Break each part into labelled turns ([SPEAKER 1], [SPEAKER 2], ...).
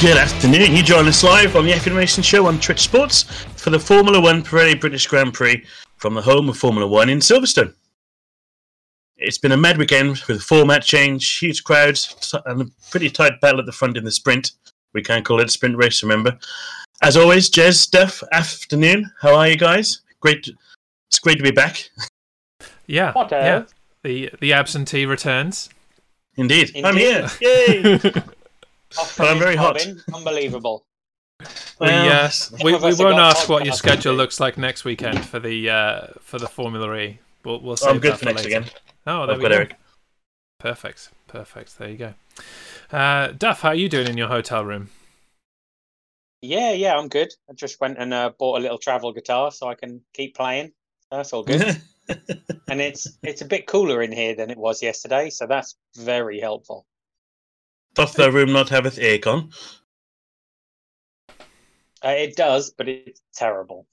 [SPEAKER 1] Good afternoon. You join us live on the F1 Show on Twitch Sports for the Formula One Pirelli British Grand Prix from the home of Formula One in Silverstone. It's been a mad weekend with a format change, huge crowds, t- and a pretty tight battle at the front in the sprint. We can call it a sprint race, remember. As always, Jez, Duff, afternoon. How are you guys? Great. It's great to be back.
[SPEAKER 2] Yeah.
[SPEAKER 3] Potter.
[SPEAKER 2] Yeah. The the absentee returns.
[SPEAKER 1] Indeed. I'm here.
[SPEAKER 3] Indeed.
[SPEAKER 1] Yay!
[SPEAKER 3] Off
[SPEAKER 1] Well, I'm
[SPEAKER 3] to
[SPEAKER 1] very hot.
[SPEAKER 3] Robin. Unbelievable.
[SPEAKER 2] We, uh, we,
[SPEAKER 3] Some of
[SPEAKER 2] we
[SPEAKER 3] us have
[SPEAKER 2] won't
[SPEAKER 3] got
[SPEAKER 2] ask what your
[SPEAKER 3] podcasts.
[SPEAKER 2] schedule looks like next weekend for the uh, for the Formula E. We'll, we'll
[SPEAKER 1] I'm
[SPEAKER 2] save
[SPEAKER 1] good
[SPEAKER 2] that
[SPEAKER 1] for next
[SPEAKER 2] later.
[SPEAKER 1] weekend.
[SPEAKER 2] Oh, there
[SPEAKER 1] I've
[SPEAKER 2] we
[SPEAKER 1] got
[SPEAKER 2] go.
[SPEAKER 1] Eric.
[SPEAKER 2] Perfect. Perfect. There you go. Uh, Duff, how are you doing in your hotel room?
[SPEAKER 3] Yeah, yeah, I'm good. I just went and uh, bought a little travel guitar so I can keep playing. That's all good. and it's it's a bit cooler in here than it was yesterday, so that's very helpful.
[SPEAKER 1] Doth thy room not haveth aircon?
[SPEAKER 3] Uh, it does, but it's terrible.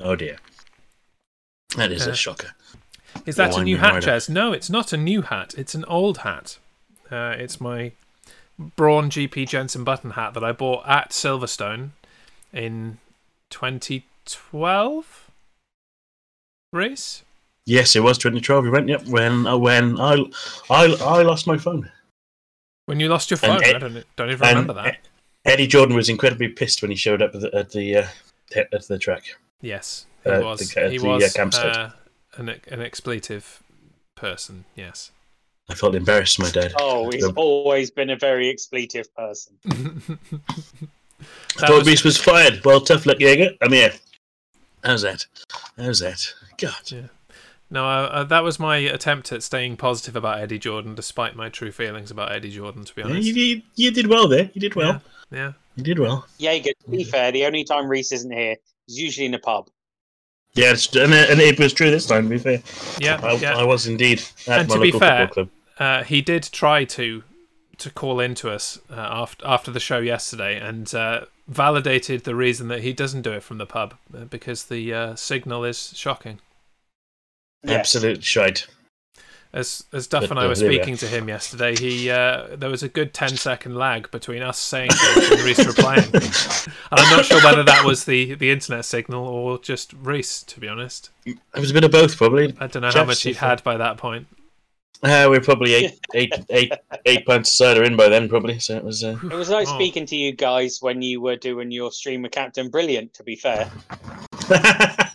[SPEAKER 1] Oh dear. That is
[SPEAKER 2] Uh,
[SPEAKER 1] a shocker.
[SPEAKER 2] Is that a
[SPEAKER 1] Wine
[SPEAKER 2] new hat,
[SPEAKER 1] rider.
[SPEAKER 2] Jez? No, it's not a new hat. It's an old hat. Uh, it's my Braun GP Jensen Button hat that I bought at Silverstone in 2012 race.
[SPEAKER 1] Yes, it was 2012. We went, yep, when, uh, when I, I, I lost my phone.
[SPEAKER 2] When you lost your
[SPEAKER 1] And
[SPEAKER 2] phone,
[SPEAKER 1] it-
[SPEAKER 2] I don't, don't even
[SPEAKER 1] And
[SPEAKER 2] remember that.
[SPEAKER 1] E- Eddie Jordan was incredibly pissed when he showed up at the, at the, uh, te- at the track.
[SPEAKER 2] yes, he
[SPEAKER 1] uh,
[SPEAKER 2] was.
[SPEAKER 1] the- uh,
[SPEAKER 2] he
[SPEAKER 1] the, uh,
[SPEAKER 2] was
[SPEAKER 1] campsite.
[SPEAKER 2] uh, an ex- an expletive person. Yes.
[SPEAKER 1] I felt embarrassed, my dad.
[SPEAKER 3] Oh, he's
[SPEAKER 1] Um,
[SPEAKER 3] always been a very expletive person.
[SPEAKER 2] That
[SPEAKER 1] Told
[SPEAKER 2] was-
[SPEAKER 1] me was fired. Well, tough luck, Jaeger. I'm here. How's that? How's that? God.
[SPEAKER 2] no, uh, uh, that was my attempt at staying positive about Eddie Jordan, despite my true feelings about Eddie Jordan. To be honest.
[SPEAKER 1] You, you, you did well there. You did well.
[SPEAKER 2] Yeah.
[SPEAKER 1] You did well.
[SPEAKER 3] Jaeger, to be fair, the only time Reese isn't here is usually in a pub.
[SPEAKER 1] Yeah, it's, and, it- and it was true this time, to be fair.
[SPEAKER 2] Yeah.
[SPEAKER 1] I,
[SPEAKER 2] yeah.
[SPEAKER 1] I was indeed at
[SPEAKER 2] And
[SPEAKER 1] my
[SPEAKER 2] to be
[SPEAKER 1] local
[SPEAKER 2] fair-
[SPEAKER 1] football club.
[SPEAKER 2] uh, he did try to to call in to us uh, after after the show yesterday and uh, validated the reason that he doesn't do it from the pub uh, because the uh, signal is shocking.
[SPEAKER 3] Yes.
[SPEAKER 1] Absolute shite.
[SPEAKER 2] As as Duff
[SPEAKER 1] But,
[SPEAKER 2] and I
[SPEAKER 1] uh,
[SPEAKER 2] were
[SPEAKER 1] there we are.
[SPEAKER 2] speaking to him yesterday, he uh, there was a good 10 second lag between us saying things and Reese replying. And I'm not sure whether that was the, the internet signal or just Reese, to be honest.
[SPEAKER 1] It was a bit of both, probably.
[SPEAKER 2] I don't know how
[SPEAKER 1] Jeff's
[SPEAKER 2] much he'd
[SPEAKER 1] signal.
[SPEAKER 2] had by that point.
[SPEAKER 1] Uh, we were probably eight, eight, eight, eight pints of cider in by then, probably. So it was. Uh,
[SPEAKER 3] It was like
[SPEAKER 2] Oh.
[SPEAKER 3] speaking to you guys when you were doing your stream with Captain Brilliant, to be fair.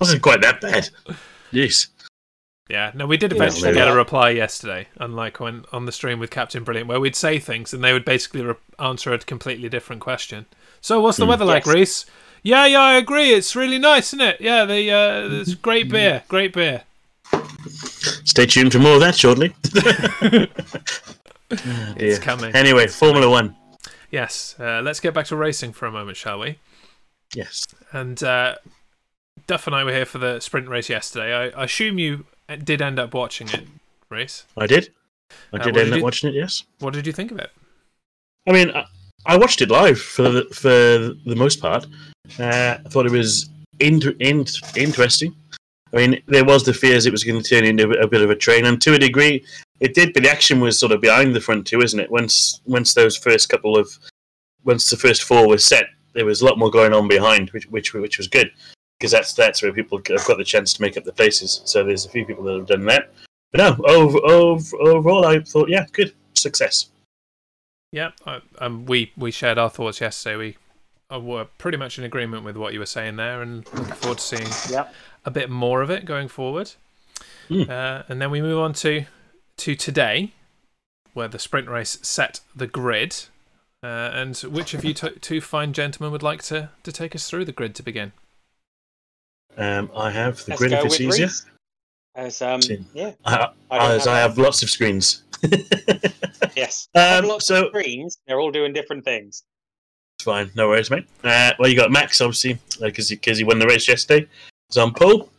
[SPEAKER 1] wasn't quite that bad. Yes.
[SPEAKER 2] Yeah, no, we did
[SPEAKER 3] Yeah,
[SPEAKER 2] eventually
[SPEAKER 1] maybe.
[SPEAKER 2] get a reply yesterday, unlike when on the stream with Captain Brilliant, where we'd say things and they would basically re- answer a completely different question. So, what's the
[SPEAKER 1] Hmm.
[SPEAKER 2] weather like,
[SPEAKER 3] Yes.
[SPEAKER 2] Reese? Yeah, yeah, I agree. It's really nice, isn't it? Yeah, the uh, it's great
[SPEAKER 1] Hmm.
[SPEAKER 2] beer, great beer.
[SPEAKER 1] Stay tuned for more of that shortly. Oh, dear.
[SPEAKER 2] It's coming.
[SPEAKER 1] Anyway, Formula One.
[SPEAKER 2] Yes, uh, let's get back to racing for a moment, shall we?
[SPEAKER 1] Yes.
[SPEAKER 2] And uh, Duff and I were here for the sprint race yesterday. I, I assume you did end up watching it, Reese.
[SPEAKER 1] I did. I did
[SPEAKER 2] Uh, what
[SPEAKER 1] end
[SPEAKER 2] did
[SPEAKER 1] up
[SPEAKER 2] you-
[SPEAKER 1] watching it, yes.
[SPEAKER 2] What did you think of it?
[SPEAKER 1] I mean, I, I watched it live for the, for the most part. Uh, I thought it was inter, in, interesting. I mean, there was the fears it was going to turn into a bit of a train, and to a degree, it did. But the action was sort of behind the front too, isn't it? Once once those first couple of once the first four were set, there was a lot more going on behind, which which which was good because that's that's where people have got the chance to make up the places. So there's a few people that have done that. But no, over, over, overall, I thought, yeah, good success.
[SPEAKER 2] Yeah, I, um, we we shared our thoughts yesterday. We uh, were pretty much in agreement with what you were saying there, and looking forward to seeing
[SPEAKER 3] Yep.
[SPEAKER 2] a bit more of it going forward.
[SPEAKER 1] Mm.
[SPEAKER 2] Uh, and then we move on to to today, where the sprint race set the grid. Uh, and which of you t- two fine gentlemen would like to, to take us through the grid to begin?
[SPEAKER 1] Um, I have the
[SPEAKER 3] Let's
[SPEAKER 1] grid
[SPEAKER 3] go
[SPEAKER 1] if it's
[SPEAKER 3] with
[SPEAKER 1] easier.
[SPEAKER 3] Reese. As, um,
[SPEAKER 1] Tin.
[SPEAKER 3] yeah,
[SPEAKER 1] I,
[SPEAKER 3] I don't
[SPEAKER 1] as
[SPEAKER 3] have
[SPEAKER 1] I
[SPEAKER 3] that.
[SPEAKER 1] have lots of screens.
[SPEAKER 3] yes. I've
[SPEAKER 1] um,
[SPEAKER 3] lots
[SPEAKER 1] so
[SPEAKER 3] of screens. They're all doing different things.
[SPEAKER 1] it's fine, no worries, mate. Uh, well, you got Max obviously because he, won the race yesterday. He's on pole.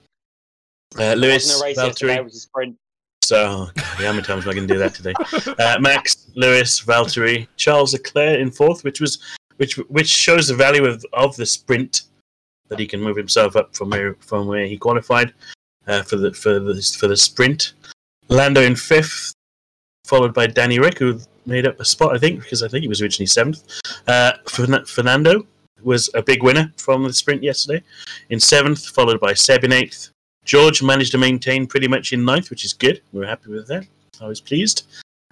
[SPEAKER 1] Uh, Lewis,
[SPEAKER 3] Wasn't a race yesterday, it
[SPEAKER 1] Valtteri.
[SPEAKER 3] was a sprint.
[SPEAKER 1] So, oh, God, how many times am I going to do that today? Uh, Max, Lewis, Valtteri, Charles Leclerc in fourth, which was which which shows the value of of the sprint that he can move himself up from where from where he qualified uh, for the for the for the sprint. Lando in fifth, followed by Danny Rick, who made up a spot, I think, because I think he was originally seventh. Uh, Fern- Fernando was a big winner from the sprint yesterday in seventh, followed by Seb in eighth. George managed to maintain pretty much in ninth, which is good. We were happy with that. I was pleased.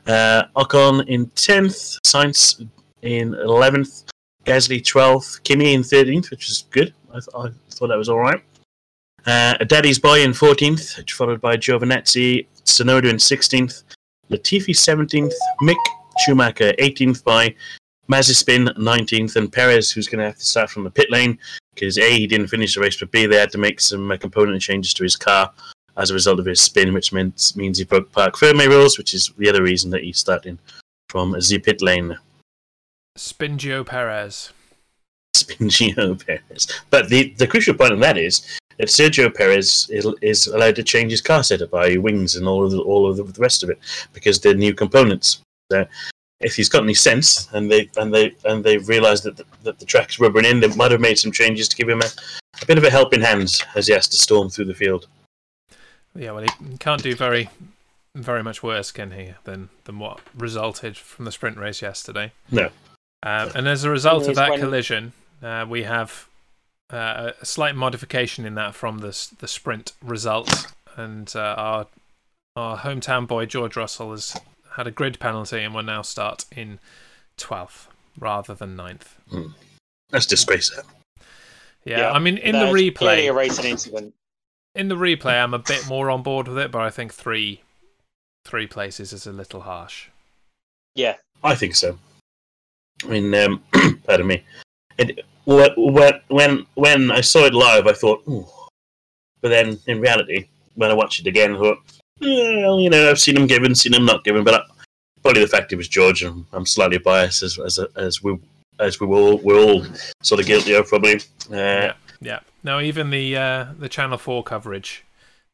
[SPEAKER 1] Uh, Ocon in 10th, Sainz in 11th, Gasly 12th, Kimi in 13th, which is good. I, th- I thought that was all right. Uh, Daddy's Boy in 14th, followed by Giovanetti, Sonoda in 16th, Latifi 17th, Mick Schumacher 18th by Mazepin 19th, and Perez, who's going to have to start from the pit lane because A, he didn't finish the race, but B, they had to make some uh, component changes to his car as a result of his spin, which meant, means he broke Park Ferme rules, which is the other reason that he's starting from the pit lane.
[SPEAKER 2] Spingio Perez.
[SPEAKER 1] Sergio Perez. But the, the crucial point of that is that Sergio Perez is, is allowed to change his car setup, i.e., wings and all of the, all of the, the rest of it, because they're new components. So if he's got any sense, and they and they and they realised that the, that the track's rubbering in, they might have made some changes to give him a, a bit of a helping hand as he has to storm through the field.
[SPEAKER 2] Yeah, well, he can't do very, very much worse, can he, than than what resulted from the sprint race yesterday?
[SPEAKER 1] No.
[SPEAKER 2] Um, and as a result
[SPEAKER 3] Thing
[SPEAKER 2] of
[SPEAKER 3] is
[SPEAKER 2] that
[SPEAKER 3] when-
[SPEAKER 2] collision, uh, we have uh, a slight modification in that from the s- the sprint results, and uh, our our hometown boy George Russell has had a grid penalty and will now start in twelfth rather than 9th.
[SPEAKER 1] That's disgrace.
[SPEAKER 2] Yeah,
[SPEAKER 3] Yeah,
[SPEAKER 2] I mean in the
[SPEAKER 3] There's clearly
[SPEAKER 2] replay,
[SPEAKER 3] a racing incident.
[SPEAKER 2] in the replay, I'm a bit more on board with it, but I think three three places is a little harsh.
[SPEAKER 3] Yeah,
[SPEAKER 1] I think so. I mean, um, pardon me. It, wh- wh- when when I saw it live, I thought, Ooh. but then in reality, when I watched it again, I thought, "Eh, well, you know, I've seen him given, seen him not given, but I, probably the fact it was George, and I'm slightly biased as as as we as we were all, we're all sort of guilty of probably. Uh,
[SPEAKER 2] Yeah. No, even the uh, the Channel Four coverage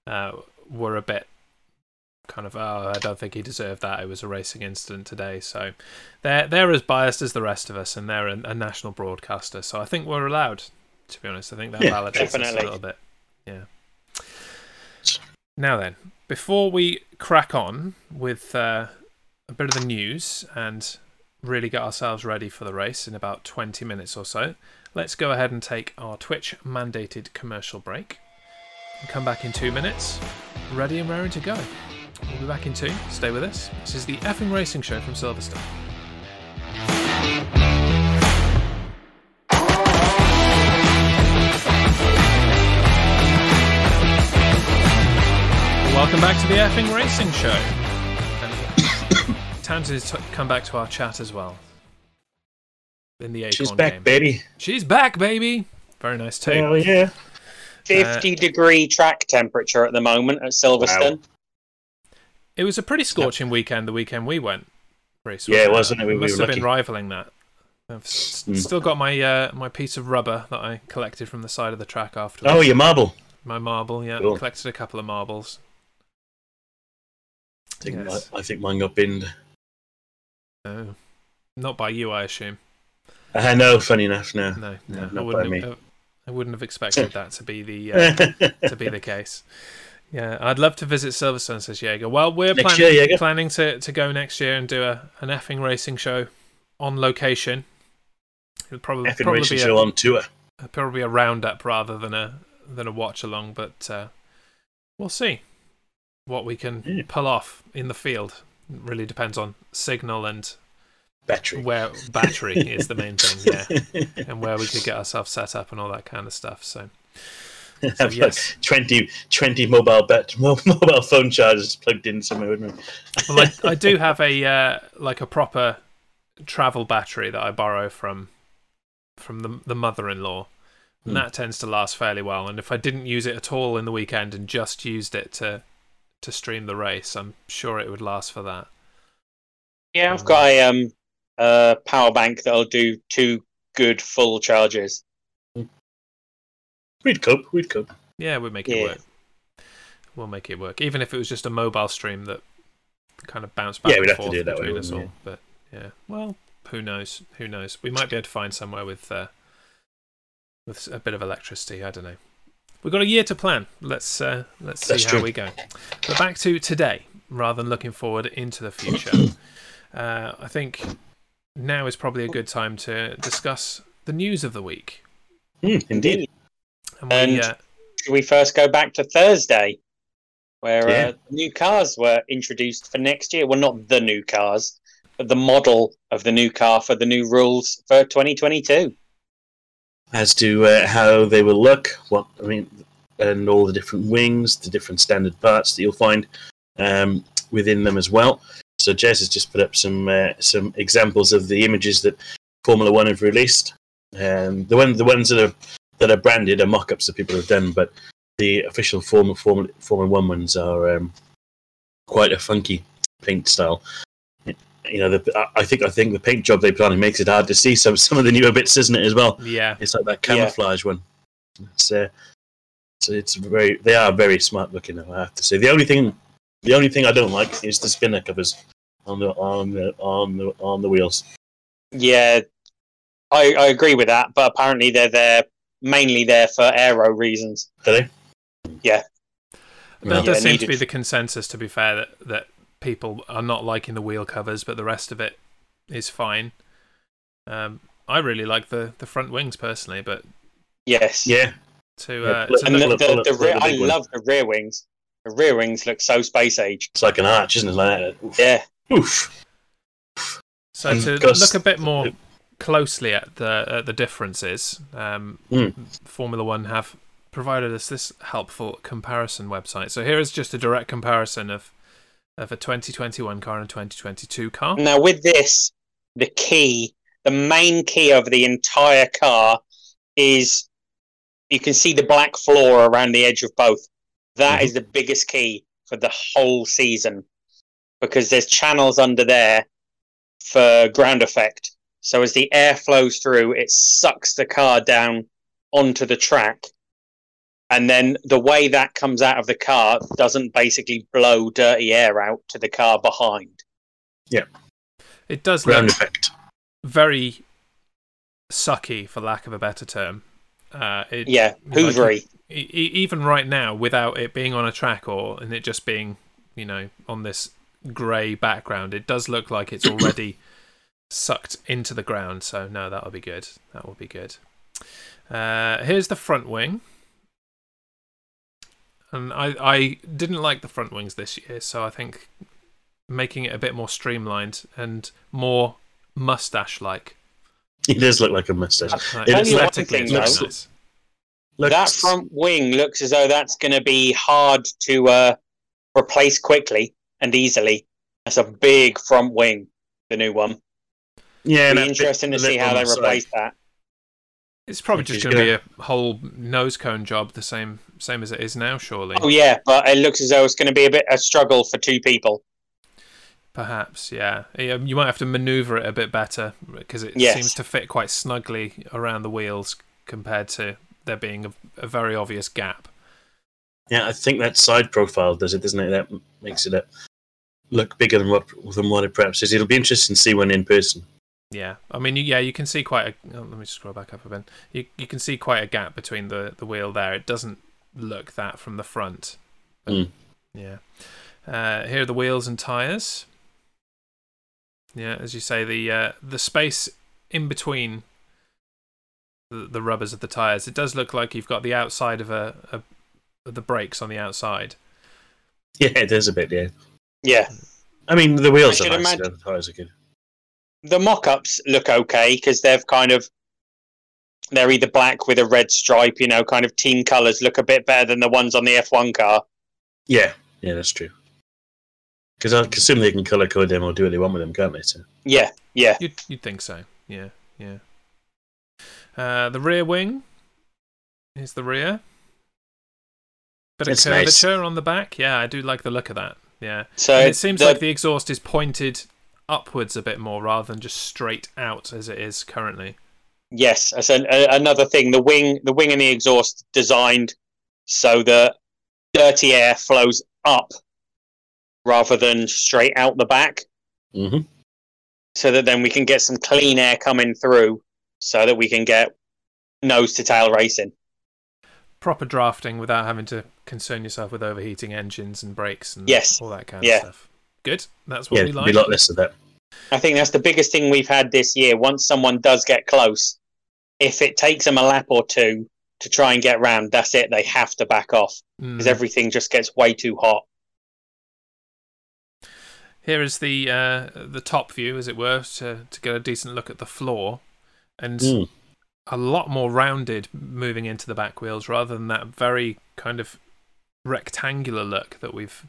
[SPEAKER 2] uh, were a bit kind of oh, I don't think he deserved that. It was a racing incident today, so they're they're as biased as the rest of us, and they're a, a national broadcaster, so I think we're allowed. To be honest, I think that
[SPEAKER 1] Yeah,
[SPEAKER 2] validates us
[SPEAKER 3] definitely.
[SPEAKER 2] a little bit. Yeah. Now then, before we crack on with uh, a bit of the news and really get ourselves ready for the race in about 20 minutes or so, let's go ahead and take our Twitch mandated commercial break. And come back in two minutes, ready and raring to go. We'll be back in two. Stay with us. This is the effing racing show from Silverstone. Welcome back to the effing racing show. And time to t- come back to our chat as well. In the Acorn
[SPEAKER 1] She's back,
[SPEAKER 2] game.
[SPEAKER 1] baby.
[SPEAKER 2] She's back, baby. Very nice too.
[SPEAKER 1] Hell yeah! Uh,
[SPEAKER 3] 50 degree track temperature at the moment at Silverstone.
[SPEAKER 2] It was a pretty scorching weekend. The weekend we went, Reece,
[SPEAKER 1] Yeah, it wasn't it? We
[SPEAKER 2] must
[SPEAKER 1] were
[SPEAKER 2] have been
[SPEAKER 1] lucky.
[SPEAKER 2] rivaling that. I've s-
[SPEAKER 1] Mm.
[SPEAKER 2] still got my uh, my piece of rubber that I collected from the side of the track afterwards.
[SPEAKER 1] Oh, your marble.
[SPEAKER 2] my marble. Yeah,
[SPEAKER 1] Cool.
[SPEAKER 2] collected a couple of marbles.
[SPEAKER 1] I think,
[SPEAKER 2] Yes.
[SPEAKER 1] I, I think mine got binned.
[SPEAKER 2] No, not by you, I assume.
[SPEAKER 1] I know. Funny enough, now.
[SPEAKER 2] No,
[SPEAKER 1] No,
[SPEAKER 2] no,
[SPEAKER 1] not by
[SPEAKER 2] I wouldn't.
[SPEAKER 1] me.
[SPEAKER 2] Have, I wouldn't have expected that to be the uh, to be the case. Yeah, I'd love to visit Silverstone, says Jaeger. Well, we're
[SPEAKER 1] Next
[SPEAKER 2] planning,
[SPEAKER 1] year, Jaeger.
[SPEAKER 2] planning to, to go next year and do a, an effing racing show on location. It'll probably,
[SPEAKER 1] Effing
[SPEAKER 2] probably
[SPEAKER 1] racing
[SPEAKER 2] be a-
[SPEAKER 1] show on tour.
[SPEAKER 2] uh, probably a roundup rather than a than a watch along, but uh, we'll see what we can
[SPEAKER 1] Yeah.
[SPEAKER 2] pull off in the field. It really depends on signal and
[SPEAKER 1] Battery.
[SPEAKER 2] where battery is the main thing, yeah, and where we could get ourselves set up and all that kind of stuff. So
[SPEAKER 1] Have
[SPEAKER 2] yes.
[SPEAKER 1] like 20, 20 mobile bat, mo- mobile phone chargers plugged in somewhere. Wouldn't it?
[SPEAKER 2] well, I, I do have a uh, like a proper travel battery that I borrow from from the the mother-in-law, and
[SPEAKER 1] Hmm.
[SPEAKER 2] that tends to last fairly well. And if I didn't use it at all in the weekend and just used it to to stream the race, I'm sure it would last for that.
[SPEAKER 3] Yeah, I've got a um a power bank that'll do two good full charges.
[SPEAKER 1] we'd cope. We'd cope.
[SPEAKER 2] Yeah, we'll make it
[SPEAKER 3] Yeah.
[SPEAKER 2] work. We'll make it work, even if it was just a mobile stream that kind of bounced back
[SPEAKER 1] Yeah, we'd
[SPEAKER 2] and
[SPEAKER 1] have to
[SPEAKER 2] forth
[SPEAKER 1] do it that way,
[SPEAKER 2] between us all.
[SPEAKER 1] wouldn't
[SPEAKER 2] But yeah, well, who knows? Who knows? We might be able to find somewhere with uh, with a bit of electricity. I don't know. We've got a year to plan. Let's uh, let's see
[SPEAKER 1] That's
[SPEAKER 2] how
[SPEAKER 1] true.
[SPEAKER 2] we go. But back to today, rather than looking forward into the future. uh, I think now is probably a good time to discuss the news of the week.
[SPEAKER 1] Hmm, indeed.
[SPEAKER 3] Indeed.
[SPEAKER 2] And we,
[SPEAKER 3] And-
[SPEAKER 2] uh,
[SPEAKER 3] Should we first go back to Thursday, where
[SPEAKER 1] Yeah.
[SPEAKER 3] uh, new cars were introduced for next year? Well, not the new cars, but the model of the new car for the new rules for 2022.
[SPEAKER 1] As to uh, how they will look, what I mean, and all the different wings, the different standard parts that you'll find um, within them as well. So Jez has just put up some uh, some examples of the images that Formula One have released. Um, the one the ones that are that are branded are mock-ups that people have done, but the official form of Formula, Formula One ones are um, quite a funky paint style. You know, the, I- I think I think the paint job they put on it makes it hard to see some some of the newer bits, isn't it? As well,
[SPEAKER 2] yeah,
[SPEAKER 1] it's like that
[SPEAKER 3] Yeah.
[SPEAKER 1] camouflage one. It's uh, so it's very they are very smart looking. I have to say. The only thing the only thing I don't like is the spinner covers on the on the on the on the wheels.
[SPEAKER 3] Yeah, I, I agree with that, but apparently they're there mainly there for aero reasons.
[SPEAKER 1] Are they?
[SPEAKER 2] that
[SPEAKER 1] Yeah,
[SPEAKER 2] does seem to
[SPEAKER 3] needed.
[SPEAKER 2] be the consensus. To be fair, that that people are not liking the wheel covers, but the rest of it is fine. Um, I really like the the front wings personally, but
[SPEAKER 3] Yes.
[SPEAKER 1] Yeah.
[SPEAKER 2] to
[SPEAKER 1] Yeah,
[SPEAKER 2] uh,
[SPEAKER 1] look-
[SPEAKER 2] to
[SPEAKER 3] And
[SPEAKER 2] look
[SPEAKER 3] the,
[SPEAKER 1] Pull
[SPEAKER 3] the,
[SPEAKER 1] up, pull up,
[SPEAKER 3] the,
[SPEAKER 1] pull up
[SPEAKER 3] rear,
[SPEAKER 1] the
[SPEAKER 3] I
[SPEAKER 1] big one.
[SPEAKER 3] love the rear wings. The rear wings look so space age.
[SPEAKER 1] It's like an arch, isn't it? Like that.
[SPEAKER 3] Yeah.
[SPEAKER 1] Oof.
[SPEAKER 2] So
[SPEAKER 1] And
[SPEAKER 2] to
[SPEAKER 1] Gus-
[SPEAKER 2] look a bit more closely at the at the differences, um,
[SPEAKER 1] Mm.
[SPEAKER 2] Formula One have provided us this helpful comparison website. So here is just a direct comparison of of a 2021 car and a 2022 car.
[SPEAKER 3] Now, with this, the key, the main key of the entire car is you can see the black floor around the edge of both. That is the biggest key for the whole season because there's channels under there for ground effect. So as the air flows through, it sucks the car down onto the track. And then the way that comes out of the car doesn't basically blow dirty air out to the car behind.
[SPEAKER 2] It does
[SPEAKER 1] Ground
[SPEAKER 2] look
[SPEAKER 1] effect.
[SPEAKER 2] very sucky, for lack of a better term. Uh, it,
[SPEAKER 3] Yeah,
[SPEAKER 2] Like-
[SPEAKER 3] Hoovery.
[SPEAKER 2] e- e- even right now, without it being on a track or and it just being, you know, on this grey background, it does look like it's already sucked into the ground. So no, that'll be good. That will be good. Uh, here's the front wing, and I I didn't like the front wings this year, so I think making it a bit more streamlined and more mustache like.
[SPEAKER 1] It does look like a mustache.
[SPEAKER 3] you one
[SPEAKER 2] Aesthetically,
[SPEAKER 3] thing,
[SPEAKER 2] it's very
[SPEAKER 1] though.
[SPEAKER 2] nice.
[SPEAKER 1] Looks,
[SPEAKER 3] that front wing looks as though that's going to be hard to uh, replace quickly and easily. That's a big front wing, the new one.
[SPEAKER 1] yeah, that
[SPEAKER 3] It'll be
[SPEAKER 1] bit-
[SPEAKER 3] interesting to
[SPEAKER 1] the
[SPEAKER 3] see
[SPEAKER 1] lip
[SPEAKER 3] how
[SPEAKER 1] on
[SPEAKER 3] they
[SPEAKER 1] the side.
[SPEAKER 3] replace that.
[SPEAKER 2] It's probably
[SPEAKER 1] Which
[SPEAKER 2] just
[SPEAKER 1] is
[SPEAKER 2] going to be a whole nose cone job, the same same as it is now, surely.
[SPEAKER 3] Oh yeah, but it looks as though it's going to be a bit a struggle for two people.
[SPEAKER 2] Perhaps, yeah. Yeah, You might have to maneuver it a bit better because it
[SPEAKER 3] Yes.
[SPEAKER 2] seems to fit quite snugly around the wheels compared to there being a, a very obvious gap.
[SPEAKER 1] Yeah, I think that side profile does it, doesn't it? That makes it uh, look bigger than what than what it perhaps is. It'll be interesting to see one in person.
[SPEAKER 2] Yeah, I mean, you- yeah, you can see quite a. Oh, let me scroll back up a bit. You you can see quite a gap between the the wheel there. It doesn't look that from the front. But,
[SPEAKER 1] Mm.
[SPEAKER 2] Yeah. Uh, here are the wheels and tires. Yeah, as you say, the uh, the space in between the, the rubbers of the tires. It does look like you've got the outside of a, a the brakes on the outside.
[SPEAKER 1] Yeah, it is a bit. Yeah,
[SPEAKER 3] Yeah,
[SPEAKER 1] I mean the wheels
[SPEAKER 3] I
[SPEAKER 1] are
[SPEAKER 3] should
[SPEAKER 1] nice. you
[SPEAKER 3] imagine-
[SPEAKER 1] know, The tires are good.
[SPEAKER 3] the mock-ups look okay because they've kind of they're either black with a red stripe, you know, kind of team colours look a bit better than the ones on the F1 car.
[SPEAKER 1] Yeah, yeah, that's true. Because I assume they can color code them or do what they want with them, can't they? So
[SPEAKER 3] Yeah, yeah,
[SPEAKER 2] You'd you'd think so. Yeah, yeah. Uh, the rear wing. Here's the rear. Bit of
[SPEAKER 1] It's
[SPEAKER 2] curvature
[SPEAKER 1] nice.
[SPEAKER 2] on the back. Yeah, I do like the look of that. Yeah,
[SPEAKER 3] so
[SPEAKER 2] and it seems
[SPEAKER 3] the-
[SPEAKER 2] like the exhaust is pointed upwards a bit more rather than just straight out as it is currently.
[SPEAKER 3] Yes, that's an, a, another thing. The wing, the wing and the exhaust designed so that dirty air flows up rather than straight out the back,
[SPEAKER 1] hmm
[SPEAKER 3] so that then we can get some clean air coming through, so that we can get nose to tail racing.
[SPEAKER 2] Proper drafting without having to concern yourself with overheating engines and brakes and
[SPEAKER 3] Yes.
[SPEAKER 2] all that kind
[SPEAKER 3] Yeah.
[SPEAKER 2] of stuff. Good. That's what
[SPEAKER 1] yeah,
[SPEAKER 2] we
[SPEAKER 1] there'll be
[SPEAKER 2] like.
[SPEAKER 1] a lot less of that.
[SPEAKER 3] I think that's the biggest thing we've had this year. Once someone does get close, if it takes them a lap or two to try and get round, that's it. They have to back off
[SPEAKER 2] Mm. Hmm.
[SPEAKER 3] because everything just gets way too hot.
[SPEAKER 2] Here is the uh, the top view, as it were, to to get a decent look at the floor, and
[SPEAKER 1] Mm.
[SPEAKER 2] a lot more rounded moving into the back wheels rather than that very kind of rectangular look that we've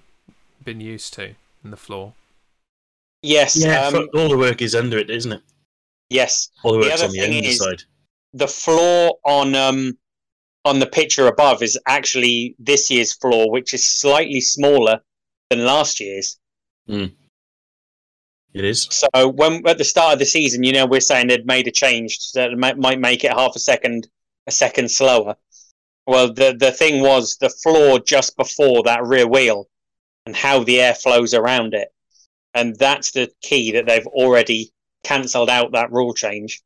[SPEAKER 2] been used to in the floor.
[SPEAKER 3] Yes,
[SPEAKER 1] Yeah,
[SPEAKER 3] um,
[SPEAKER 1] all the work is under it, isn't it?
[SPEAKER 3] yes.
[SPEAKER 1] All the
[SPEAKER 3] The
[SPEAKER 1] work's
[SPEAKER 3] other
[SPEAKER 1] on the
[SPEAKER 3] thing is-
[SPEAKER 1] underside.
[SPEAKER 3] The floor on um, on the picture above is actually this year's floor, which is slightly smaller than last year's.
[SPEAKER 1] It is.
[SPEAKER 3] So when at the start of the season, you know, we're saying they'd made a change that might, might make it half a second, a second slower. Well, the the thing was the floor just before that rear wheel, and how the air flows around it, and that's the key that they've already cancelled out that rule change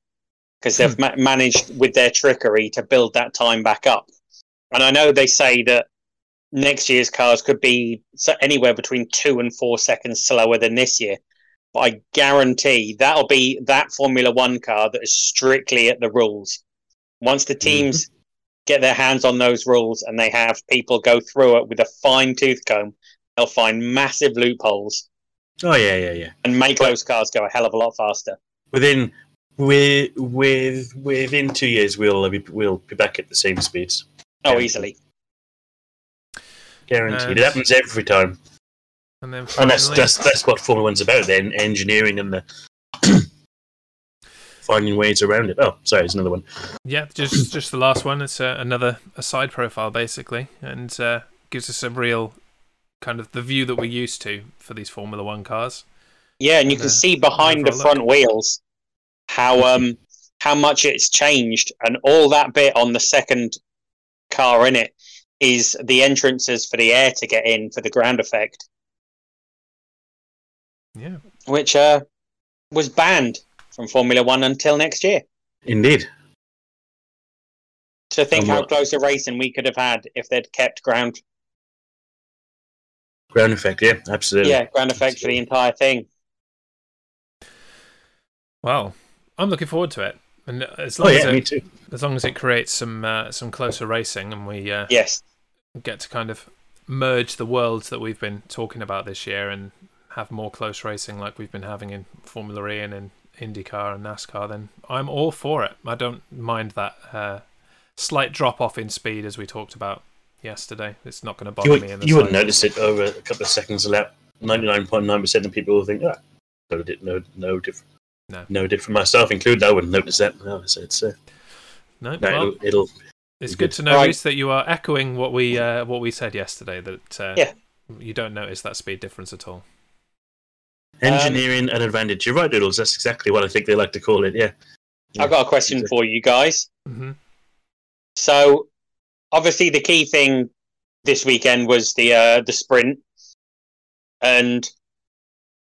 [SPEAKER 3] because they've ma- managed with their trickery to build that time back up. And I know they say that next year's cars could be so- anywhere between two and four seconds slower than this year. But I guarantee that'll be that Formula One car that is strictly at the rules. Once the teams get their hands on those rules and they have people go through it with a fine tooth comb, they'll find massive loopholes
[SPEAKER 1] Oh yeah, yeah, yeah.
[SPEAKER 3] and make those cars go a hell of a lot faster.
[SPEAKER 1] Within with with within two years, we'll be we'll be back at the same speeds,
[SPEAKER 3] Oh,
[SPEAKER 1] Yeah.
[SPEAKER 3] easily.
[SPEAKER 1] guaranteed.
[SPEAKER 2] And-
[SPEAKER 1] it happens every time,
[SPEAKER 2] And then finally,
[SPEAKER 1] and that's that's that's what Formula One's about. Then engineering and the finding ways around it. Oh, sorry, it's another one.
[SPEAKER 2] yeah, just just the last one. It's uh another a side profile basically, and uh, gives us a real kind of the view that we're used to for these Formula One cars.
[SPEAKER 3] Yeah, and you can
[SPEAKER 2] Yeah.
[SPEAKER 3] see behind the
[SPEAKER 2] Overall
[SPEAKER 3] front wheels how um how much it's changed, and all that bit on the second car in it is the entrances for the air to get in for the ground effect,
[SPEAKER 2] Yeah,
[SPEAKER 3] which uh was banned from Formula One until next year.
[SPEAKER 1] Indeed.
[SPEAKER 3] To think
[SPEAKER 1] And
[SPEAKER 3] how
[SPEAKER 1] what-
[SPEAKER 3] close a racing we could have had if they'd kept ground,
[SPEAKER 1] Ground effect, yeah, absolutely.
[SPEAKER 3] yeah, ground effect for the entire thing.
[SPEAKER 2] well, I'm looking forward to it, and as
[SPEAKER 1] Oh
[SPEAKER 2] long as
[SPEAKER 1] yeah, me
[SPEAKER 2] it,
[SPEAKER 1] too.
[SPEAKER 2] as long as it creates some uh, some closer racing, and we uh,
[SPEAKER 3] Yes,
[SPEAKER 2] get to kind of merge the worlds that we've been talking about this year and have more close racing like we've been having in Formula E and in IndyCar and NASCAR, then I'm all for it. I don't mind that uh, slight drop off in speed as we talked about yesterday. It's not going to bother
[SPEAKER 1] You,
[SPEAKER 2] me. In
[SPEAKER 1] would,
[SPEAKER 2] the
[SPEAKER 1] you wouldn't
[SPEAKER 2] slightest.
[SPEAKER 1] notice it over a couple of seconds a lap. Ninety-nine point nine percent of people will think, ah, no, di- no, no different.
[SPEAKER 2] No.
[SPEAKER 1] no different. Myself included, I wouldn't notice that. No, it's, it's, uh,
[SPEAKER 2] No,
[SPEAKER 1] no,
[SPEAKER 2] well, um,
[SPEAKER 1] it'll, it'll
[SPEAKER 2] it's
[SPEAKER 1] it'll
[SPEAKER 2] good
[SPEAKER 1] be-
[SPEAKER 2] to know
[SPEAKER 3] Right.
[SPEAKER 2] Reece, that you are echoing what we uh, what we said yesterday. That uh,
[SPEAKER 3] Yeah.
[SPEAKER 2] you don't notice that speed difference at all.
[SPEAKER 1] engineering an advantage. You're right, Doodles. That's exactly what I think they like to call it. Yeah, Yeah.
[SPEAKER 3] I've got a question for you guys.
[SPEAKER 2] hmm
[SPEAKER 3] So obviously the key thing this weekend was the uh, the sprint, and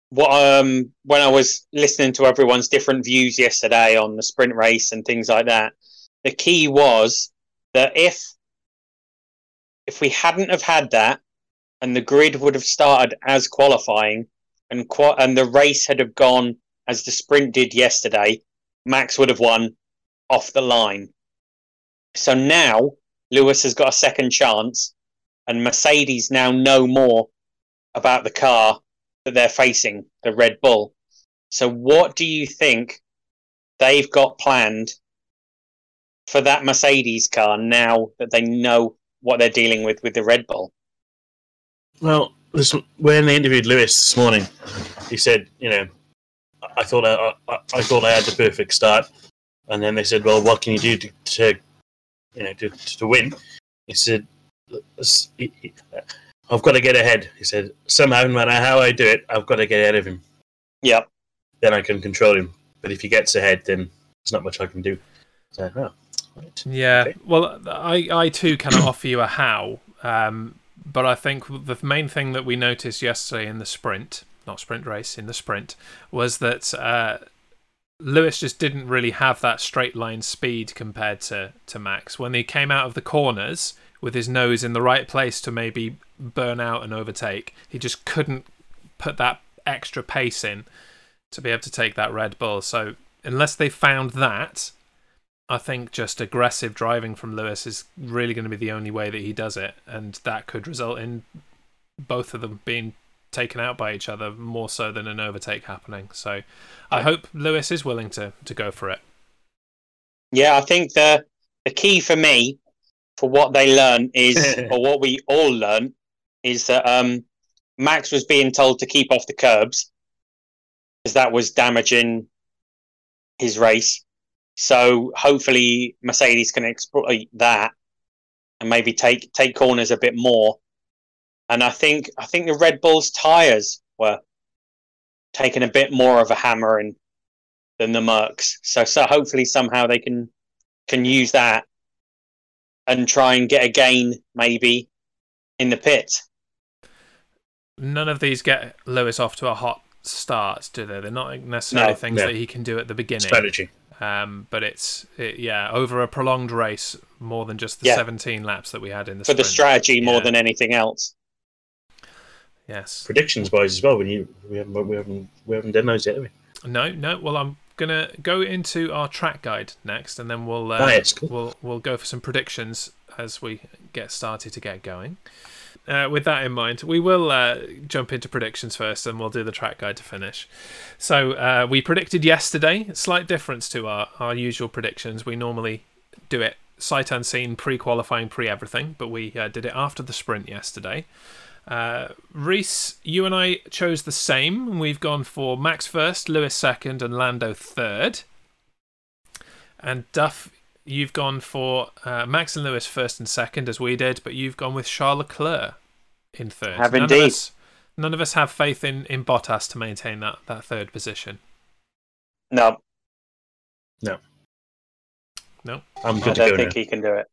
[SPEAKER 3] what um when I was listening to everyone's different views yesterday on the sprint race and things like that, the key was that if if we hadn't have had that and the grid would have started as qualifying and qua- and the race had have gone as the sprint did yesterday, Max would have won off the line. So now Lewis has got a second chance, and Mercedes now know more about the car that they're facing, the Red Bull. So, what do you think they've got planned for that Mercedes car now that they know what they're dealing with with the Red Bull?
[SPEAKER 1] Well, this, when they interviewed Lewis this morning, he said, you know, I- I thought I, I, I thought I had the perfect start, and then they said, well, what can you do to, to you know, to, to win? He said, "Let's- he- he- I've got to get ahead. He said, somehow, no matter how I do it, I've got to get ahead of him.
[SPEAKER 3] Yep.
[SPEAKER 1] Then I can control him. But if he gets ahead, then there's not much I can do. So, oh, right.
[SPEAKER 2] Yeah.
[SPEAKER 1] Okay.
[SPEAKER 2] Well, I, I too cannot offer you a how, um, but I think the main thing that we noticed yesterday in the sprint, not sprint race, in the sprint, was that uh, Lewis just didn't really have that straight line speed compared to, to Max. When he came out of the corners with his nose in the right place to maybe burn out and overtake, he just couldn't put that extra pace in to be able to take that Red Bull. So unless they found that, I think just aggressive driving from Lewis is really going to be the only way that he does it, and that could result in both of them being taken out by each other more so than an overtake happening. So I hope Lewis is willing to to go for it.
[SPEAKER 3] Yeah, I think the the key for me for what they learn is, or what we all learn, is that um, Max was being told to keep off the curbs because that was damaging his race. So hopefully Mercedes can exploit that and maybe take take corners a bit more. And I think I think the Red Bull's tires were taking a bit more of a hammering than the Mercs. So so hopefully somehow they can can use that and try and get a gain maybe in the pit.
[SPEAKER 2] None of these get Lewis off to a hot start, do they? They're not necessarily
[SPEAKER 3] No,
[SPEAKER 2] things
[SPEAKER 1] no.
[SPEAKER 2] that he can do at the beginning.
[SPEAKER 1] Strategy.
[SPEAKER 2] Um, but it's it, yeah over a prolonged race more than just the
[SPEAKER 3] Yeah.
[SPEAKER 2] 17 laps that we had in the
[SPEAKER 3] For the
[SPEAKER 2] sprint.
[SPEAKER 3] strategy more
[SPEAKER 2] Yeah.
[SPEAKER 3] than anything else.
[SPEAKER 2] yes.
[SPEAKER 1] Predictions wise as well. When you we haven't we haven't we haven't done those yet. Have we?
[SPEAKER 2] No, no. Well, I'm gonna go into our track guide next, and then we'll uh,
[SPEAKER 1] Oh, yeah, it's cool.
[SPEAKER 2] we'll we'll go for some predictions as we get started to get going. Uh, with that in mind, we will uh, jump into predictions first, and we'll do the track guide to finish. So uh, we predicted yesterday. Slight difference to our our usual predictions. We normally do it sight unseen, pre-qualifying, pre-everything, but we uh, did it after the sprint yesterday. Uh, Reese, you and I chose the same. We've gone for Max first, Lewis second, and Lando third. And Duff, you've gone for uh, Max and Lewis first and second, as we did, but you've gone with Charles Leclerc in third.
[SPEAKER 3] Have
[SPEAKER 2] none Of
[SPEAKER 3] indeed.
[SPEAKER 2] us, none of us have faith in, in Bottas to maintain that, that third position.
[SPEAKER 3] No,
[SPEAKER 1] I'm
[SPEAKER 3] I
[SPEAKER 1] good to
[SPEAKER 3] don't
[SPEAKER 1] go now.
[SPEAKER 3] think he can do it.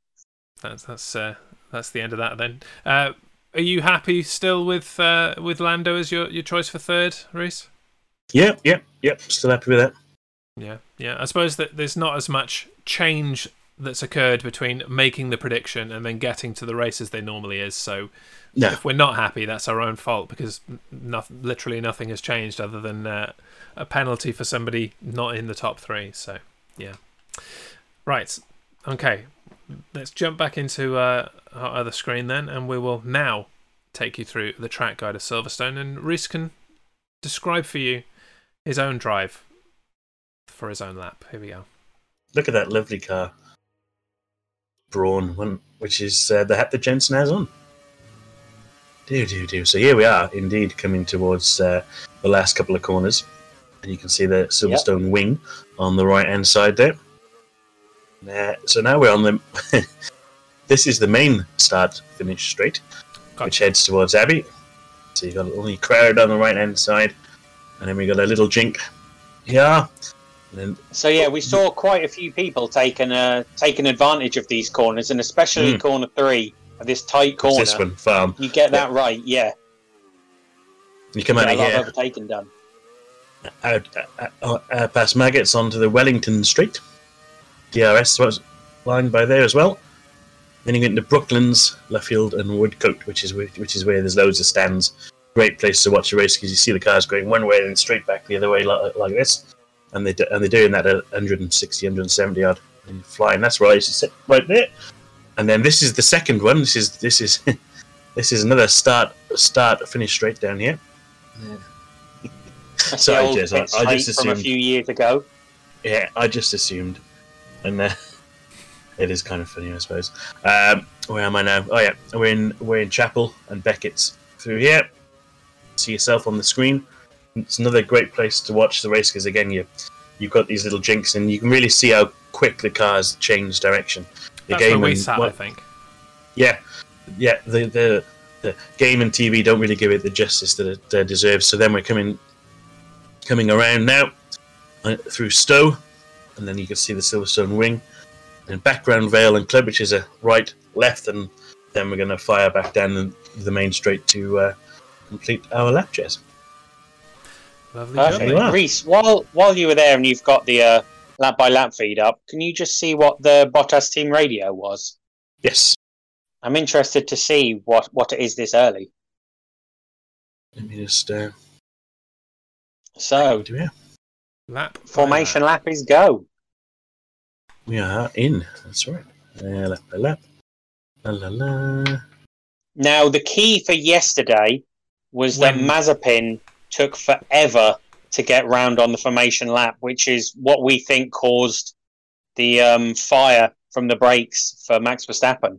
[SPEAKER 2] That's that's uh, that's the end of that then. Uh, are you happy still with uh, with Lando as your, your choice for third, Reese?
[SPEAKER 1] Yeah, yeah, yeah. Still happy with that.
[SPEAKER 2] Yeah, yeah. I suppose that there's not as much change that's occurred between making the prediction and then getting to the race as there normally is. So
[SPEAKER 1] No.
[SPEAKER 2] if we're not happy, that's our own fault because nothing, literally nothing has changed other than uh, a penalty for somebody not in the top three. So yeah, right. Okay, let's jump back into uh, our other screen then, and we will now take you through the track guide of Silverstone, and Reese can describe for you his own drive for his own lap. Here we go.
[SPEAKER 1] Look at that lovely car. Brawn, one- which is uh, the hat that Jensen has on. Do, do, do. So here we are, indeed, coming towards uh, the last couple of corners. And you can see the Silverstone wing on the right hand side there. Uh, so now we're on the. this is the main start finish straight which
[SPEAKER 2] Gotcha.
[SPEAKER 1] heads towards Abbey. So you've got a little crowd on the right hand side, and then we got a little jink here. And then,
[SPEAKER 3] So yeah, we saw quite a few people taking uh, taking advantage of these corners, and especially
[SPEAKER 1] Mm.
[SPEAKER 3] corner three, this
[SPEAKER 1] what's
[SPEAKER 3] tight corner.
[SPEAKER 1] this one? Farm.
[SPEAKER 3] You get that right, yeah.
[SPEAKER 1] You come
[SPEAKER 3] Get
[SPEAKER 1] out
[SPEAKER 3] a
[SPEAKER 1] of
[SPEAKER 3] lot
[SPEAKER 1] here,
[SPEAKER 3] of overtaking done.
[SPEAKER 1] out, uh, out, out, out past Maggots onto the Wellington Street. DRS was line by there as well. Then you get into Brooklands, Luffield, and Woodcote, which is where, which is where there's loads of stands. Great place to watch a race because you see the cars going one way and then straight back the other way like, like this, and they do, and they're doing that at 160, 170 yard and flying. That's where I used to sit right there. And then this is the second one. This is this is this is another start start finish straight down here.
[SPEAKER 3] That's
[SPEAKER 1] Sorry,
[SPEAKER 3] the old
[SPEAKER 1] Jez, I-
[SPEAKER 3] pit
[SPEAKER 1] I just
[SPEAKER 3] straight from a
[SPEAKER 1] assumed-
[SPEAKER 3] few years ago.
[SPEAKER 1] Yeah, I just assumed, and uh, it is kind of funny, I suppose. Um, where am I now? Oh yeah, we're in we're in Chapel and Beckett's through here. See yourself on the screen. It's another great place to watch the race because again, you you've got these little jinks, and you can really see how quick the cars change direction. The
[SPEAKER 2] That's where we
[SPEAKER 1] and
[SPEAKER 2] sat,
[SPEAKER 1] what-
[SPEAKER 2] I think.
[SPEAKER 1] yeah, yeah. The, the the game and TV don't really give it the justice that it uh, deserves. So then we're coming coming around now uh, through Stowe, and then you can see the Silverstone Wing, and background Vale and Club, which is a right, left, and then we're going to fire back down the- the main straight to uh, complete our lap chairs.
[SPEAKER 2] Lovely job.
[SPEAKER 1] you
[SPEAKER 3] Perfect.
[SPEAKER 2] mate.
[SPEAKER 1] are.
[SPEAKER 3] Reese, while while you were there and you've got the uh, lap by lap feed up, can you just see what the Bottas team radio was?
[SPEAKER 1] Yes.
[SPEAKER 3] I'm interested to see what what it is this early.
[SPEAKER 1] Let me just uh,
[SPEAKER 3] So
[SPEAKER 1] do here.
[SPEAKER 2] Lap by
[SPEAKER 3] Formation
[SPEAKER 2] lap.
[SPEAKER 3] lap is go.
[SPEAKER 1] We are in. That's right. Uh, lap by lap. La la la.
[SPEAKER 3] Now, the key for yesterday was that
[SPEAKER 2] When-
[SPEAKER 3] Mazepin took forever to get round on the formation lap, which is what we think caused the um, fire from the brakes for Max Verstappen.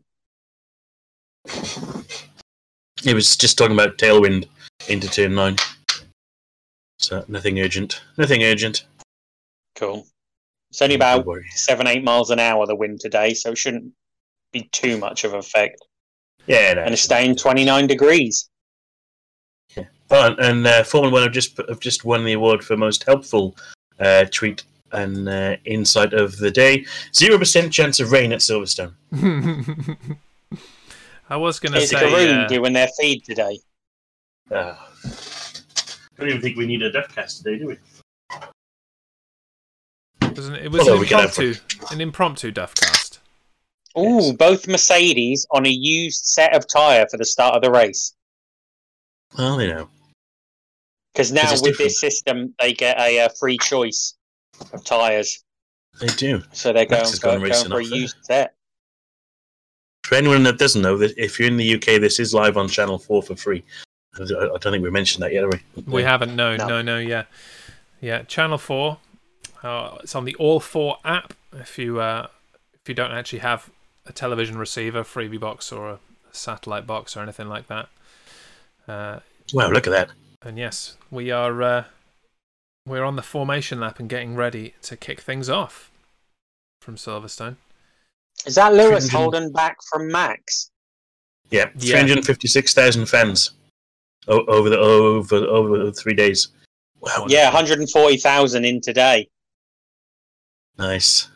[SPEAKER 1] It was just talking about tailwind into turn nine. So nothing urgent. Nothing urgent.
[SPEAKER 3] Cool. It's only
[SPEAKER 1] Don't
[SPEAKER 3] about
[SPEAKER 1] worry.
[SPEAKER 3] seven, eight miles an hour the wind today, so it shouldn't be too much of an effect.
[SPEAKER 1] Yeah, no.
[SPEAKER 3] And it's staying 29 degrees.
[SPEAKER 1] But and uh, Formula One have just have just won the award for most helpful uh, tweet and uh, insight of the day. Zero percent chance of rain at Silverstone.
[SPEAKER 2] I was going to
[SPEAKER 3] It's
[SPEAKER 2] say.
[SPEAKER 3] Karoon
[SPEAKER 2] uh,
[SPEAKER 3] doing their feed today.
[SPEAKER 1] Uh, don't even think we need a deathcast today, do we?
[SPEAKER 2] it was an, it was
[SPEAKER 1] Although
[SPEAKER 2] an
[SPEAKER 1] we could have
[SPEAKER 2] impromptu, an impromptu duff cast.
[SPEAKER 3] Ooh,
[SPEAKER 1] Yes.
[SPEAKER 3] both Mercedes on a used set of tyre for the start of the race.
[SPEAKER 1] Well, you know,
[SPEAKER 3] Because now
[SPEAKER 1] 'Cause it's
[SPEAKER 3] with this system, they get a, uh free choice of tyres.
[SPEAKER 1] they do.
[SPEAKER 3] So they're going
[SPEAKER 1] Max
[SPEAKER 3] for,
[SPEAKER 1] has gone
[SPEAKER 3] going
[SPEAKER 1] racing
[SPEAKER 3] for a
[SPEAKER 1] off there.
[SPEAKER 3] used set.
[SPEAKER 1] For anyone that doesn't know, that if you're in the UK, this is live on Channel Four for free. I I don't think we mentioned that yet, have we?
[SPEAKER 2] We haven't. No, no,
[SPEAKER 3] No.
[SPEAKER 2] no, yeah. Yeah, Channel 4. Uh, it's on the All 4 app if you uh, if you don't actually have a television receiver, freebie box or a satellite box or anything like that. Uh,
[SPEAKER 1] Wow, look at that.
[SPEAKER 2] and yes, we are uh, we're on the formation lap and getting ready to kick things off from Silverstone.
[SPEAKER 3] Is that Lewis
[SPEAKER 1] Stringent.
[SPEAKER 3] holding back from Max?
[SPEAKER 1] Yeah,
[SPEAKER 2] Yeah.
[SPEAKER 1] three hundred fifty-six thousand fans o- over the over over the three days. Wow,
[SPEAKER 2] Wonderful.
[SPEAKER 3] Yeah, 140,000 in today.
[SPEAKER 1] nice,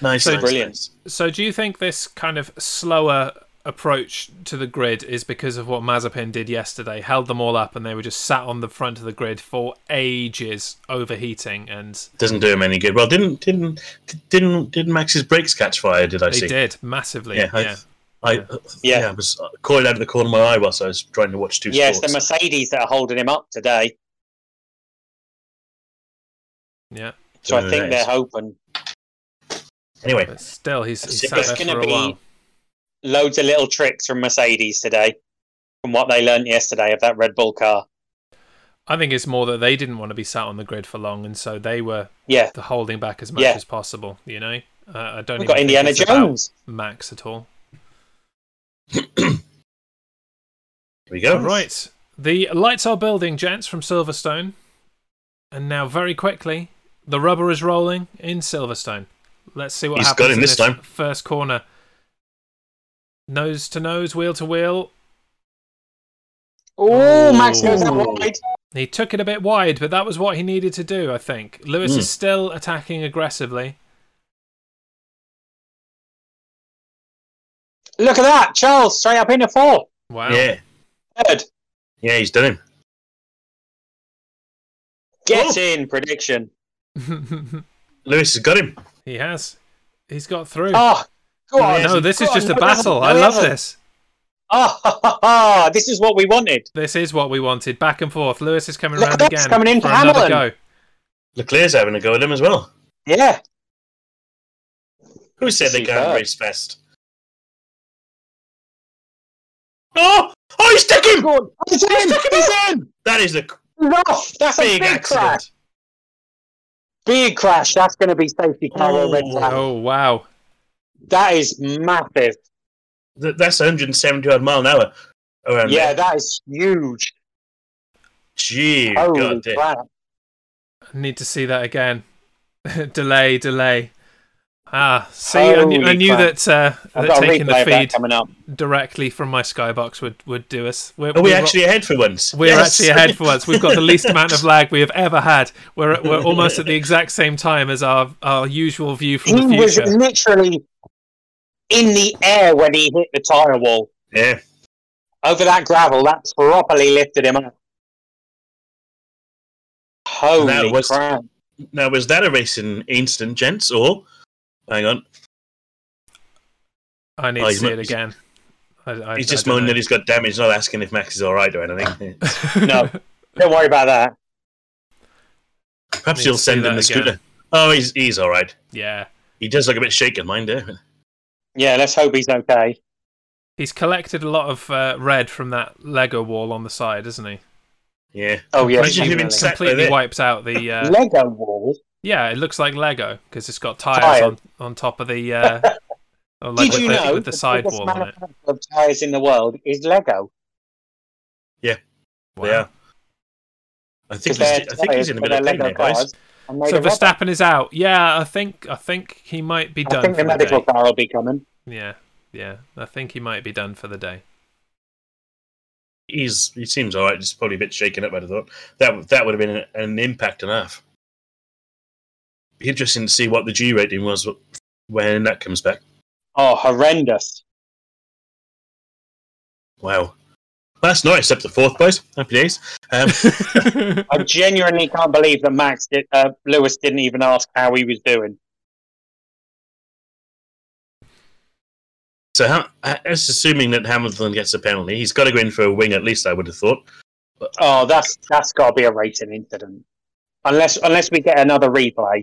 [SPEAKER 1] nice,
[SPEAKER 2] So
[SPEAKER 1] nice,
[SPEAKER 3] brilliant.
[SPEAKER 1] nice.
[SPEAKER 2] So, do you think this kind of slower approach to the grid is because of what Mazepin did yesterday? Held them all up, and they were just sat on the front of the grid for ages, overheating, and
[SPEAKER 1] Doesn't do him any good. Well, didn't didn't didn't didn't Max's brakes catch fire? Did I
[SPEAKER 2] they
[SPEAKER 1] see?
[SPEAKER 2] did massively.
[SPEAKER 1] Yeah,
[SPEAKER 2] Yeah,
[SPEAKER 1] I- I
[SPEAKER 2] Yeah.
[SPEAKER 1] yeah.
[SPEAKER 3] Yeah.
[SPEAKER 1] I was caught out of the corner of my eye whilst I was trying to watch two
[SPEAKER 3] Yes,
[SPEAKER 1] sports.
[SPEAKER 3] the Mercedes that are holding him up today.
[SPEAKER 2] yeah.
[SPEAKER 3] So I
[SPEAKER 1] Yeah,
[SPEAKER 3] think
[SPEAKER 1] that
[SPEAKER 3] they're
[SPEAKER 1] is-
[SPEAKER 3] hoping
[SPEAKER 1] anyway,
[SPEAKER 2] But still, he's, he's
[SPEAKER 1] It's
[SPEAKER 2] sat there
[SPEAKER 3] gonna
[SPEAKER 2] for a
[SPEAKER 3] be-
[SPEAKER 2] while.
[SPEAKER 3] loads of little tricks from Mercedes today from what they learned yesterday of that Red Bull car.
[SPEAKER 2] I think it's more that they didn't want to be sat on the grid for long, and so they were
[SPEAKER 3] Yeah.
[SPEAKER 2] the holding back as much
[SPEAKER 3] Yeah.
[SPEAKER 2] as possible. You know, uh, I don't.
[SPEAKER 3] We've
[SPEAKER 2] even
[SPEAKER 3] got
[SPEAKER 2] think
[SPEAKER 3] Indiana
[SPEAKER 2] it's about
[SPEAKER 3] Jones.
[SPEAKER 2] Max at all.
[SPEAKER 1] here we go.
[SPEAKER 2] All right. The lights are building, gents, from Silverstone. And now, very quickly, the rubber is rolling in Silverstone. Let's see what
[SPEAKER 1] He's
[SPEAKER 2] happens
[SPEAKER 1] got him
[SPEAKER 2] in
[SPEAKER 1] this time.
[SPEAKER 2] first corner. Nose to nose, wheel to wheel.
[SPEAKER 3] Oh, Max goes out
[SPEAKER 1] Ooh.
[SPEAKER 3] wide.
[SPEAKER 2] He took it a bit wide, but that was what he needed to do, I think. Lewis
[SPEAKER 1] Mm.
[SPEAKER 2] is still attacking aggressively.
[SPEAKER 3] Look at that. Charles straight up into four.
[SPEAKER 2] Wow.
[SPEAKER 1] Yeah,
[SPEAKER 3] Third.
[SPEAKER 1] yeah, he's done him.
[SPEAKER 3] Get
[SPEAKER 1] Oh.
[SPEAKER 3] in prediction.
[SPEAKER 1] Lewis has got him.
[SPEAKER 2] he has. He's got through.
[SPEAKER 3] Oh, God.
[SPEAKER 2] Hmm. no, this is
[SPEAKER 3] God,
[SPEAKER 2] just a
[SPEAKER 3] no,
[SPEAKER 2] battle.
[SPEAKER 3] no,
[SPEAKER 2] I love
[SPEAKER 3] no.
[SPEAKER 2] this.
[SPEAKER 3] Oh, this is what we wanted.
[SPEAKER 2] This is what we wanted. Back and forth. Lewis is coming
[SPEAKER 3] Look
[SPEAKER 2] round
[SPEAKER 3] at that,
[SPEAKER 2] again.
[SPEAKER 3] he's coming in
[SPEAKER 2] for
[SPEAKER 3] for
[SPEAKER 2] another
[SPEAKER 3] Hamilton.
[SPEAKER 2] go.
[SPEAKER 1] Leclerc's having a go at him as well.
[SPEAKER 3] Yeah.
[SPEAKER 1] Who said they
[SPEAKER 3] Superb.
[SPEAKER 1] can't race fast? Oh, oh, he's stuck him.
[SPEAKER 3] Good. He's in. He's in.
[SPEAKER 1] That is a
[SPEAKER 3] He's off. That's a
[SPEAKER 1] big
[SPEAKER 3] big crash.
[SPEAKER 1] accident.
[SPEAKER 3] Big crash. That's going to be safety car or red
[SPEAKER 1] Oh.
[SPEAKER 3] flag.
[SPEAKER 2] Oh, wow.
[SPEAKER 3] That is massive.
[SPEAKER 1] Th- That's 170 odd mile an hour Oh, around
[SPEAKER 3] Yeah,
[SPEAKER 1] there.
[SPEAKER 3] that is huge.
[SPEAKER 1] Gee,
[SPEAKER 3] Holy
[SPEAKER 1] God, damn.
[SPEAKER 3] crap.
[SPEAKER 2] Need to see that again. delay, delay. Ah, see, I knew, I
[SPEAKER 3] Holy
[SPEAKER 2] knew
[SPEAKER 3] crap.
[SPEAKER 2] that, uh,
[SPEAKER 3] I've
[SPEAKER 2] that
[SPEAKER 3] got a
[SPEAKER 2] taking the
[SPEAKER 3] replay of that
[SPEAKER 2] feed
[SPEAKER 3] coming up.
[SPEAKER 2] directly from my Skybox would, would do us. We're,
[SPEAKER 1] Are we
[SPEAKER 2] we're-
[SPEAKER 1] actually ahead for once?
[SPEAKER 2] We're
[SPEAKER 1] Yes.
[SPEAKER 2] actually ahead for once. We've got the least amount of lag we have ever had. We're, we're almost at the exact same time as our, our usual view from the
[SPEAKER 3] He was
[SPEAKER 2] future.
[SPEAKER 3] literally in the air when he hit the tyre wall.
[SPEAKER 1] Yeah,
[SPEAKER 3] over that gravel that properly lifted him up. Holy
[SPEAKER 1] That was-
[SPEAKER 3] crap!
[SPEAKER 1] now was that a racing instant, gents? Or hang on,
[SPEAKER 2] I need
[SPEAKER 1] Oh,
[SPEAKER 2] to
[SPEAKER 1] he's
[SPEAKER 2] see
[SPEAKER 1] mo-
[SPEAKER 2] it again. I, I,
[SPEAKER 1] he's
[SPEAKER 2] I
[SPEAKER 1] just
[SPEAKER 2] don't
[SPEAKER 1] moaning
[SPEAKER 2] know.
[SPEAKER 1] that he's got damage, not asking if Max is all right or anything.
[SPEAKER 3] No. Don't worry about that.
[SPEAKER 1] Perhaps
[SPEAKER 2] Need
[SPEAKER 1] you'll
[SPEAKER 2] to see
[SPEAKER 1] send him the
[SPEAKER 2] that again.
[SPEAKER 1] scooter. Oh, he's he's all right.
[SPEAKER 2] Yeah.
[SPEAKER 1] He does look a bit shaken, mind there.
[SPEAKER 3] Yeah, let's hope he's okay.
[SPEAKER 2] He's collected a lot of uh, red from that Lego wall on the side, isn't he?
[SPEAKER 1] Yeah.
[SPEAKER 3] Oh yeah,
[SPEAKER 1] Imagine him
[SPEAKER 3] definitely.
[SPEAKER 1] in Sat-
[SPEAKER 2] completely
[SPEAKER 1] there.
[SPEAKER 2] wipes out the. Uh,
[SPEAKER 3] Lego wall.
[SPEAKER 2] yeah, it looks like Lego because it's got tires
[SPEAKER 3] Tires.
[SPEAKER 2] on, on top of the. Uh, or like
[SPEAKER 3] Did
[SPEAKER 2] with
[SPEAKER 3] you
[SPEAKER 2] the,
[SPEAKER 3] know
[SPEAKER 2] with the sidewall
[SPEAKER 3] biggest
[SPEAKER 2] on it?
[SPEAKER 3] manufacturer of tires in the world is Lego?
[SPEAKER 1] They are. I think
[SPEAKER 3] Because
[SPEAKER 1] he's,
[SPEAKER 3] they're
[SPEAKER 1] I think he's in a
[SPEAKER 3] tires,
[SPEAKER 1] bit of
[SPEAKER 3] they're
[SPEAKER 1] pain there, guys.
[SPEAKER 3] cars. are made
[SPEAKER 2] eh, So
[SPEAKER 3] of rubber.
[SPEAKER 2] Verstappen is out. Yeah, I think I think he might be
[SPEAKER 3] I
[SPEAKER 2] done
[SPEAKER 3] think
[SPEAKER 2] for
[SPEAKER 3] the
[SPEAKER 2] the day.
[SPEAKER 3] medical car will be coming.
[SPEAKER 2] Yeah, yeah. I think he might be done for the day.
[SPEAKER 1] He's he seems all right. He's probably a bit shaken up. I'd have thought that that would have been an, an impact and a half. Be interesting to see what the G rating was when that comes back.
[SPEAKER 3] Oh, horrendous!
[SPEAKER 1] Wow. Last night, except the fourth place. Happy days. Um,
[SPEAKER 3] I genuinely can't believe that Max did, uh, Lewis didn't even ask how he was doing.
[SPEAKER 1] so, Ham- uh, it's assuming that Hamilton gets a penalty. He's got to go in for a wing, at least, I would have thought.
[SPEAKER 3] Oh, that's that's got to be a racing incident, unless unless we get another replay.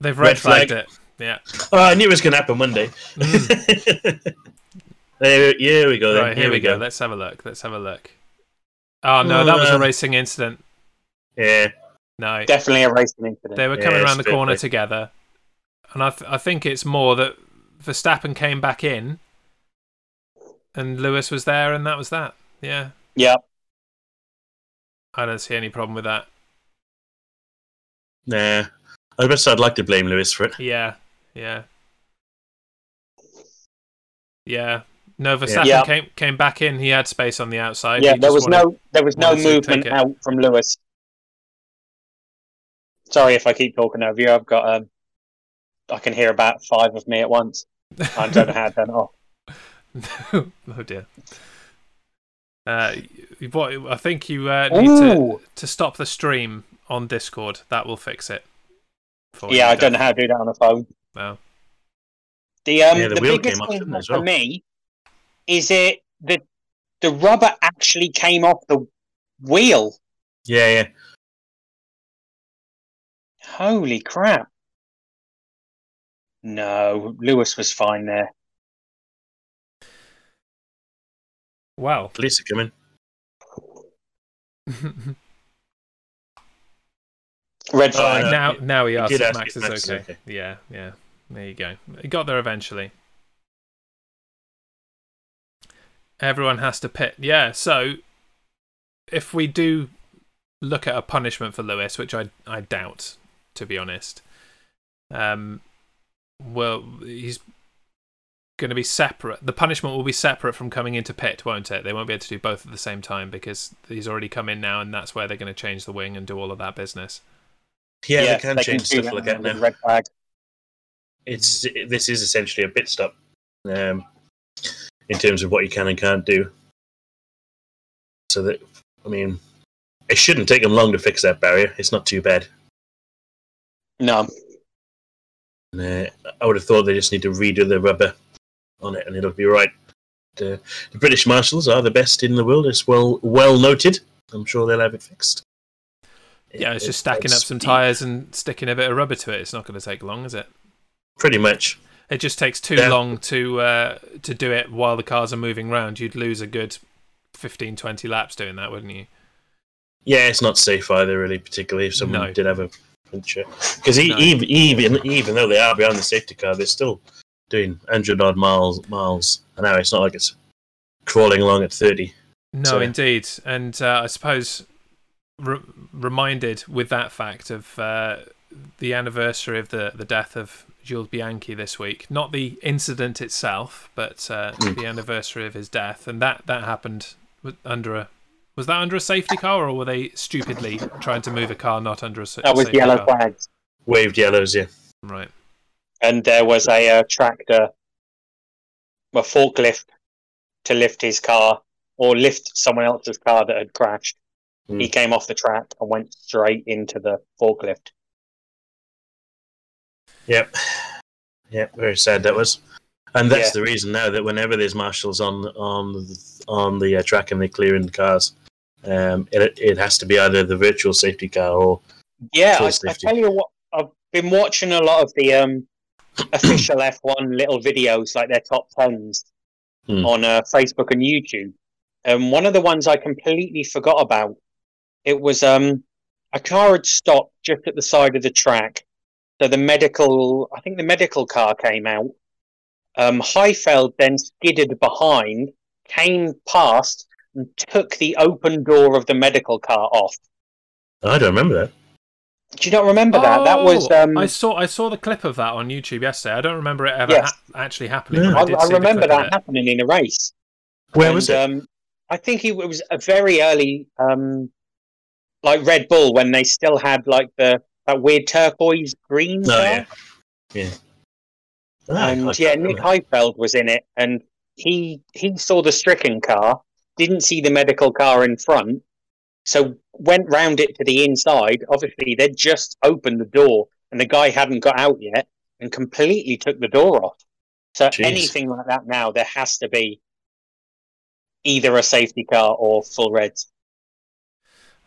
[SPEAKER 2] They've
[SPEAKER 1] Red
[SPEAKER 2] red flagged it. Yeah.
[SPEAKER 1] Oh, I knew it was going to happen one day. there, here we go. Then.
[SPEAKER 2] Mm. right, Uh, here, we go. Let's have a look. Let's have a look. Oh no, that was a
[SPEAKER 1] Uh,
[SPEAKER 2] racing incident.
[SPEAKER 1] Yeah.
[SPEAKER 2] No,
[SPEAKER 3] Definitely a racing incident.
[SPEAKER 2] they were
[SPEAKER 1] Yeah,
[SPEAKER 2] coming
[SPEAKER 1] it's
[SPEAKER 2] around
[SPEAKER 1] a
[SPEAKER 2] the
[SPEAKER 1] bit
[SPEAKER 2] corner
[SPEAKER 1] like-
[SPEAKER 2] together, and I th- I think it's more that Verstappen came back in, and Lewis was there, and that was that. Yeah,
[SPEAKER 3] Yeah,
[SPEAKER 2] I don't see any problem with that.
[SPEAKER 1] Nah. I bet I'd like to blame Lewis for it.
[SPEAKER 2] Yeah, yeah, yeah. No, Verstappen
[SPEAKER 3] Yeah.
[SPEAKER 2] came came back in. He had space on the outside.
[SPEAKER 3] yeah.
[SPEAKER 2] He
[SPEAKER 3] There
[SPEAKER 2] just
[SPEAKER 3] was
[SPEAKER 2] wanted-
[SPEAKER 3] no there was no
[SPEAKER 2] wanted to take
[SPEAKER 3] movement
[SPEAKER 2] it.
[SPEAKER 3] out from Lewis. Sorry if I keep talking over you. I've got um, I can hear about five of me at once. I don't know how to turn it off.
[SPEAKER 2] oh dear. Uh, you- what I think you uh, need to,
[SPEAKER 3] Ooh,
[SPEAKER 2] to stop the stream on Discord. That will fix it.
[SPEAKER 1] Oh,
[SPEAKER 2] for you,
[SPEAKER 3] yeah, I
[SPEAKER 2] Dave.
[SPEAKER 3] don't know how to do that on a phone.
[SPEAKER 2] No.
[SPEAKER 3] The um,
[SPEAKER 1] Yeah, the
[SPEAKER 3] the,
[SPEAKER 1] wheel
[SPEAKER 3] biggest
[SPEAKER 1] came off,
[SPEAKER 3] thing
[SPEAKER 1] didn't it, as
[SPEAKER 3] for
[SPEAKER 1] well?
[SPEAKER 3] me is it the the rubber actually came off the wheel.
[SPEAKER 1] Yeah, yeah.
[SPEAKER 3] Holy crap! No, Lewis was fine there.
[SPEAKER 2] Wow.
[SPEAKER 1] Police are coming.
[SPEAKER 3] Red
[SPEAKER 1] Oh,
[SPEAKER 3] flag.
[SPEAKER 1] no.
[SPEAKER 2] now, now uh, he
[SPEAKER 1] he
[SPEAKER 2] asks
[SPEAKER 1] did
[SPEAKER 2] if
[SPEAKER 1] ask
[SPEAKER 2] Max
[SPEAKER 1] if
[SPEAKER 2] is
[SPEAKER 1] Max is
[SPEAKER 2] okay.
[SPEAKER 1] okay.
[SPEAKER 2] Yeah, yeah. There you go. He got there eventually. Everyone has to pit. Yeah. So, if we do look at a punishment for Lewis, which I I doubt, to be honest, um, well, he's going to be separate. The punishment will be separate from coming into pit, won't it? They won't be able to do both at the same time because he's already come in now, and that's where they're going to change the wing and do all of that business.
[SPEAKER 1] Yeah, they can change
[SPEAKER 3] do
[SPEAKER 1] stuff like that
[SPEAKER 3] with
[SPEAKER 1] now.
[SPEAKER 3] Red flag.
[SPEAKER 1] It's this is essentially a pit stop, um, in terms of what you can and can't do. So that I mean, it shouldn't take them long to fix that barrier. It's not too bad.
[SPEAKER 3] No,
[SPEAKER 1] And, uh, I would have thought they just need to redo the rubber on it, and it'll be right. Uh, the British marshals are the best in the world. It's well well noted. I'm sure they'll have it fixed.
[SPEAKER 2] Yeah, it's
[SPEAKER 1] It-
[SPEAKER 2] just stacking up
[SPEAKER 1] it's
[SPEAKER 2] some
[SPEAKER 1] speed,
[SPEAKER 2] tires and sticking a bit of rubber to it. It's not going to take long, is it?
[SPEAKER 1] Pretty much.
[SPEAKER 2] It just takes too
[SPEAKER 1] Yeah.
[SPEAKER 2] long to uh, to do it while the cars are moving round. You'd lose a good 15, 20 laps doing that, wouldn't you?
[SPEAKER 1] Yeah, it's not safe either, really, particularly if someone
[SPEAKER 2] No.
[SPEAKER 1] did have a puncture. Because
[SPEAKER 2] No.
[SPEAKER 1] even, even even though they are behind the safety car, they're still doing 100 odd miles miles an hour. It's not like it's crawling along at 30.
[SPEAKER 2] No,
[SPEAKER 1] So-
[SPEAKER 2] indeed. And uh, I suppose re- reminded with that fact of uh, the anniversary of the, the death of Jules Bianchi this week. Not the incident itself, but uh,
[SPEAKER 3] Hmm.
[SPEAKER 1] Mm.
[SPEAKER 2] the anniversary of his death. And that, that happened with- under a. Was that under a safety car, or were they stupidly trying to move a car not under a sa-
[SPEAKER 3] that was
[SPEAKER 2] safety
[SPEAKER 3] yellow
[SPEAKER 2] car?
[SPEAKER 3] flags,
[SPEAKER 1] Waved yellows, yeah.
[SPEAKER 2] Right.
[SPEAKER 3] and there was a uh, tractor, a forklift, to lift his car or lift someone else's car that had crashed.
[SPEAKER 1] Hmm.
[SPEAKER 3] He came off the track and went straight into the forklift.
[SPEAKER 1] Yep. Yep, very sad that was. And that's
[SPEAKER 3] Yeah.
[SPEAKER 1] the reason now that whenever there's marshals on on the- on the uh, track and they're clearing the cars, um, it it has to be either the virtual safety car or
[SPEAKER 3] Yeah,
[SPEAKER 1] Full
[SPEAKER 3] I, I
[SPEAKER 1] safety.
[SPEAKER 3] tell you what, I've been watching a lot of the um, official F1 little videos, like their top tens,
[SPEAKER 1] Hmm.
[SPEAKER 3] on uh, Facebook and YouTube. And one of the ones I completely forgot about, it was um, a car had stopped just at the side of the track. So the medical, I think the medical car came out. Um, Heifeld then skidded behind, came past, and took the open door of the medical car off.
[SPEAKER 1] I don't remember that.
[SPEAKER 3] Do you not remember that? That was
[SPEAKER 2] Oh,
[SPEAKER 3] um,
[SPEAKER 2] I saw I saw the clip of that on YouTube yesterday. I don't remember it ever
[SPEAKER 3] Yes.
[SPEAKER 2] ha- actually happening.
[SPEAKER 1] Yeah.
[SPEAKER 2] but
[SPEAKER 3] I,
[SPEAKER 2] did
[SPEAKER 3] I
[SPEAKER 2] see the
[SPEAKER 3] remember
[SPEAKER 2] clip of
[SPEAKER 3] that
[SPEAKER 2] it.
[SPEAKER 3] happening in a race.
[SPEAKER 1] Where
[SPEAKER 3] And,
[SPEAKER 1] was it?
[SPEAKER 3] Um, I think it was a very early, um, like Red Bull when they still had like the that weird turquoise green.
[SPEAKER 1] oh,
[SPEAKER 3] car.
[SPEAKER 1] yeah. Yeah. Ah, I
[SPEAKER 3] And
[SPEAKER 1] can't
[SPEAKER 3] yeah,
[SPEAKER 1] remember
[SPEAKER 3] Nick
[SPEAKER 1] that.
[SPEAKER 3] Heifeld was in it, and he he saw the stricken car, didn't see the medical car in front, so went round it to the inside. Obviously, they'd just opened the door, and the guy hadn't got out yet, and completely took the door off. So
[SPEAKER 1] Jeez.
[SPEAKER 3] anything like that now, there has to be either a safety car or full reds.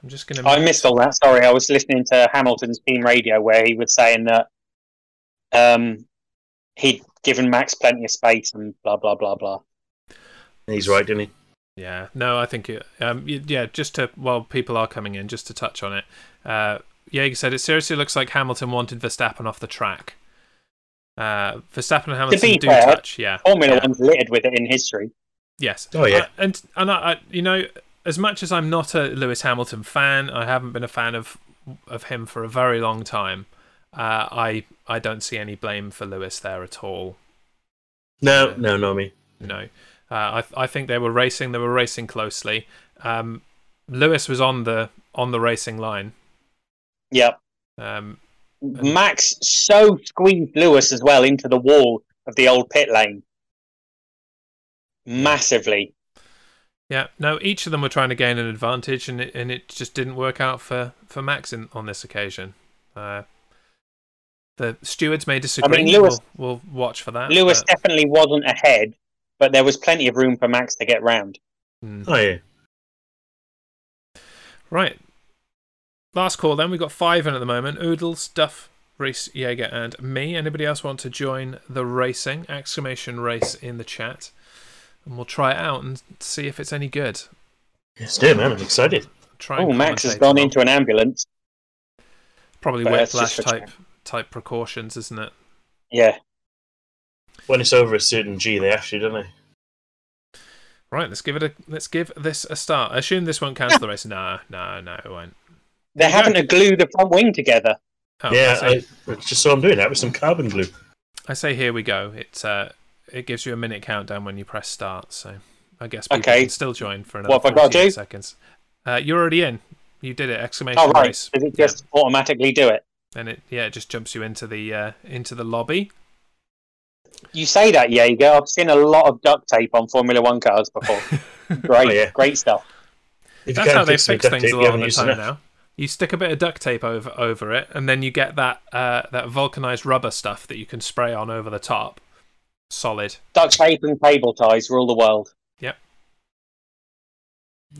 [SPEAKER 2] I'm just gonna.
[SPEAKER 3] I missed all that. Sorry, I was listening to Hamilton's team radio where he was saying that um, he'd given Max plenty of space and blah blah blah blah.
[SPEAKER 1] He's right, didn't he?
[SPEAKER 2] Yeah, no, I think it, um, y- yeah. Just to while people are coming in, just to touch on it, uh, Jaeger said it seriously looks like Hamilton wanted Verstappen off the track. Uh, Verstappen and Hamilton
[SPEAKER 3] be
[SPEAKER 2] do
[SPEAKER 3] fair,
[SPEAKER 2] touch, yeah.
[SPEAKER 3] Formula
[SPEAKER 2] Yeah.
[SPEAKER 3] One's littered with it in history.
[SPEAKER 2] Yes.
[SPEAKER 1] Oh, yeah.
[SPEAKER 2] I- and and I, I, you know, as much as I'm not a Lewis Hamilton fan, I haven't been a fan of of him for a very long time. Uh, I I don't see any blame for Lewis there at all.
[SPEAKER 1] No, no, not me.
[SPEAKER 2] No, uh, I I think they were racing. They were racing closely. Um, Lewis was on the on the racing line.
[SPEAKER 3] Yeah,
[SPEAKER 2] Um,
[SPEAKER 3] Max so squeezed Lewis as well into the wall of the old pit lane massively.
[SPEAKER 2] yeah, no, each of them were trying to gain an advantage, and it, and it just didn't work out for for Max in, on this occasion. Uh, the stewards may disagree.
[SPEAKER 3] Lewis-
[SPEAKER 2] we'll, we'll watch for that.
[SPEAKER 3] Lewis
[SPEAKER 2] but-
[SPEAKER 3] definitely wasn't ahead, but there was plenty of room for Max to get round.
[SPEAKER 2] Mm.
[SPEAKER 1] Oh, yeah.
[SPEAKER 2] right. Last call. Then we've got five in at the moment. Oodles, Duff, Reese, Jaeger, and me. Anybody else want to join the racing? Exclamation race in the chat, and we'll try it out and see if it's any good.
[SPEAKER 1] It's dear, man. I'm excited.
[SPEAKER 2] Try.
[SPEAKER 3] Oh,
[SPEAKER 2] and
[SPEAKER 3] Max has
[SPEAKER 2] commentate
[SPEAKER 3] gone
[SPEAKER 2] on-
[SPEAKER 3] into an ambulance.
[SPEAKER 2] probably
[SPEAKER 3] but that's
[SPEAKER 2] whiplash
[SPEAKER 3] just for
[SPEAKER 2] type type precautions, isn't it?
[SPEAKER 3] Yeah.
[SPEAKER 1] When it's over a certain G, they actually, don't they?
[SPEAKER 2] Right, let's give it a let's give this a start. I assume this won't cancel the race. No, no, no, it won't.
[SPEAKER 3] They're
[SPEAKER 2] you
[SPEAKER 3] having
[SPEAKER 2] go.
[SPEAKER 3] to glue the front wing together.
[SPEAKER 2] Oh, I
[SPEAKER 1] yeah,
[SPEAKER 2] say-
[SPEAKER 1] I, I just saw him doing that with some carbon glue.
[SPEAKER 2] I say here we go. It uh, it gives you a minute countdown when you press start, so I guess people
[SPEAKER 3] Okay.
[SPEAKER 2] can still join for another
[SPEAKER 3] What have I gotta
[SPEAKER 2] 48
[SPEAKER 3] do?
[SPEAKER 2] seconds. Uh, you're already in. You did it! Exclamation
[SPEAKER 3] Oh, right.
[SPEAKER 2] race.
[SPEAKER 3] Does it
[SPEAKER 2] Yeah.
[SPEAKER 3] just automatically do it?
[SPEAKER 2] And it yeah, it just jumps you into the uh, into the lobby.
[SPEAKER 3] You say that, Jaeger. I've seen a lot of duct tape on Formula One cars before. Great,
[SPEAKER 1] Oh, yeah.
[SPEAKER 3] great stuff.
[SPEAKER 1] If
[SPEAKER 2] That's how they
[SPEAKER 1] fix some
[SPEAKER 2] fix
[SPEAKER 1] duct
[SPEAKER 2] things
[SPEAKER 1] tape,
[SPEAKER 2] a
[SPEAKER 1] you
[SPEAKER 2] lot of
[SPEAKER 1] haven't
[SPEAKER 2] the
[SPEAKER 1] used
[SPEAKER 2] time
[SPEAKER 1] enough.
[SPEAKER 2] now. You stick a bit of duct tape over over it, and then you get that uh, that vulcanized rubber stuff that you can spray on over the top. Solid.
[SPEAKER 3] Duct tape and cable ties rule the world.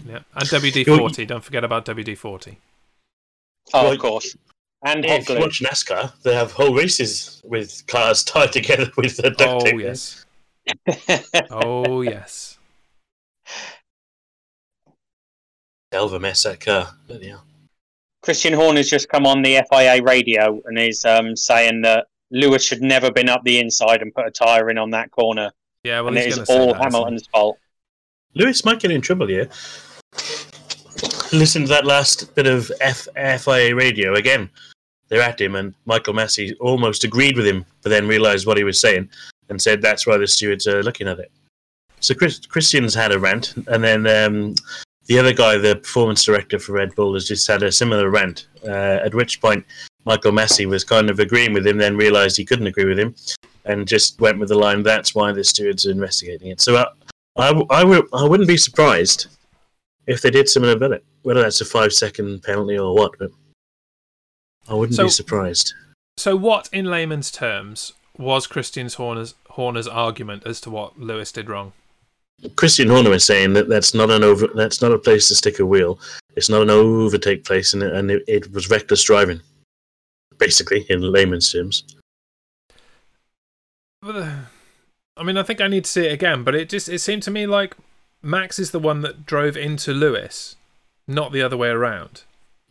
[SPEAKER 2] Yeah, and WD-40. Don't forget about WD-40.
[SPEAKER 3] Oh,
[SPEAKER 1] Well,
[SPEAKER 3] of course. And
[SPEAKER 1] Yeah,
[SPEAKER 3] hot
[SPEAKER 1] if you
[SPEAKER 3] glue.
[SPEAKER 1] watch NASCAR, they have whole races with cars tied together with the duct
[SPEAKER 2] oh
[SPEAKER 1] tape.
[SPEAKER 2] yes. Oh yes.
[SPEAKER 1] Hell of a mess that car. uh, Bloody hell.
[SPEAKER 3] Christian Horner's just come on the FIA radio and is um, saying that Lewis should never been up the inside and put a tyre in on that corner.
[SPEAKER 2] Yeah. Well,
[SPEAKER 3] and it
[SPEAKER 2] he's going
[SPEAKER 3] is
[SPEAKER 2] to say
[SPEAKER 3] all
[SPEAKER 2] that, isn't he?
[SPEAKER 3] Hamilton's fault.
[SPEAKER 1] Lewis might get in trouble here. Listen to that last bit of F- FIA radio again. They're at him, and Michael Massey almost agreed with him, but then realised what he was saying and said that's why the stewards are looking at it. So Chris- Christian's had a rant, and then um, the other guy, the performance director for Red Bull, has just had a similar rant. Uh, at which point, Michael Massey was kind of agreeing with him, then realised he couldn't agree with him, and just went with the line, "That's why the stewards are investigating it." So uh, I, w- I, w- I wouldn't be surprised if they did something about it, whether that's a five second penalty or what, but I wouldn't
[SPEAKER 2] So-
[SPEAKER 1] be surprised.
[SPEAKER 2] So, what, in layman's terms, was Christian Horner's Horner's argument as to what Lewis did wrong?
[SPEAKER 1] Christian Horner was saying that that's not an over, that's not a place to stick a wheel. It's not an overtake place, and, and it, it was reckless driving, basically, in layman's terms.
[SPEAKER 2] But, uh, I mean, I think I need to see it again, but it just it seemed to me like Max is the one that drove into Lewis, not the other way around.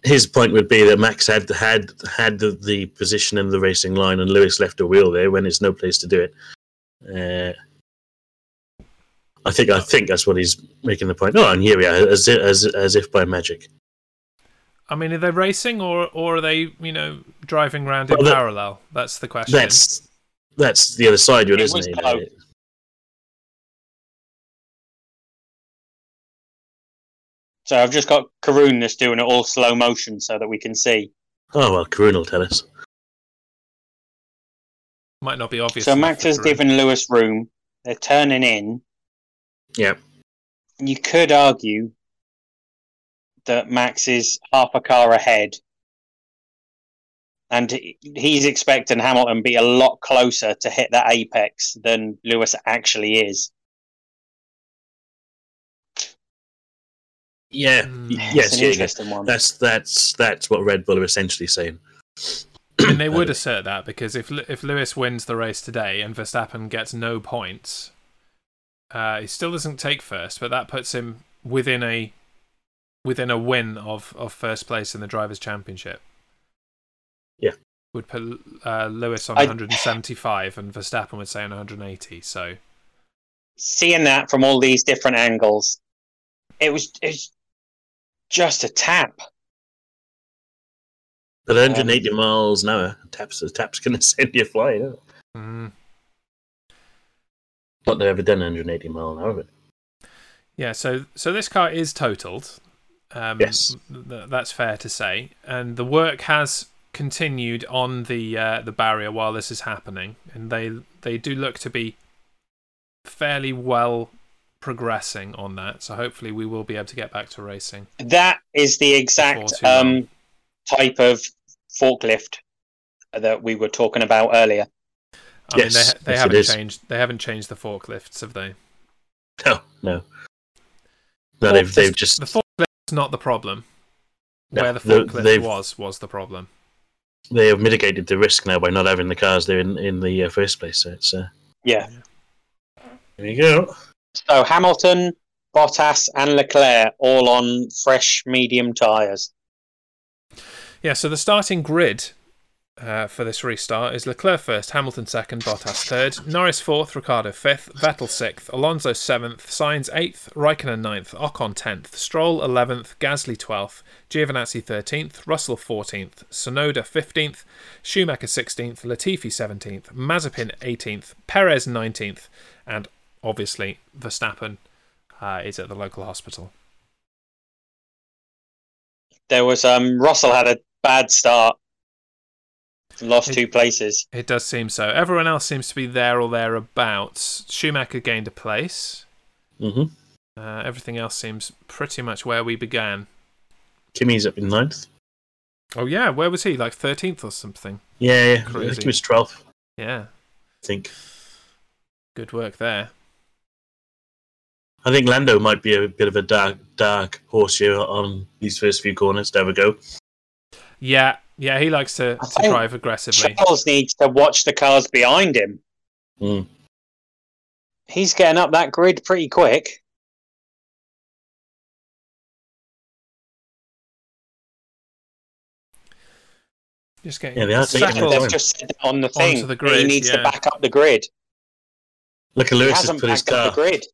[SPEAKER 1] His point would be that Max had had had the, the position in the racing line, and Lewis left a wheel there when there's no place to do it. Uh, I think I think that's what he's making the point. Oh, and here we are, as i- as as if by magic.
[SPEAKER 2] I mean, are they racing or or are they you know driving round in
[SPEAKER 1] Well, that-
[SPEAKER 2] parallel? That's the question.
[SPEAKER 1] That's that's the other side, of it,
[SPEAKER 3] It
[SPEAKER 1] isn't
[SPEAKER 3] was
[SPEAKER 1] it?
[SPEAKER 3] close. So I've just got Karoon that's doing it all slow motion so that we can see.
[SPEAKER 1] Oh well, Karun will tell us.
[SPEAKER 2] Might not be obvious.
[SPEAKER 3] so
[SPEAKER 2] enough
[SPEAKER 3] Max
[SPEAKER 2] for
[SPEAKER 3] has
[SPEAKER 2] Drew.
[SPEAKER 3] given Lewis room. They're turning in.
[SPEAKER 1] Yeah,
[SPEAKER 3] You could argue that Max is half a car ahead. And he- he's expecting Hamilton be a lot closer to hit that apex than Lewis actually is.
[SPEAKER 1] yeah,
[SPEAKER 2] Hmm.
[SPEAKER 1] Y-
[SPEAKER 3] it's
[SPEAKER 1] yes,
[SPEAKER 3] an
[SPEAKER 1] yeah, yes.
[SPEAKER 3] interesting one.
[SPEAKER 1] That's that's that's what Red Bull are essentially saying.
[SPEAKER 2] I mean, they would assert that because if Lew- if Lewis wins the race today and Verstappen gets no points, uh, he still doesn't take first, but that puts him within a within a win of, of first place in the drivers' championship.
[SPEAKER 1] Yeah.
[SPEAKER 2] would put uh, Lewis on
[SPEAKER 3] I-
[SPEAKER 2] 175 and Verstappen would say on 180. So
[SPEAKER 3] seeing that from all these different angles, it was it's just a tap.
[SPEAKER 1] But 180 miles an hour, taps taps going to send you flying. Out.
[SPEAKER 2] mm,
[SPEAKER 1] Not they've ever done 180 mile an hour. But
[SPEAKER 2] yeah, so so this car is totaled. Um,
[SPEAKER 1] Yes.
[SPEAKER 2] th- that's fair to say, and the work has continued on the uh, the barrier while this is happening, and they they do look to be fairly well progressing on that. So hopefully we will be able to get back to racing.
[SPEAKER 3] That is the exact
[SPEAKER 2] Before too
[SPEAKER 3] um, type of forklift that we were talking about earlier.
[SPEAKER 2] I mean,
[SPEAKER 1] Yes,
[SPEAKER 2] they, they
[SPEAKER 1] yes, it
[SPEAKER 2] haven't
[SPEAKER 1] is.
[SPEAKER 2] changed they haven't changed the forklifts, have they?
[SPEAKER 1] no, no, no. They've they've just
[SPEAKER 2] the forklift's not the problem.
[SPEAKER 1] No,
[SPEAKER 2] Where the
[SPEAKER 1] the-
[SPEAKER 2] forklift
[SPEAKER 1] they've-
[SPEAKER 2] was was the problem.
[SPEAKER 1] they have mitigated the risk now by not having the cars there in in the uh, first place. So it's, uh,
[SPEAKER 3] Yeah.
[SPEAKER 1] there you go.
[SPEAKER 3] So Hamilton, Bottas, and Leclerc all on fresh medium tyres.
[SPEAKER 2] Yeah, so the starting grid uh, for this restart is Leclerc first, Hamilton second, Bottas third, Norris fourth, Ricardo fifth, Vettel sixth, Alonso seventh, Sainz eighth, Raikkonen ninth, Ocon tenth, Stroll eleventh, Gasly twelfth, Giovinazzi thirteenth, Russell fourteenth, Sonoda fifteenth, Schumacher sixteenth, Latifi seventeenth, Mazepin eighteenth, Perez nineteenth, and obviously Verstappen uh, is at the local hospital.
[SPEAKER 3] There was um, Russell had a bad start, lost
[SPEAKER 2] It-
[SPEAKER 3] two places.
[SPEAKER 2] It does seem so. Everyone else seems to be there or thereabouts. Schumacher gained a place.
[SPEAKER 1] hmm
[SPEAKER 2] Uh, everything else seems pretty much where we began.
[SPEAKER 1] Kimmy's up in ninth.
[SPEAKER 2] Oh yeah, where was he? Like thirteenth or something.
[SPEAKER 1] Yeah, yeah. I
[SPEAKER 2] Crazy.
[SPEAKER 1] think it was 12th. I
[SPEAKER 2] Yeah,
[SPEAKER 1] think.
[SPEAKER 2] good work there.
[SPEAKER 1] I think Lando might be a bit of a dark dark horse here on these first few corners. There we go.
[SPEAKER 2] Yeah, yeah, he likes to,
[SPEAKER 3] I
[SPEAKER 2] to
[SPEAKER 3] think-
[SPEAKER 2] drive aggressively.
[SPEAKER 3] Charles needs to watch the cars behind him.
[SPEAKER 1] Mm.
[SPEAKER 3] He's getting up that grid pretty quick.
[SPEAKER 2] Just getting
[SPEAKER 1] Yeah, they are taking
[SPEAKER 3] Yeah,
[SPEAKER 1] Settle
[SPEAKER 3] they've
[SPEAKER 1] on.
[SPEAKER 3] just said on the
[SPEAKER 2] Onto
[SPEAKER 3] thing.
[SPEAKER 2] the grid,
[SPEAKER 3] he needs
[SPEAKER 2] yeah.
[SPEAKER 3] to back up the grid.
[SPEAKER 1] Look at
[SPEAKER 3] He
[SPEAKER 1] Lewis has
[SPEAKER 3] hasn't
[SPEAKER 1] put his
[SPEAKER 3] backed
[SPEAKER 1] car.
[SPEAKER 3] up the grid.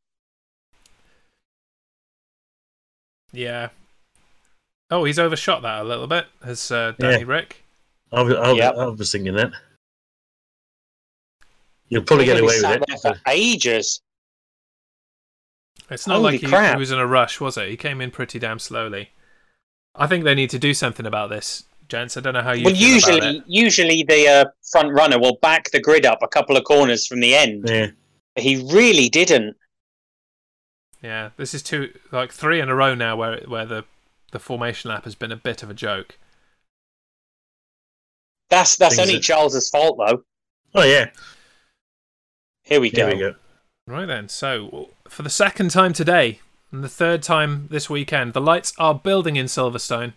[SPEAKER 2] Yeah. Oh, he's overshot that a little bit. Has uh, Danny Rick?
[SPEAKER 1] I was, I, was,
[SPEAKER 3] Yep.
[SPEAKER 1] I was thinking that. You'll probably
[SPEAKER 3] He's
[SPEAKER 1] get
[SPEAKER 3] been
[SPEAKER 1] away
[SPEAKER 3] sat
[SPEAKER 1] with
[SPEAKER 3] there
[SPEAKER 1] it.
[SPEAKER 3] for ages.
[SPEAKER 2] It's not
[SPEAKER 3] Holy
[SPEAKER 2] like he,
[SPEAKER 3] crap.
[SPEAKER 2] he was in a rush, was it? He came in pretty damn slowly. I think they need to do something about this, gents. I don't know how you.
[SPEAKER 3] well,
[SPEAKER 2] feel about it.
[SPEAKER 3] usually, usually the uh, front runner will back the grid up a couple of corners from the end.
[SPEAKER 1] Yeah.
[SPEAKER 3] But he really didn't.
[SPEAKER 2] Yeah, this is two like three in a row now where where the the formation lap has been a bit of a joke.
[SPEAKER 3] That's that's
[SPEAKER 1] Things
[SPEAKER 3] only
[SPEAKER 1] that-
[SPEAKER 3] Charles's fault, though.
[SPEAKER 1] Oh, yeah.
[SPEAKER 3] Here we
[SPEAKER 1] There
[SPEAKER 3] go.
[SPEAKER 1] we go.
[SPEAKER 2] Right then, so for the second time today, and the third time this weekend. The lights are building in Silverstone,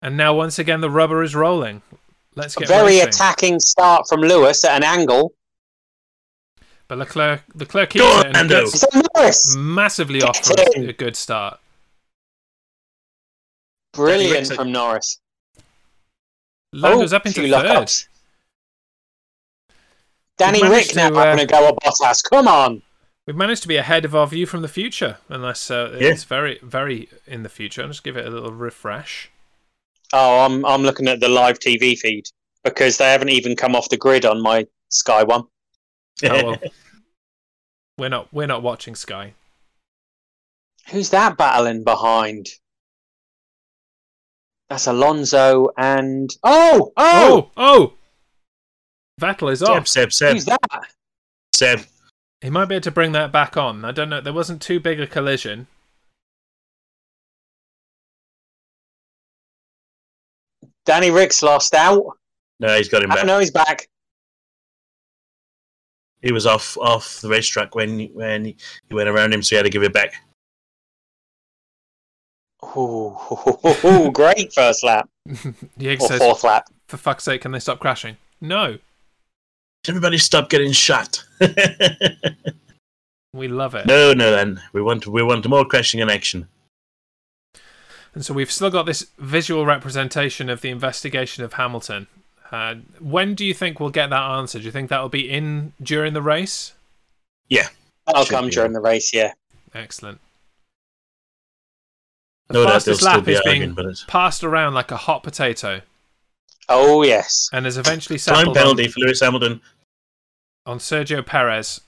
[SPEAKER 2] and now once again the rubber is rolling. Let's
[SPEAKER 3] A
[SPEAKER 2] get
[SPEAKER 3] very
[SPEAKER 2] racing.
[SPEAKER 3] attacking start from Lewis at an angle.
[SPEAKER 2] But Leclerc, Leclerc keeps
[SPEAKER 1] Go on,
[SPEAKER 2] it and
[SPEAKER 1] Lando.
[SPEAKER 2] gets
[SPEAKER 3] Is that
[SPEAKER 2] Mm.
[SPEAKER 3] Lewis?
[SPEAKER 2] massively off for
[SPEAKER 3] Get in.
[SPEAKER 2] a a good start.
[SPEAKER 3] Brilliant
[SPEAKER 1] Brexit.
[SPEAKER 3] from Norris.
[SPEAKER 2] Lando's
[SPEAKER 3] Oh,
[SPEAKER 2] up into
[SPEAKER 3] few
[SPEAKER 2] third.
[SPEAKER 3] lockups. Danny
[SPEAKER 2] managed
[SPEAKER 3] Rick now
[SPEAKER 2] to, uh,
[SPEAKER 3] having a go at Bottas. Come on.
[SPEAKER 2] We've managed to be ahead of our view from the future, unless uh,
[SPEAKER 1] Yeah.
[SPEAKER 2] it's very, very in the future. I'll just give it a little refresh.
[SPEAKER 3] Oh, I'm I'm looking at the live TV feed because they haven't even come off the grid on my Sky one.
[SPEAKER 2] Oh, well, we're not, we're not watching Sky.
[SPEAKER 3] Who's that battling behind? That's Alonso and oh oh,
[SPEAKER 2] Oh, oh, Vettel is
[SPEAKER 1] Seb,
[SPEAKER 2] off.
[SPEAKER 1] Seb, Seb,
[SPEAKER 3] who's that?
[SPEAKER 1] Seb.
[SPEAKER 2] He might be able to bring that back on. I don't know. There wasn't too big a collision.
[SPEAKER 3] Danny Rick's lost out.
[SPEAKER 1] No, he's got him
[SPEAKER 3] I
[SPEAKER 1] back.
[SPEAKER 3] know he's back.
[SPEAKER 1] He was off off the racetrack when when he went around him, so he had to give it back.
[SPEAKER 3] Ooh, great first lap
[SPEAKER 2] Yeg
[SPEAKER 3] or
[SPEAKER 1] Oh.
[SPEAKER 2] says,
[SPEAKER 3] fourth lap.
[SPEAKER 2] "For fuck's sake, can they stop crashing?" No,
[SPEAKER 1] Everybody, stop getting shot.
[SPEAKER 2] we love it.
[SPEAKER 1] no, no, then we want we want more crashing in action.
[SPEAKER 2] And so we've still got this visual representation of the investigation of Hamilton. Uh, when do you think we'll get that answer? Do you think that'll be in during the race?
[SPEAKER 3] That'll
[SPEAKER 1] Should
[SPEAKER 3] come
[SPEAKER 1] be.
[SPEAKER 3] during the race, yeah.
[SPEAKER 2] Excellent. The
[SPEAKER 1] No doubt they'll
[SPEAKER 2] fastest
[SPEAKER 1] still
[SPEAKER 2] lap
[SPEAKER 1] be
[SPEAKER 2] is being
[SPEAKER 1] arguing, but it's
[SPEAKER 2] passed around like a hot potato,
[SPEAKER 3] Oh yes.
[SPEAKER 2] and is eventually
[SPEAKER 1] time
[SPEAKER 2] settled on,
[SPEAKER 1] penalty for Lewis Hamilton.
[SPEAKER 2] on Sergio Perez,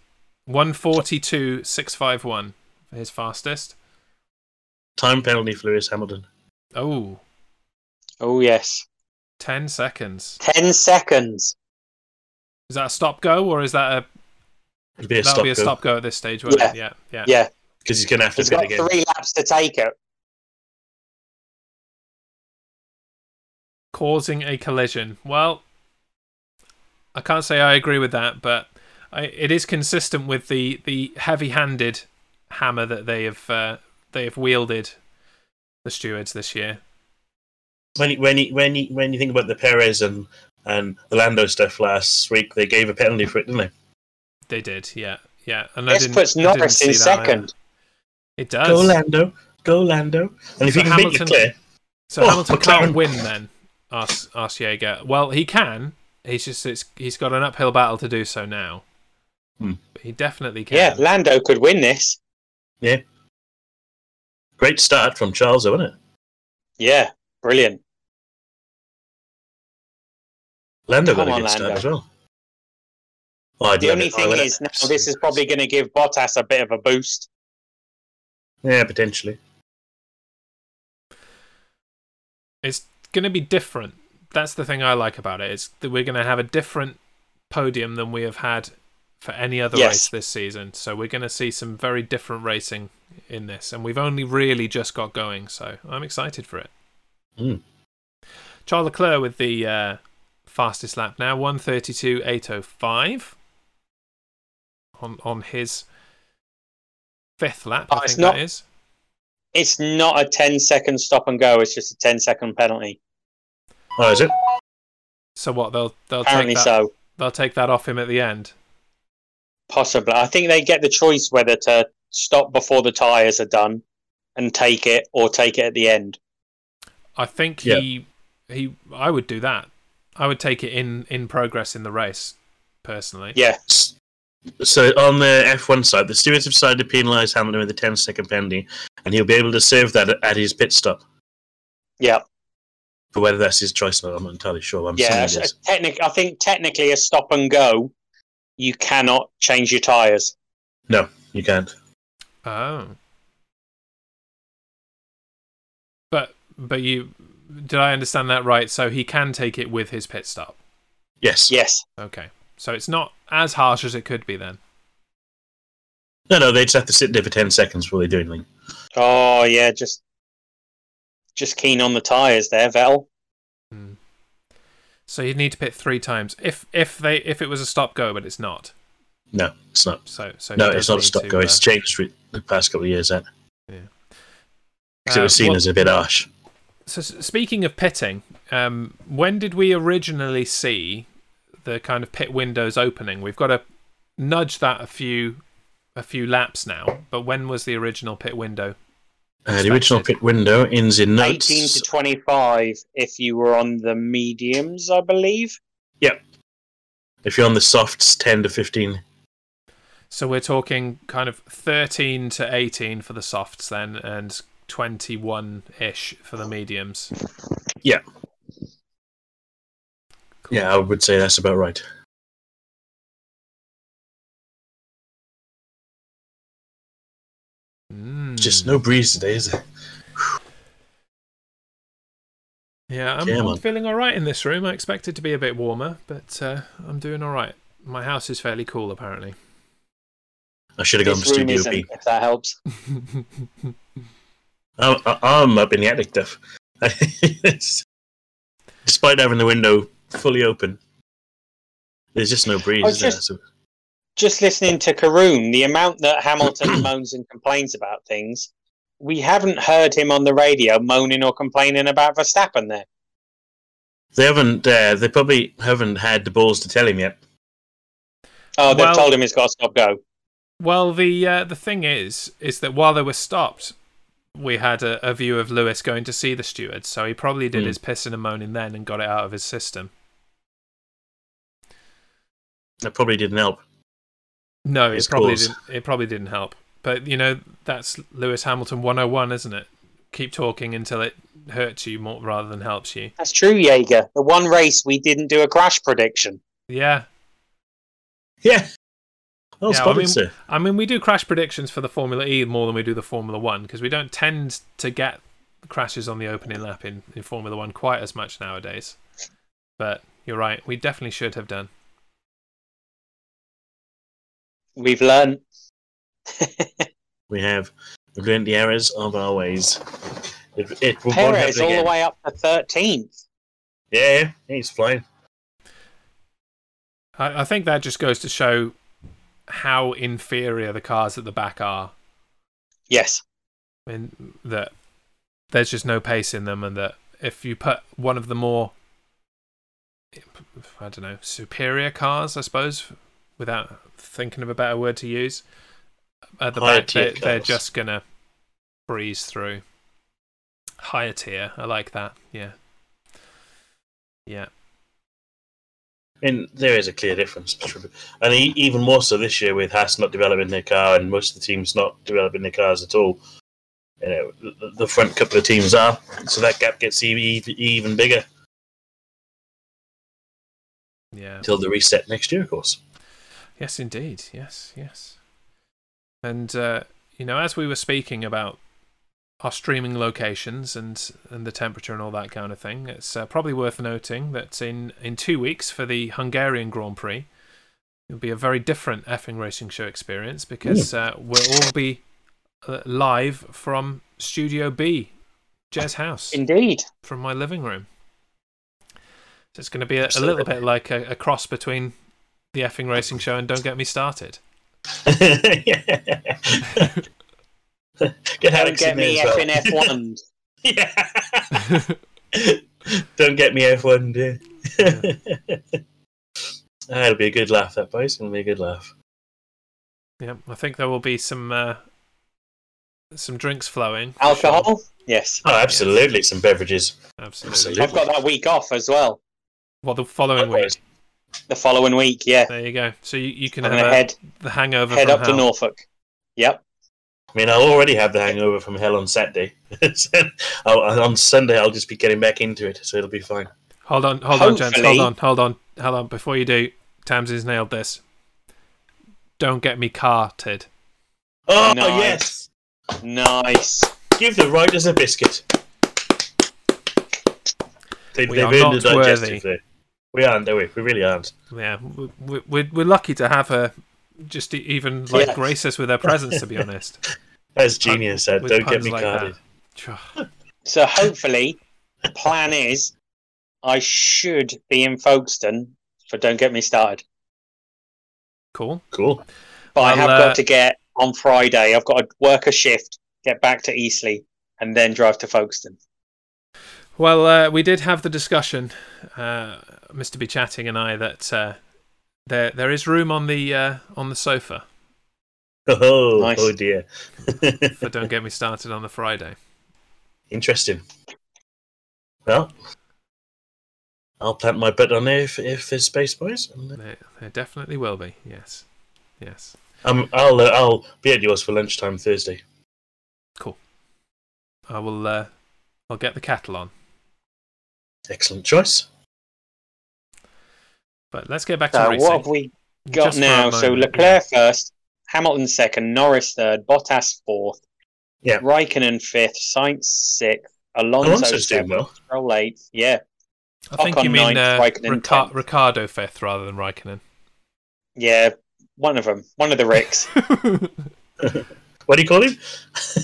[SPEAKER 2] one forty-two six five one for his fastest.
[SPEAKER 1] Time penalty for Lewis Hamilton.
[SPEAKER 2] Oh,
[SPEAKER 3] Oh yes.
[SPEAKER 2] 10 seconds.
[SPEAKER 3] Ten seconds.
[SPEAKER 2] Is that a stop go or is that
[SPEAKER 1] It'd be
[SPEAKER 2] a
[SPEAKER 1] a
[SPEAKER 2] that'll
[SPEAKER 1] stop
[SPEAKER 2] be a
[SPEAKER 1] because
[SPEAKER 2] stop go at this stage? won't it? yeah, yeah,
[SPEAKER 3] Yeah.
[SPEAKER 1] he's going to have to
[SPEAKER 3] He's
[SPEAKER 1] pit
[SPEAKER 3] got
[SPEAKER 1] again.
[SPEAKER 3] three laps to take it.
[SPEAKER 2] causing a collision. Well, I can't say I agree with that, but I, it is consistent with the, the heavy-handed hammer that they have uh, they have wielded the stewards this year.
[SPEAKER 1] When you, when you, when you, when you think about the Perez and and the Lando stuff last week, they gave a penalty for it, didn't they?
[SPEAKER 2] They did, yeah, yeah. And I
[SPEAKER 3] This
[SPEAKER 2] didn't,
[SPEAKER 3] puts
[SPEAKER 2] I didn't
[SPEAKER 3] Norris
[SPEAKER 2] see
[SPEAKER 3] in
[SPEAKER 2] that either.
[SPEAKER 3] second.
[SPEAKER 2] It
[SPEAKER 1] Go
[SPEAKER 2] does.
[SPEAKER 1] Lando, go Lando. And if
[SPEAKER 2] So
[SPEAKER 1] you can beat
[SPEAKER 2] Hamilton-
[SPEAKER 1] Leclerc,
[SPEAKER 2] So
[SPEAKER 1] Oh,
[SPEAKER 2] Hamilton can't
[SPEAKER 1] McLaren.
[SPEAKER 2] win then. Asks, asks Jaeger. Well, he can. He's just it's, he's got an uphill battle to do so now.
[SPEAKER 1] Hmm.
[SPEAKER 2] But he definitely can.
[SPEAKER 3] Yeah, Lando could win this.
[SPEAKER 1] great start from Charles, though, wasn't it?
[SPEAKER 3] Yeah, brilliant.
[SPEAKER 1] Lando got
[SPEAKER 3] Come
[SPEAKER 1] a
[SPEAKER 3] on,
[SPEAKER 1] good start
[SPEAKER 3] Lando.
[SPEAKER 1] as well. Oh, I'd
[SPEAKER 3] The
[SPEAKER 1] love
[SPEAKER 3] only
[SPEAKER 1] it. I
[SPEAKER 3] thing
[SPEAKER 1] would-
[SPEAKER 3] is, now this is probably going to give Bottas a bit of a boost.
[SPEAKER 1] yeah, potentially.
[SPEAKER 2] It's going to be different. That's the thing I like about it. It's that we're going to have a different podium than we have had for any other
[SPEAKER 3] Yes.
[SPEAKER 2] race this season. So we're going to see some very different racing in this, and we've only really just got going. So I'm excited for it.
[SPEAKER 1] Hmm.
[SPEAKER 2] Charles Leclerc with the uh, fastest lap now, one thirty-two eight oh five on on his fifth lap.
[SPEAKER 3] Oh,
[SPEAKER 2] I
[SPEAKER 3] it's
[SPEAKER 2] think
[SPEAKER 3] not-
[SPEAKER 2] that is.
[SPEAKER 3] It's not a 10 second stop and go, it's just a 10 second penalty.
[SPEAKER 1] Oh, is it?
[SPEAKER 2] So what they'll they'll
[SPEAKER 3] Apparently
[SPEAKER 2] take that,
[SPEAKER 3] so.
[SPEAKER 2] they'll take that off him at the end.
[SPEAKER 3] Possibly. I think they get the choice whether to stop before the tyres are done and take it or take it at the end.
[SPEAKER 2] I think
[SPEAKER 1] Yeah.
[SPEAKER 2] he he I would do that. I would take it in in progress in the race personally.
[SPEAKER 3] Yeah.
[SPEAKER 1] S- So on the F1 side, the stewards have decided to penalise Hamilton with a 10-second penalty, and he'll be able to serve that at- at his pit stop.
[SPEAKER 3] Yeah.
[SPEAKER 1] But whether that's his choice or not, I'm not entirely sure. I'm
[SPEAKER 3] Yeah.
[SPEAKER 1] saying it is.
[SPEAKER 3] Technic- I think technically a stop and go, you cannot change your tyres.
[SPEAKER 1] No, you can't.
[SPEAKER 2] Oh. But but you did I understand that right? So he can take it with his pit stop.
[SPEAKER 1] Yes.
[SPEAKER 3] Yes.
[SPEAKER 2] Okay. So it's not as harsh as it could be then.
[SPEAKER 1] No, no, they just have to sit there for 10 seconds before they do anything.
[SPEAKER 3] Oh, yeah. Just just keen on the tyres there, Vettel.
[SPEAKER 2] So you'd need to pit three times if if they if it was a stop go, but it's not.
[SPEAKER 1] No, it's not.
[SPEAKER 2] So so he
[SPEAKER 1] No,
[SPEAKER 2] does
[SPEAKER 1] it's not a
[SPEAKER 2] need
[SPEAKER 1] stop
[SPEAKER 2] to,
[SPEAKER 1] go.
[SPEAKER 2] uh,
[SPEAKER 1] It's changed re- the past couple of years. That because it was
[SPEAKER 2] Uh,
[SPEAKER 1] seen
[SPEAKER 2] what-
[SPEAKER 1] as a bit harsh.
[SPEAKER 2] So s- speaking of pitting, um, when did we originally see the kind of pit windows opening? We've got to nudge that a few a few laps now. But when was the original pit window?
[SPEAKER 1] Uh, the original
[SPEAKER 2] expected.
[SPEAKER 1] pit window ends in notes.
[SPEAKER 3] 18 to 25 if you were on the mediums, I believe.
[SPEAKER 1] If you're on the softs, ten to fifteen.
[SPEAKER 2] So we're talking kind of 13 to 18 for the softs then, and 21 ish for the mediums.
[SPEAKER 1] Yeah.
[SPEAKER 2] Cool.
[SPEAKER 1] Yeah, I would say that's about right.
[SPEAKER 3] Hmm.
[SPEAKER 2] Mm.
[SPEAKER 1] Just no breeze today, is there?
[SPEAKER 2] Yeah, I'm,
[SPEAKER 1] Yeah,
[SPEAKER 2] I'm
[SPEAKER 1] man.
[SPEAKER 2] feeling all right in this room. I expected to be a bit warmer, but uh, I'm doing all right. My house is fairly cool, apparently.
[SPEAKER 1] I should have gone for
[SPEAKER 3] this room
[SPEAKER 1] Studio
[SPEAKER 3] isn't,
[SPEAKER 1] B.
[SPEAKER 3] if that helps.
[SPEAKER 1] I'm, I- I'm up in the attic, Duff. Despite having the window fully open, there's just no breeze.
[SPEAKER 3] I
[SPEAKER 1] is there?
[SPEAKER 3] just-
[SPEAKER 1] So-
[SPEAKER 3] Just listening to Karoon, the amount that Hamilton moans and complains about things, we haven't heard him on the radio moaning or complaining about Verstappen there.
[SPEAKER 1] they haven't. Uh, they probably haven't had the balls to tell him yet.
[SPEAKER 3] Oh, they've
[SPEAKER 2] Well-
[SPEAKER 3] told him he's got to stop go.
[SPEAKER 2] well, the uh, the thing is, is that while they were stopped, we had a, a view of Lewis going to see the steward, so he probably did
[SPEAKER 1] Hmm.
[SPEAKER 2] his pissing and moaning then and got it out of his system.
[SPEAKER 1] That probably didn't help.
[SPEAKER 2] No,
[SPEAKER 1] His
[SPEAKER 2] it probably
[SPEAKER 1] cause.
[SPEAKER 2] didn't, it probably didn't help. But you know, that's Lewis Hamilton 101, isn't it? Keep talking until it hurts you more rather than helps you.
[SPEAKER 3] That's true, Jaeger. The one race we didn't do a crash prediction.
[SPEAKER 2] Yeah.
[SPEAKER 1] Yeah. Well
[SPEAKER 2] Yeah, I
[SPEAKER 1] spotted,
[SPEAKER 2] mean-
[SPEAKER 1] sir.
[SPEAKER 2] I mean, we do crash predictions for the Formula E more than we do the Formula One because we don't tend to get crashes on the opening lap in, in Formula One quite as much nowadays. But you're right, we definitely should have done.
[SPEAKER 3] We've learned.
[SPEAKER 1] We have learned the errors of our ways. It, it will won't
[SPEAKER 3] Perez
[SPEAKER 1] happen
[SPEAKER 3] all the
[SPEAKER 1] again.
[SPEAKER 3] way up to 13th.
[SPEAKER 1] Yeah, yeah, he's flying.
[SPEAKER 2] I, I think that just goes to show how inferior the cars at the back are,
[SPEAKER 3] Yes.
[SPEAKER 2] and that there's just no pace in them, and that if you put one of the more, I don't know, superior cars, I suppose, without thinking of a better word to use, at the
[SPEAKER 1] Higher
[SPEAKER 2] back,
[SPEAKER 1] tier
[SPEAKER 2] they're, they're
[SPEAKER 1] cars.
[SPEAKER 2] just gonna breeze through. Higher tier, I like that. Yeah, yeah,
[SPEAKER 1] And there is a clear difference. between- And e- even more so this year with Haas not developing their car and most of the teams not developing their cars at all. You know, the, the front couple of teams are. So that gap gets even, even bigger
[SPEAKER 2] yeah.
[SPEAKER 1] until the reset next year, of course.
[SPEAKER 2] Yes, indeed. Yes, yes. And uh, you know, as we were speaking about our streaming locations and and the temperature and all that kind of thing, it's uh, probably worth noting that in in two weeks for the Hungarian Grand Prix, it'll be a very different effing racing show experience because uh, we'll all be uh, live from Studio B, Jez House
[SPEAKER 3] Indeed.
[SPEAKER 2] from my living room. So it's going to be a, a
[SPEAKER 1] Absolutely.
[SPEAKER 2] little bit like a, a cross between the effing racing show and don't get me started.
[SPEAKER 1] Get
[SPEAKER 3] Don't
[SPEAKER 1] Alex
[SPEAKER 3] get
[SPEAKER 1] in there
[SPEAKER 3] me
[SPEAKER 1] as well.
[SPEAKER 3] effing F1.
[SPEAKER 1] Yeah. Don't get me F1, dear. Ah, it'll be a good laugh, that boys. It'll be a good laugh.
[SPEAKER 2] yeah, I think there will be some uh, some drinks flowing. for sure.
[SPEAKER 3] Alcohol? Yes.
[SPEAKER 1] Oh, absolutely. Some beverages.
[SPEAKER 2] absolutely.
[SPEAKER 1] Absolutely.
[SPEAKER 3] I've got that week off as well.
[SPEAKER 2] Well, the following week.
[SPEAKER 1] Likewise.
[SPEAKER 3] The following week, yeah.
[SPEAKER 2] There you go. So you, you can
[SPEAKER 3] I'm
[SPEAKER 2] have
[SPEAKER 3] going to
[SPEAKER 2] a-
[SPEAKER 3] head,
[SPEAKER 2] the hangover
[SPEAKER 3] head
[SPEAKER 2] from
[SPEAKER 3] up to
[SPEAKER 2] hell.
[SPEAKER 3] Norfolk. Yep.
[SPEAKER 1] I mean, I'll already have the hangover from hell on Saturday. So, I'll- on Sunday, I'll just be getting back into it, so it'll be fine.
[SPEAKER 2] Hold on, hold on, gents. Hold
[SPEAKER 3] Hopefully-
[SPEAKER 2] on, hold on, hold on. Before you do, Tamsin's nailed this. Don't get me carted.
[SPEAKER 1] Oh,
[SPEAKER 3] Nice.
[SPEAKER 1] yes.
[SPEAKER 3] Nice.
[SPEAKER 1] Give the writers a biscuit. They,
[SPEAKER 2] We
[SPEAKER 1] they've earned
[SPEAKER 2] are
[SPEAKER 1] a
[SPEAKER 2] not
[SPEAKER 1] digestive
[SPEAKER 2] worthy.
[SPEAKER 1] there. We aren't, are we? We really aren't.
[SPEAKER 2] Yeah, we- we- we're, we're lucky to have her just e- even like
[SPEAKER 3] Yes.
[SPEAKER 2] grace us with her presence, to be honest.
[SPEAKER 1] As Genius said,
[SPEAKER 2] Uh, With
[SPEAKER 1] don't get
[SPEAKER 2] puns
[SPEAKER 1] me
[SPEAKER 2] like that.
[SPEAKER 1] carded.
[SPEAKER 2] Phew.
[SPEAKER 3] So hopefully, the plan is I should be in Folkestone for Don't Get Me Started.
[SPEAKER 2] Cool.
[SPEAKER 1] Cool.
[SPEAKER 3] But I
[SPEAKER 2] Well,
[SPEAKER 3] have
[SPEAKER 2] uh,
[SPEAKER 3] got to get on Friday. I've got to work a shift get back to Eastleigh, and then drive to Folkestone.
[SPEAKER 2] Well, uh, we did have the discussion, uh, Mr. Be Chatting and I, that uh, there there is room on the uh, on the sofa.
[SPEAKER 1] Oh,
[SPEAKER 3] Nice.
[SPEAKER 1] oh dear.
[SPEAKER 2] But don't get me started on the Friday.
[SPEAKER 1] Interesting. Well, I'll plant my bet on there if, if there's space, boys. And
[SPEAKER 2] There, there definitely will be. Yes, yes.
[SPEAKER 1] um, I'll uh, I'll be at yours for lunchtime Thursday.
[SPEAKER 2] I will. Uh, I'll get the cattle on.
[SPEAKER 1] Excellent choice.
[SPEAKER 2] But let's get back to
[SPEAKER 3] So
[SPEAKER 2] racing.
[SPEAKER 3] Uh, what have we got
[SPEAKER 2] Just for a
[SPEAKER 3] now? So
[SPEAKER 2] moment,
[SPEAKER 3] Leclerc first, Hamilton second, Norris third, Bottas fourth,
[SPEAKER 1] Yeah.
[SPEAKER 3] Raikkonen fifth, Sainz sixth, Alonso
[SPEAKER 1] Alonso's doing
[SPEAKER 3] seventh,
[SPEAKER 1] well.
[SPEAKER 3] Stroll eighth. Yeah,
[SPEAKER 2] I think
[SPEAKER 3] Ocon
[SPEAKER 2] you mean
[SPEAKER 3] ninth,
[SPEAKER 2] uh,
[SPEAKER 3] Raikkonen
[SPEAKER 2] Rica-
[SPEAKER 3] tenth.
[SPEAKER 2] Ricardo fifth rather than Raikkonen.
[SPEAKER 3] yeah, one of them, one of the Ricks.
[SPEAKER 1] What do you call him?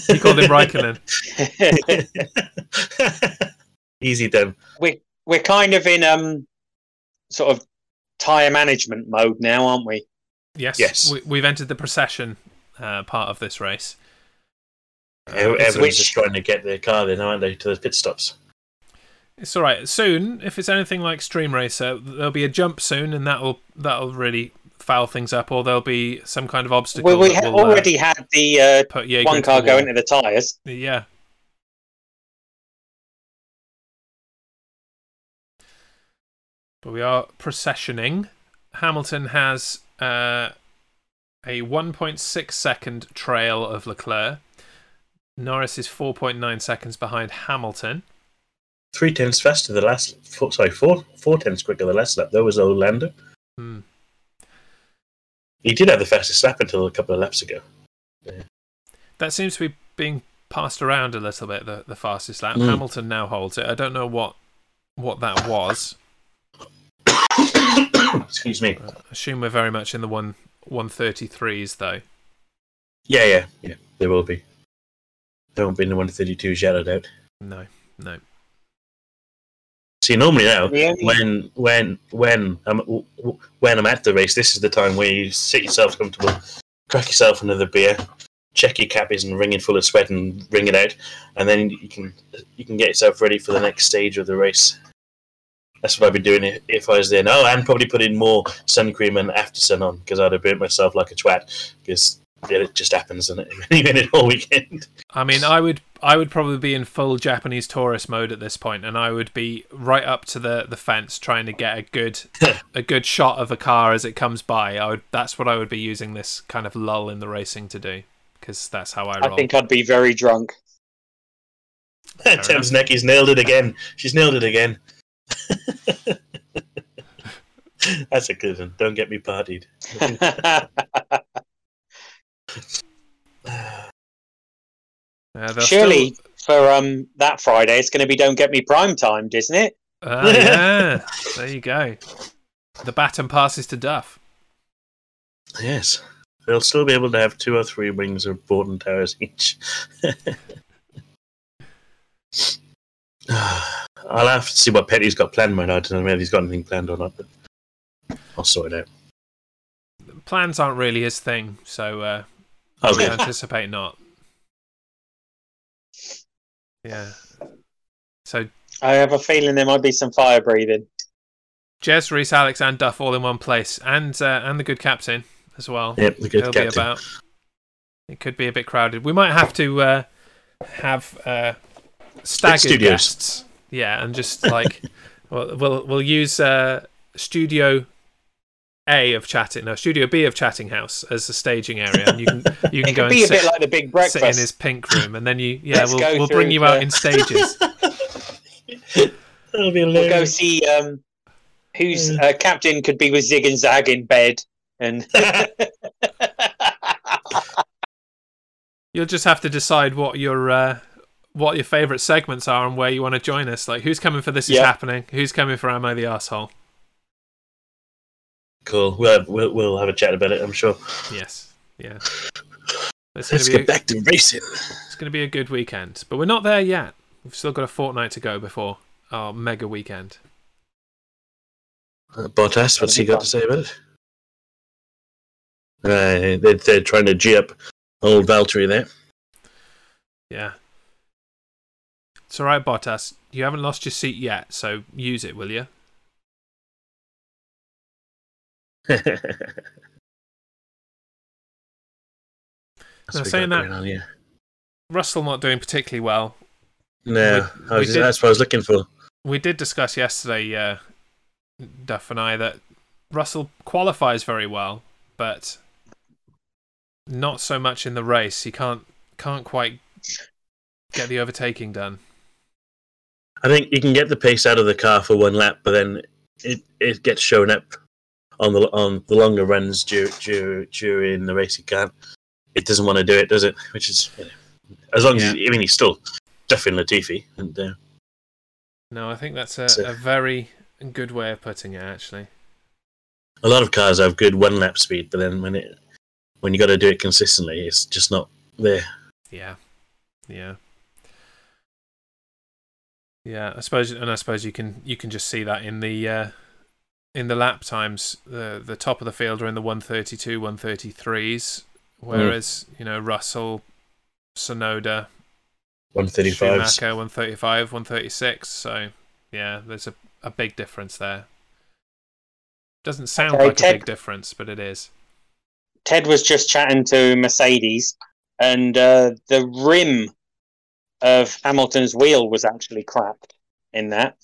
[SPEAKER 2] you called him Raikkonen.
[SPEAKER 1] Easy then.
[SPEAKER 3] We're kind of in um sort of tire management mode now, aren't we?
[SPEAKER 2] Yes.
[SPEAKER 1] Yes.
[SPEAKER 2] We, we've entered the procession uh, part of this race. Ah,
[SPEAKER 1] Everyone's
[SPEAKER 3] which-
[SPEAKER 1] just trying to get their car there now, aren't they, to the pit stops?
[SPEAKER 2] It's all right. Soon, if it's anything like Stream Racer, there'll be a jump soon, and that'll that'll really foul things up, or there'll be some kind of obstacle.
[SPEAKER 3] Well, we
[SPEAKER 2] that
[SPEAKER 3] ha-
[SPEAKER 2] will, uh,
[SPEAKER 3] already had the uh,
[SPEAKER 2] put Jaeger
[SPEAKER 3] one
[SPEAKER 2] into
[SPEAKER 3] car
[SPEAKER 2] the wall.
[SPEAKER 3] going to the tires.
[SPEAKER 2] Yeah. But we are processioning. Hamilton has uh, a 1.6 second trail of Leclerc. Norris is 4.9 seconds behind Hamilton.
[SPEAKER 1] Three tenths faster the last. Four, sorry, four four tenths quicker the last lap. There was old Lando.
[SPEAKER 2] Hmm.
[SPEAKER 1] He did have the fastest lap until a couple of laps ago.
[SPEAKER 2] That seems to be being passed around a little bit. The, the fastest lap.
[SPEAKER 1] Hmm.
[SPEAKER 2] Hamilton now holds it. I don't know what what that was.
[SPEAKER 1] Excuse me.
[SPEAKER 2] I assume we're very much in the one 133s though.
[SPEAKER 1] Yeah, yeah, yeah. There will be. There won't be in the 132 shadowed out.
[SPEAKER 2] No, no.
[SPEAKER 1] See, normally now,
[SPEAKER 3] The only-
[SPEAKER 1] when when when I'm w- w- when I'm at the race, this is the time where you sit yourself comfortable, crack yourself another beer, check your cap isn't wringing full of sweat and wring it out, and then you can you can get yourself ready for the next stage of the race. That's what I'd be doing if, if I was there. Oh, and probably put in more sun cream and after sun on because I'd have burnt myself like a twat because it just happens and any minute all weekend.
[SPEAKER 2] I mean, I would I would probably be in full Japanese tourist mode at this point, and I would be right up to the, the fence trying to get a good a good shot of a car as it comes by. I would that's what I would be using this kind of lull in the racing to do because that's how I
[SPEAKER 3] I
[SPEAKER 2] roll.
[SPEAKER 3] think I'd be very drunk.
[SPEAKER 2] enough.
[SPEAKER 1] Thames Necky's nailed it again. She's nailed it again. That's a good one. Don't get me partied.
[SPEAKER 2] Uh, they'll
[SPEAKER 3] Surely
[SPEAKER 2] still-
[SPEAKER 3] for um that Friday, it's going to be "Don't Get Me Prime Time," isn't it?
[SPEAKER 2] Ah, yeah, there you go. The baton passes to Duff.
[SPEAKER 1] Yes. They'll still be able to have two or three wings of Borden Towers each. I'll have to see what Petty's got planned right now. I don't know if he's got anything planned or not, but I'll sort it out.
[SPEAKER 2] Plans aren't really his thing, so uh, I
[SPEAKER 1] Oh,
[SPEAKER 2] would
[SPEAKER 1] good.
[SPEAKER 2] anticipate not. Yeah. So
[SPEAKER 3] I have a feeling there might be some fire breathing.
[SPEAKER 2] Jez, Reese, Alex, and Duff all in one place, and uh, and the good captain as well.
[SPEAKER 1] Yep, the
[SPEAKER 2] He'll
[SPEAKER 1] good
[SPEAKER 2] be
[SPEAKER 1] captain.
[SPEAKER 2] about. It could be a bit crowded. We might have to uh, have uh, staggered
[SPEAKER 1] studios.
[SPEAKER 2] guests. Yeah, and just like we'll we'll, we'll use uh, Studio A of chatting, no Studio B of Chatting House as a staging area, and you can you can
[SPEAKER 3] It
[SPEAKER 2] go and
[SPEAKER 3] could be a
[SPEAKER 2] sit,
[SPEAKER 3] bit like the Big
[SPEAKER 2] sit in
[SPEAKER 3] Breakfast.
[SPEAKER 2] his pink room, and then you yeah
[SPEAKER 3] Let's
[SPEAKER 2] we'll
[SPEAKER 3] go
[SPEAKER 2] we'll bring
[SPEAKER 3] through
[SPEAKER 2] you out
[SPEAKER 3] the-
[SPEAKER 2] in stages.
[SPEAKER 1] That'll be
[SPEAKER 3] We'll go
[SPEAKER 1] hilarious.
[SPEAKER 3] see um whose uh, captain could be with Zig and Zag in bed, and
[SPEAKER 2] You'll just have to decide what your uh, what your favourite segments are and where you want to join us. Like, who's coming for this is
[SPEAKER 3] Yeah.
[SPEAKER 2] happening? Who's coming for Am I the asshole?
[SPEAKER 1] cool. We'll have, we'll, we'll have a chat about it, I'm sure.
[SPEAKER 2] Yes, yeah. It's gonna
[SPEAKER 1] Let's
[SPEAKER 2] be
[SPEAKER 1] get
[SPEAKER 2] a,
[SPEAKER 1] back to racing.
[SPEAKER 2] it's gonna be a good weekend, but we're not there yet. We've still got a fortnight to go before our mega weekend.
[SPEAKER 1] Uh, Bottas, what's he got to say about it? Uh, they're, they're trying to G up old Valtteri there.
[SPEAKER 2] Yeah. It's all right, Bottas. You haven't lost your seat yet, so use it, will you?
[SPEAKER 1] That's what we
[SPEAKER 2] saying
[SPEAKER 1] got
[SPEAKER 2] that-
[SPEAKER 1] going on, yeah.
[SPEAKER 2] Russell not doing particularly well.
[SPEAKER 1] No,
[SPEAKER 2] We-
[SPEAKER 1] I was,
[SPEAKER 2] we did-
[SPEAKER 1] that's what I was looking for.
[SPEAKER 2] We did discuss yesterday, uh, Duff and I, that Russell qualifies very well, but not so much in the race. He can't can't quite get the overtaking done.
[SPEAKER 1] I think you can get the pace out of the car for one lap, but then it, it gets shown up on the on the longer runs due, due, during the race. You can't. It doesn't want to do it, does it? Which is you know, as long as
[SPEAKER 2] Yeah.
[SPEAKER 1] he, I mean he's still duffing Latifi, and uh,
[SPEAKER 2] No, I think that's a,
[SPEAKER 1] So-
[SPEAKER 2] a very good way of putting it, actually.
[SPEAKER 1] a lot of cars have good one lap speed, but then when it when you got to do it consistently, it's just not there.
[SPEAKER 2] Yeah, yeah, yeah. I suppose, and I suppose you can you can just see that in the uh, in the lap times. The the top of the field are in the one thirty two, one thirty threes,
[SPEAKER 3] Hmm.
[SPEAKER 2] whereas you know Russell, Sonoda,
[SPEAKER 1] One thirty five.
[SPEAKER 2] Schumacher, one thirty five, one thirty six. So yeah, there's a a big difference there. Doesn't sound
[SPEAKER 3] Okay,
[SPEAKER 2] like a
[SPEAKER 3] Ted-
[SPEAKER 2] big difference, but it is.
[SPEAKER 3] Ted was just chatting to Mercedes, and uh, the rim of Hamilton's wheel was actually cracked in that.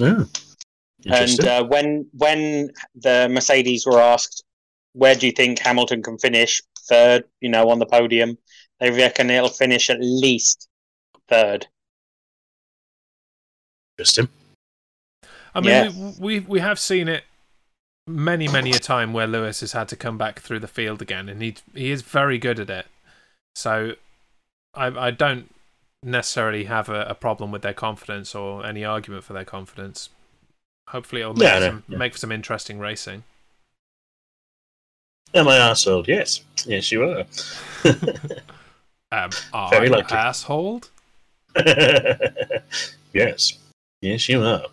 [SPEAKER 1] Oh,
[SPEAKER 3] And
[SPEAKER 1] interesting.
[SPEAKER 3] uh, when when the Mercedes were asked, where do you think Hamilton can finish third? You know, on the podium, they reckon it'll finish at least third.
[SPEAKER 1] interesting.
[SPEAKER 2] I mean,
[SPEAKER 3] Yeah.
[SPEAKER 2] we, we we have seen it many many a time where Lewis has had to come back through the field again, and he he is very good at it. So I I don't necessarily have a, a problem with their confidence or any argument for their confidence. Hopefully, it'll make,
[SPEAKER 1] Yeah, I know,
[SPEAKER 2] some,
[SPEAKER 1] yeah.
[SPEAKER 2] make for some interesting racing.
[SPEAKER 1] Am I arsehole? Yes. Yes, you are.
[SPEAKER 2] Um, are
[SPEAKER 1] Very
[SPEAKER 2] you
[SPEAKER 1] likely.
[SPEAKER 2] asshole?
[SPEAKER 1] yes. Yes, you are.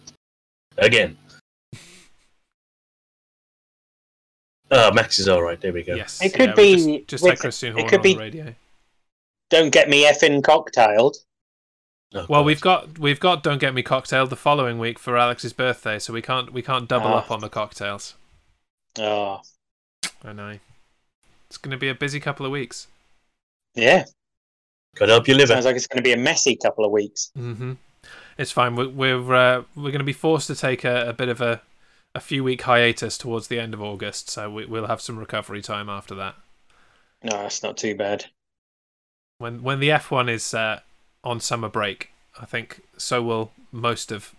[SPEAKER 1] Again. Ah, Max is all right. There we go.
[SPEAKER 2] Yes,
[SPEAKER 3] It could
[SPEAKER 2] yeah, we
[SPEAKER 3] be-
[SPEAKER 2] just, just
[SPEAKER 3] we
[SPEAKER 2] like
[SPEAKER 3] could-
[SPEAKER 2] Christian
[SPEAKER 3] it
[SPEAKER 2] Horner
[SPEAKER 3] could
[SPEAKER 2] on
[SPEAKER 3] be-
[SPEAKER 2] the radio.
[SPEAKER 3] Don't get me effing cocktailed.
[SPEAKER 1] Oh,
[SPEAKER 2] Well,
[SPEAKER 1] God.
[SPEAKER 2] we've got we've got don't get me cocktail the following week for Alex's birthday, so we can't we can't double
[SPEAKER 3] Ah.
[SPEAKER 2] up on the cocktails.
[SPEAKER 3] Oh,
[SPEAKER 2] I know. It's going to be a busy couple of weeks.
[SPEAKER 3] yeah.
[SPEAKER 1] God help your liver.
[SPEAKER 3] Sounds like it's going to be a messy couple of weeks.
[SPEAKER 2] hmm It's fine. We're we're, uh, we're going to be forced to take a, a bit of a a few week hiatus towards the end of August, so we, we'll have some recovery time after that.
[SPEAKER 3] No, that's not too bad.
[SPEAKER 2] When when the F one is uh, on summer break, I think so will most of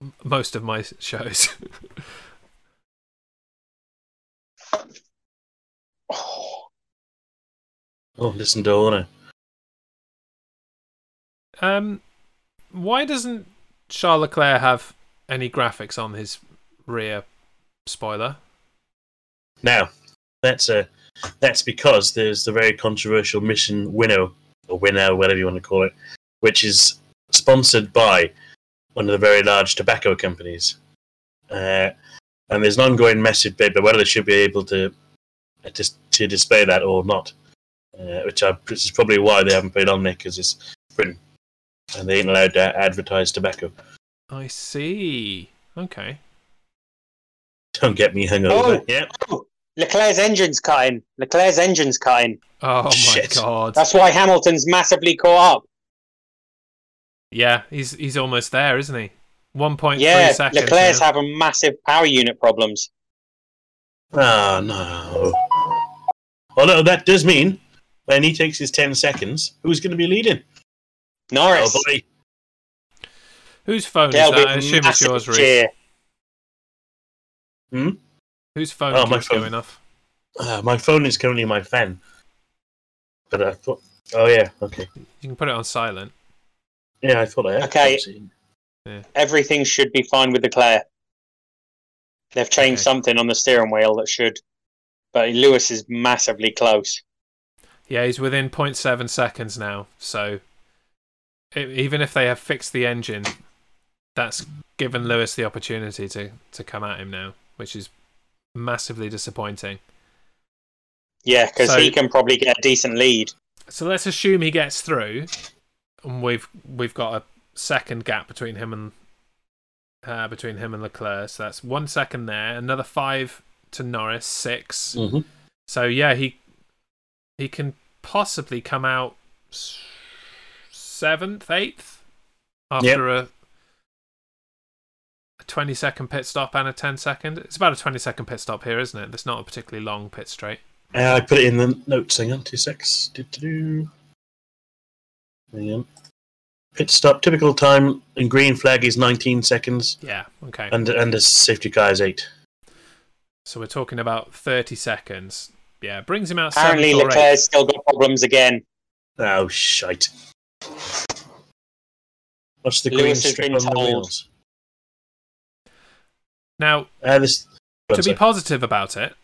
[SPEAKER 2] m- most of my shows.
[SPEAKER 3] Oh,
[SPEAKER 1] Oh, listen to Orna.
[SPEAKER 2] um, why doesn't Charles Leclerc have any graphics on his rear spoiler?
[SPEAKER 1] Now, that's uh, that's because there's the very controversial Mission Winnow or Winnow, whatever you want to call it, which is sponsored by one of the very large tobacco companies. Uh, and there's an ongoing massive debate about whether they should be able to uh, dis- to display that or not, uh, which, I, which is probably why they haven't put it on there because it's Britain and they ain't allowed to advertise tobacco.
[SPEAKER 2] I see. Okay.
[SPEAKER 1] Don't get me hungover.
[SPEAKER 3] Oh.
[SPEAKER 1] Yeah,
[SPEAKER 3] Leclerc's engine's cutting. Leclerc's engine's cutting.
[SPEAKER 2] Oh my
[SPEAKER 1] Shit.
[SPEAKER 2] god.
[SPEAKER 3] That's why Hamilton's massively caught up.
[SPEAKER 2] Yeah, he's he's almost there, isn't he? One point three
[SPEAKER 3] Yeah,
[SPEAKER 2] seconds.
[SPEAKER 3] Leclerc's
[SPEAKER 2] now.
[SPEAKER 3] having massive power unit problems.
[SPEAKER 1] Ah no. Although that does mean when he takes his 10 seconds, who's going to be leading?
[SPEAKER 3] Norris,
[SPEAKER 1] Oh, boy.
[SPEAKER 2] Whose phone
[SPEAKER 3] there'll
[SPEAKER 2] is that? I
[SPEAKER 3] be
[SPEAKER 2] assume it's
[SPEAKER 3] massive
[SPEAKER 2] yours, Reece.
[SPEAKER 3] cheer.
[SPEAKER 2] Whose phone
[SPEAKER 1] Oh, my
[SPEAKER 2] keeps
[SPEAKER 1] phone.
[SPEAKER 2] going off?
[SPEAKER 1] Ah, my phone is currently my fan. But I thought. Oh, yeah, okay.
[SPEAKER 2] You can put it on silent.
[SPEAKER 1] Yeah, I thought I had.
[SPEAKER 3] Okay.
[SPEAKER 1] obviously.
[SPEAKER 3] Everything should be fine with Leclerc. They've changed
[SPEAKER 2] Okay.
[SPEAKER 3] something on the steering wheel that should, but Lewis is massively close.
[SPEAKER 2] Yeah, he's within 0.7 seconds now. So e- even if they have fixed the engine, that's given Lewis the opportunity to to come at him now, which is massively disappointing.
[SPEAKER 3] Yeah, because
[SPEAKER 2] So-
[SPEAKER 3] he can probably get a decent lead.
[SPEAKER 2] So let's assume he gets through. and we've we've got a second gap between him and uh, between him and Leclerc. So that's one second there. Another five to Norris, 6
[SPEAKER 1] Mhm.
[SPEAKER 2] So yeah, he he can possibly come out s- seventh, eighth after a a twenty second pit stop and a 10 second. It's about a twenty second pit stop here, isn't it? That's not a particularly long pit straight.
[SPEAKER 1] Uh, I put it in the notes. Hang on, two secs. Do-do-do. Hang on. Pit stop. Typical time in green flag is 19 seconds,
[SPEAKER 2] Yeah. Okay.
[SPEAKER 1] and and a safety car is eight.
[SPEAKER 2] So we're talking about thirty seconds. Yeah, brings him out.
[SPEAKER 3] Apparently,
[SPEAKER 2] seventh or eighth.
[SPEAKER 3] Leclerc's still got problems again.
[SPEAKER 1] Oh shite! What's the green
[SPEAKER 3] Lewis has
[SPEAKER 1] strip
[SPEAKER 3] been
[SPEAKER 1] on the
[SPEAKER 3] told.
[SPEAKER 1] wheels?
[SPEAKER 2] Now,
[SPEAKER 1] Uh, this.
[SPEAKER 2] to be positive about it,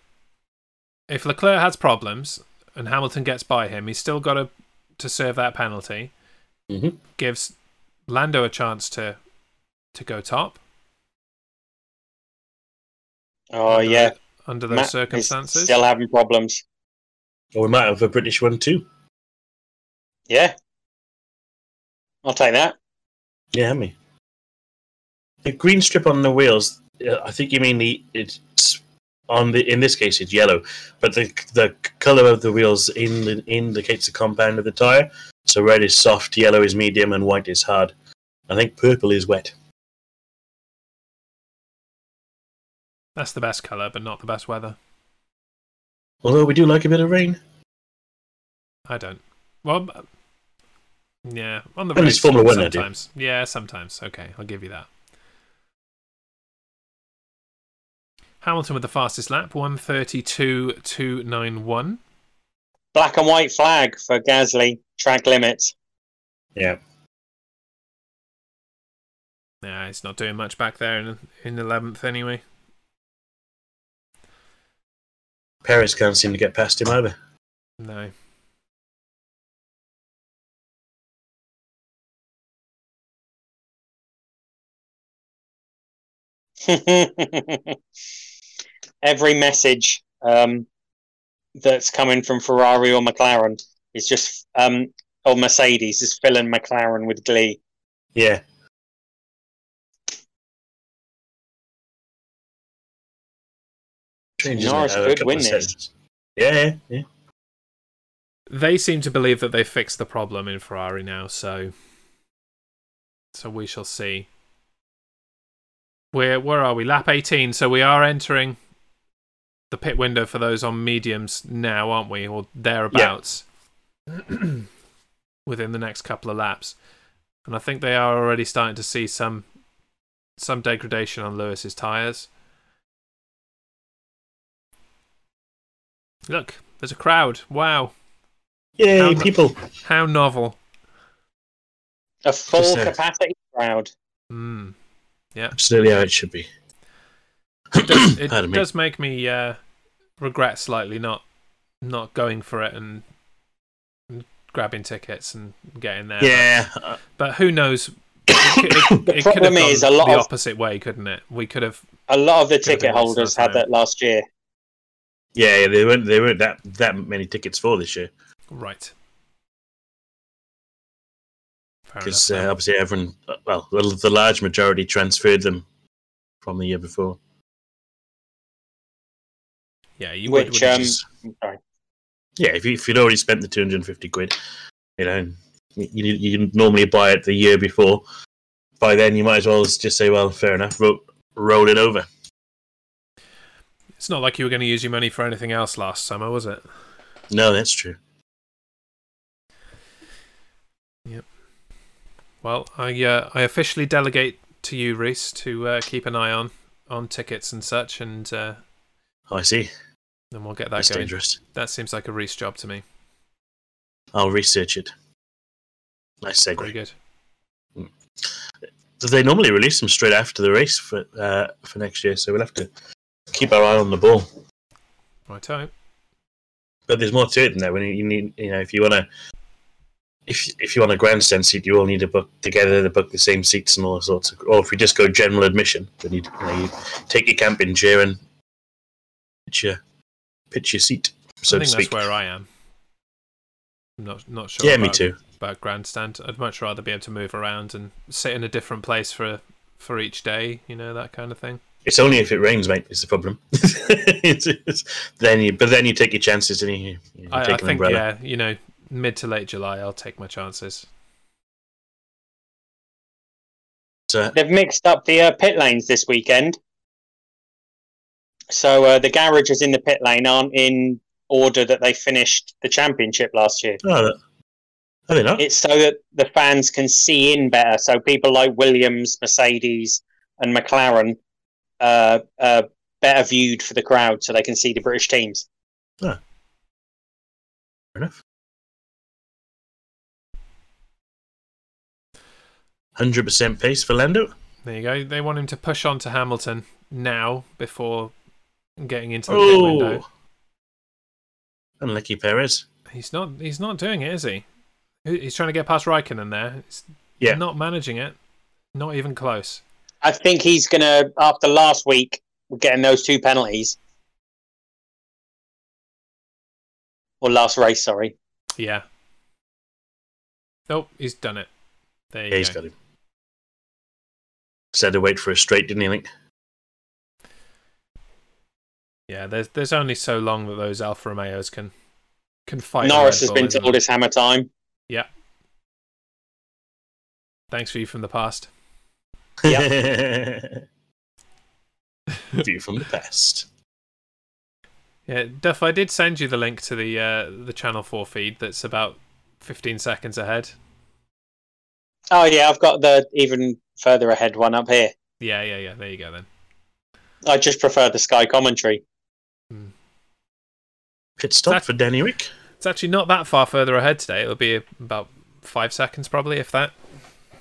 [SPEAKER 2] if Leclerc has problems and Hamilton gets by him, he's still got to to serve that penalty.
[SPEAKER 3] Mm-hmm.
[SPEAKER 1] Mhm.
[SPEAKER 2] Gives Lando a chance to to go top.
[SPEAKER 3] Oh
[SPEAKER 2] under the-
[SPEAKER 3] yeah,
[SPEAKER 2] under those
[SPEAKER 3] Matt is
[SPEAKER 2] circumstances.
[SPEAKER 3] still having problems.
[SPEAKER 1] Or we might have a British one too.
[SPEAKER 3] Yeah, I'll take that.
[SPEAKER 1] Yeah, have we? The green strip on the wheels. uh, I think you mean the it's on the. In this case, it's yellow, but the the color of the wheels in the, indicates the compound of the tire. So red is soft, yellow is medium, and white is hard. I think purple is wet.
[SPEAKER 2] That's the best color, but not the best weather.
[SPEAKER 1] Although we do like a bit of rain,
[SPEAKER 2] I don't. Well, yeah, on the
[SPEAKER 1] And it's
[SPEAKER 2] race
[SPEAKER 1] Formula One, I do.
[SPEAKER 2] sometimes. Yeah, sometimes. Okay, I'll give you that. Hamilton with the fastest lap, one thirty-two two nine one.
[SPEAKER 3] Black and white flag for Gasly track limits.
[SPEAKER 1] yeah.
[SPEAKER 2] Nah, he's not doing much back there in in eleventh anyway.
[SPEAKER 1] Paris can't seem to get past him either.
[SPEAKER 2] No.
[SPEAKER 3] Every message um, that's coming from Ferrari or McLaren is just um, or Mercedes is filling McLaren with glee.
[SPEAKER 1] Yeah, Changes
[SPEAKER 3] Norris
[SPEAKER 1] now, a
[SPEAKER 3] could
[SPEAKER 1] couple of
[SPEAKER 3] win this.
[SPEAKER 1] seconds. Yeah, yeah, yeah.
[SPEAKER 2] They seem to believe that they fixed the problem in Ferrari now, so so we shall see. Where where are we? Lap eighteen, so we are entering the pit window for those on mediums now, aren't we? Or thereabouts. Within the next couple of laps. And I think they are already starting to see some some degradation on Lewis's tyres. Look, there's a crowd. Wow.
[SPEAKER 1] Yay,
[SPEAKER 2] How-
[SPEAKER 1] people.
[SPEAKER 2] How novel.
[SPEAKER 3] A full
[SPEAKER 1] Just a-
[SPEAKER 3] capacity crowd.
[SPEAKER 2] Mm.
[SPEAKER 1] Absolutely how it should be.
[SPEAKER 2] It does, it
[SPEAKER 1] Pardon me.
[SPEAKER 2] does make me uh, regret slightly not not going for it and and grabbing tickets and getting there.
[SPEAKER 1] Yeah. uh,
[SPEAKER 2] But who knows? It could, it, it could have
[SPEAKER 3] problem
[SPEAKER 2] gone
[SPEAKER 3] is a lot
[SPEAKER 2] the
[SPEAKER 3] of-
[SPEAKER 2] opposite way, couldn't it? We could have.
[SPEAKER 3] A lot of the
[SPEAKER 2] Could've been wasted
[SPEAKER 3] ticket holders
[SPEAKER 2] time.
[SPEAKER 3] had that last year.
[SPEAKER 1] yeah, yeah, they weren't, they weren't that, that many tickets for this year
[SPEAKER 2] Right. Fair
[SPEAKER 1] because
[SPEAKER 2] enough.
[SPEAKER 1] uh, obviously everyone, uh, well, the, the large majority transferred them from the year before.
[SPEAKER 2] yeah, you would.
[SPEAKER 3] which
[SPEAKER 2] wouldn't you?
[SPEAKER 3] um,
[SPEAKER 1] just-
[SPEAKER 3] sorry.
[SPEAKER 1] Yeah, if, you, if you'd already spent the 250 quid, you know, you, you, you normally buy it the year before. By then, you might as well just say, well, fair enough, ro- roll it over.
[SPEAKER 2] it's not like you were going to use your money for anything else last summer, was it?
[SPEAKER 1] No, that's true.
[SPEAKER 2] Well, I uh, I officially delegate to you, Reese, to uh, keep an eye on on tickets and such, and uh,
[SPEAKER 1] I see.
[SPEAKER 2] then we'll get that
[SPEAKER 1] That's
[SPEAKER 2] going.
[SPEAKER 1] dangerous.
[SPEAKER 2] That seems like a Reese job to me.
[SPEAKER 1] I'll research it. Nice segue.
[SPEAKER 2] Very good.
[SPEAKER 1] So they normally release them straight after the race for uh, for next year, so we'll have to keep our eye on the ball.
[SPEAKER 2] Righto.
[SPEAKER 1] But there's more to it than that. When you, you need, you know, if you want to, if if you want a grandstand seat, you all need to book together to book the same seats and all sorts. Of, or if you just go general admission, then you, you, know, you take your camping chair and pitch your pitch your seat, so
[SPEAKER 2] I
[SPEAKER 1] to
[SPEAKER 2] think
[SPEAKER 1] speak.
[SPEAKER 2] that's where I am. I'm not not sure.
[SPEAKER 1] yeah, me
[SPEAKER 2] about-
[SPEAKER 1] too.
[SPEAKER 2] about grandstand. I'd much rather be able to move around and sit in a different place for for each day. You know that kind of thing.
[SPEAKER 1] It's only if it rains, mate. Is the problem. It's- it's- then you, but then you take your chances and you, you
[SPEAKER 2] I, I
[SPEAKER 1] take an
[SPEAKER 2] think
[SPEAKER 1] umbrella.
[SPEAKER 2] yeah, you know, mid to late July, I'll take my chances.
[SPEAKER 1] So,
[SPEAKER 3] They've mixed up the uh, pit lanes this weekend. So uh, the garages in the pit lane aren't in order that they finished the championship last year.
[SPEAKER 1] oh, are they not?
[SPEAKER 3] It's so that the fans can see in better. So people like Williams, Mercedes, and McLaren uh, are better viewed for the crowd so they can see the British teams.
[SPEAKER 1] Fair enough. Hundred percent pace for Lando.
[SPEAKER 2] There you go. They want him to push on to Hamilton now before getting into the pit window.
[SPEAKER 1] Oh, unlucky Perez.
[SPEAKER 2] He's not. He's not doing it, is he? He- He's trying to get past Raikkonen there. He's
[SPEAKER 1] Yeah.
[SPEAKER 2] not managing it. Not even close.
[SPEAKER 3] I think he's going to, after last week, getting those two penalties. Or last race, sorry.
[SPEAKER 2] Yeah. Nope. He's done it. There you
[SPEAKER 1] Yeah, he's
[SPEAKER 2] go.
[SPEAKER 1] got him. Said to wait for a straight, didn't he? I think?
[SPEAKER 2] Yeah. There's there's only so long that those Alfa Romeos can can fight. a
[SPEAKER 3] Norris
[SPEAKER 2] Red
[SPEAKER 3] has
[SPEAKER 2] Bull,
[SPEAKER 3] been
[SPEAKER 2] isn't
[SPEAKER 3] told
[SPEAKER 2] it?
[SPEAKER 3] it's hammer time.
[SPEAKER 2] Thanks for you from the past.
[SPEAKER 1] View from the past.
[SPEAKER 2] Yeah, Duff, I did send you the link to the uh, the Channel Four feed that's about fifteen seconds ahead.
[SPEAKER 3] Oh, yeah, I've got the even further ahead one up here.
[SPEAKER 2] Yeah, yeah, yeah. There you go then.
[SPEAKER 3] I just prefer the Sky commentary.
[SPEAKER 1] Pit stop
[SPEAKER 2] That-
[SPEAKER 1] for Danny Rick.
[SPEAKER 2] It's actually not that far further ahead today. It'll be about five seconds probably, if that.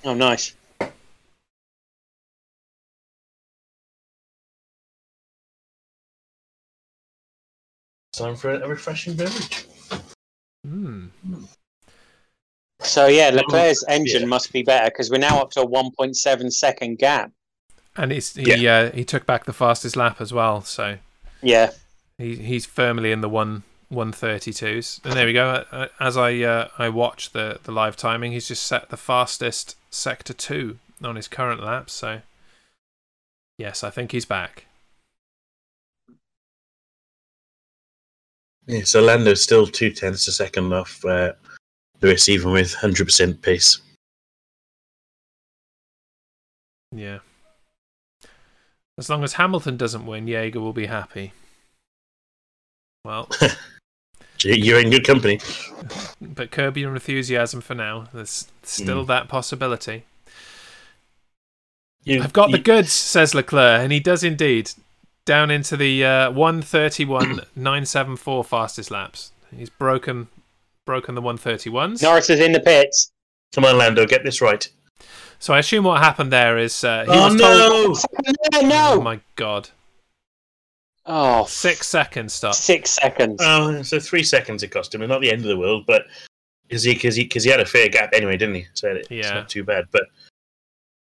[SPEAKER 3] Oh, nice.
[SPEAKER 1] Time for a refreshing beverage.
[SPEAKER 2] Hmm.
[SPEAKER 3] So, yeah, Leclerc's engine
[SPEAKER 1] yeah.
[SPEAKER 3] must be better because we're now up to a 1.7 second gap.
[SPEAKER 2] And he's he uh, he took back the fastest lap as well, so
[SPEAKER 3] Yeah.
[SPEAKER 2] he he's firmly in the one one thirty twos. And there we go. Uh, As I uh, I watch the the live timing, he's just set the fastest sector two on his current lap. So yes, I think he's back.
[SPEAKER 1] Yeah, so Lando's still two tenths a second off uh, Lewis, even with hundred percent pace.
[SPEAKER 2] Yeah. As long as Hamilton doesn't win, Jaeger will be happy. Well,
[SPEAKER 1] Gee, You're in good company.
[SPEAKER 2] but curb your enthusiasm for now. There's still that possibility.
[SPEAKER 1] You,
[SPEAKER 2] I've got the
[SPEAKER 1] you-
[SPEAKER 2] goods, says Leclerc, and he does indeed. Down into the uh, 131.974 fastest laps. He's broken broken the 131s.
[SPEAKER 3] Norris is in the pits.
[SPEAKER 1] Come on, Lando, get this right.
[SPEAKER 2] So I assume what happened there is uh, he
[SPEAKER 1] oh
[SPEAKER 2] was told.
[SPEAKER 1] no!
[SPEAKER 3] No,
[SPEAKER 2] Oh
[SPEAKER 3] no.
[SPEAKER 2] my god!
[SPEAKER 3] Oh,
[SPEAKER 2] Six seconds stop.
[SPEAKER 3] six seconds.
[SPEAKER 1] Oh, so three seconds it cost him, and not the end of the world, but because he because he because he had a fair gap anyway, didn't he? So it- it's
[SPEAKER 2] Yeah.
[SPEAKER 1] not too bad, but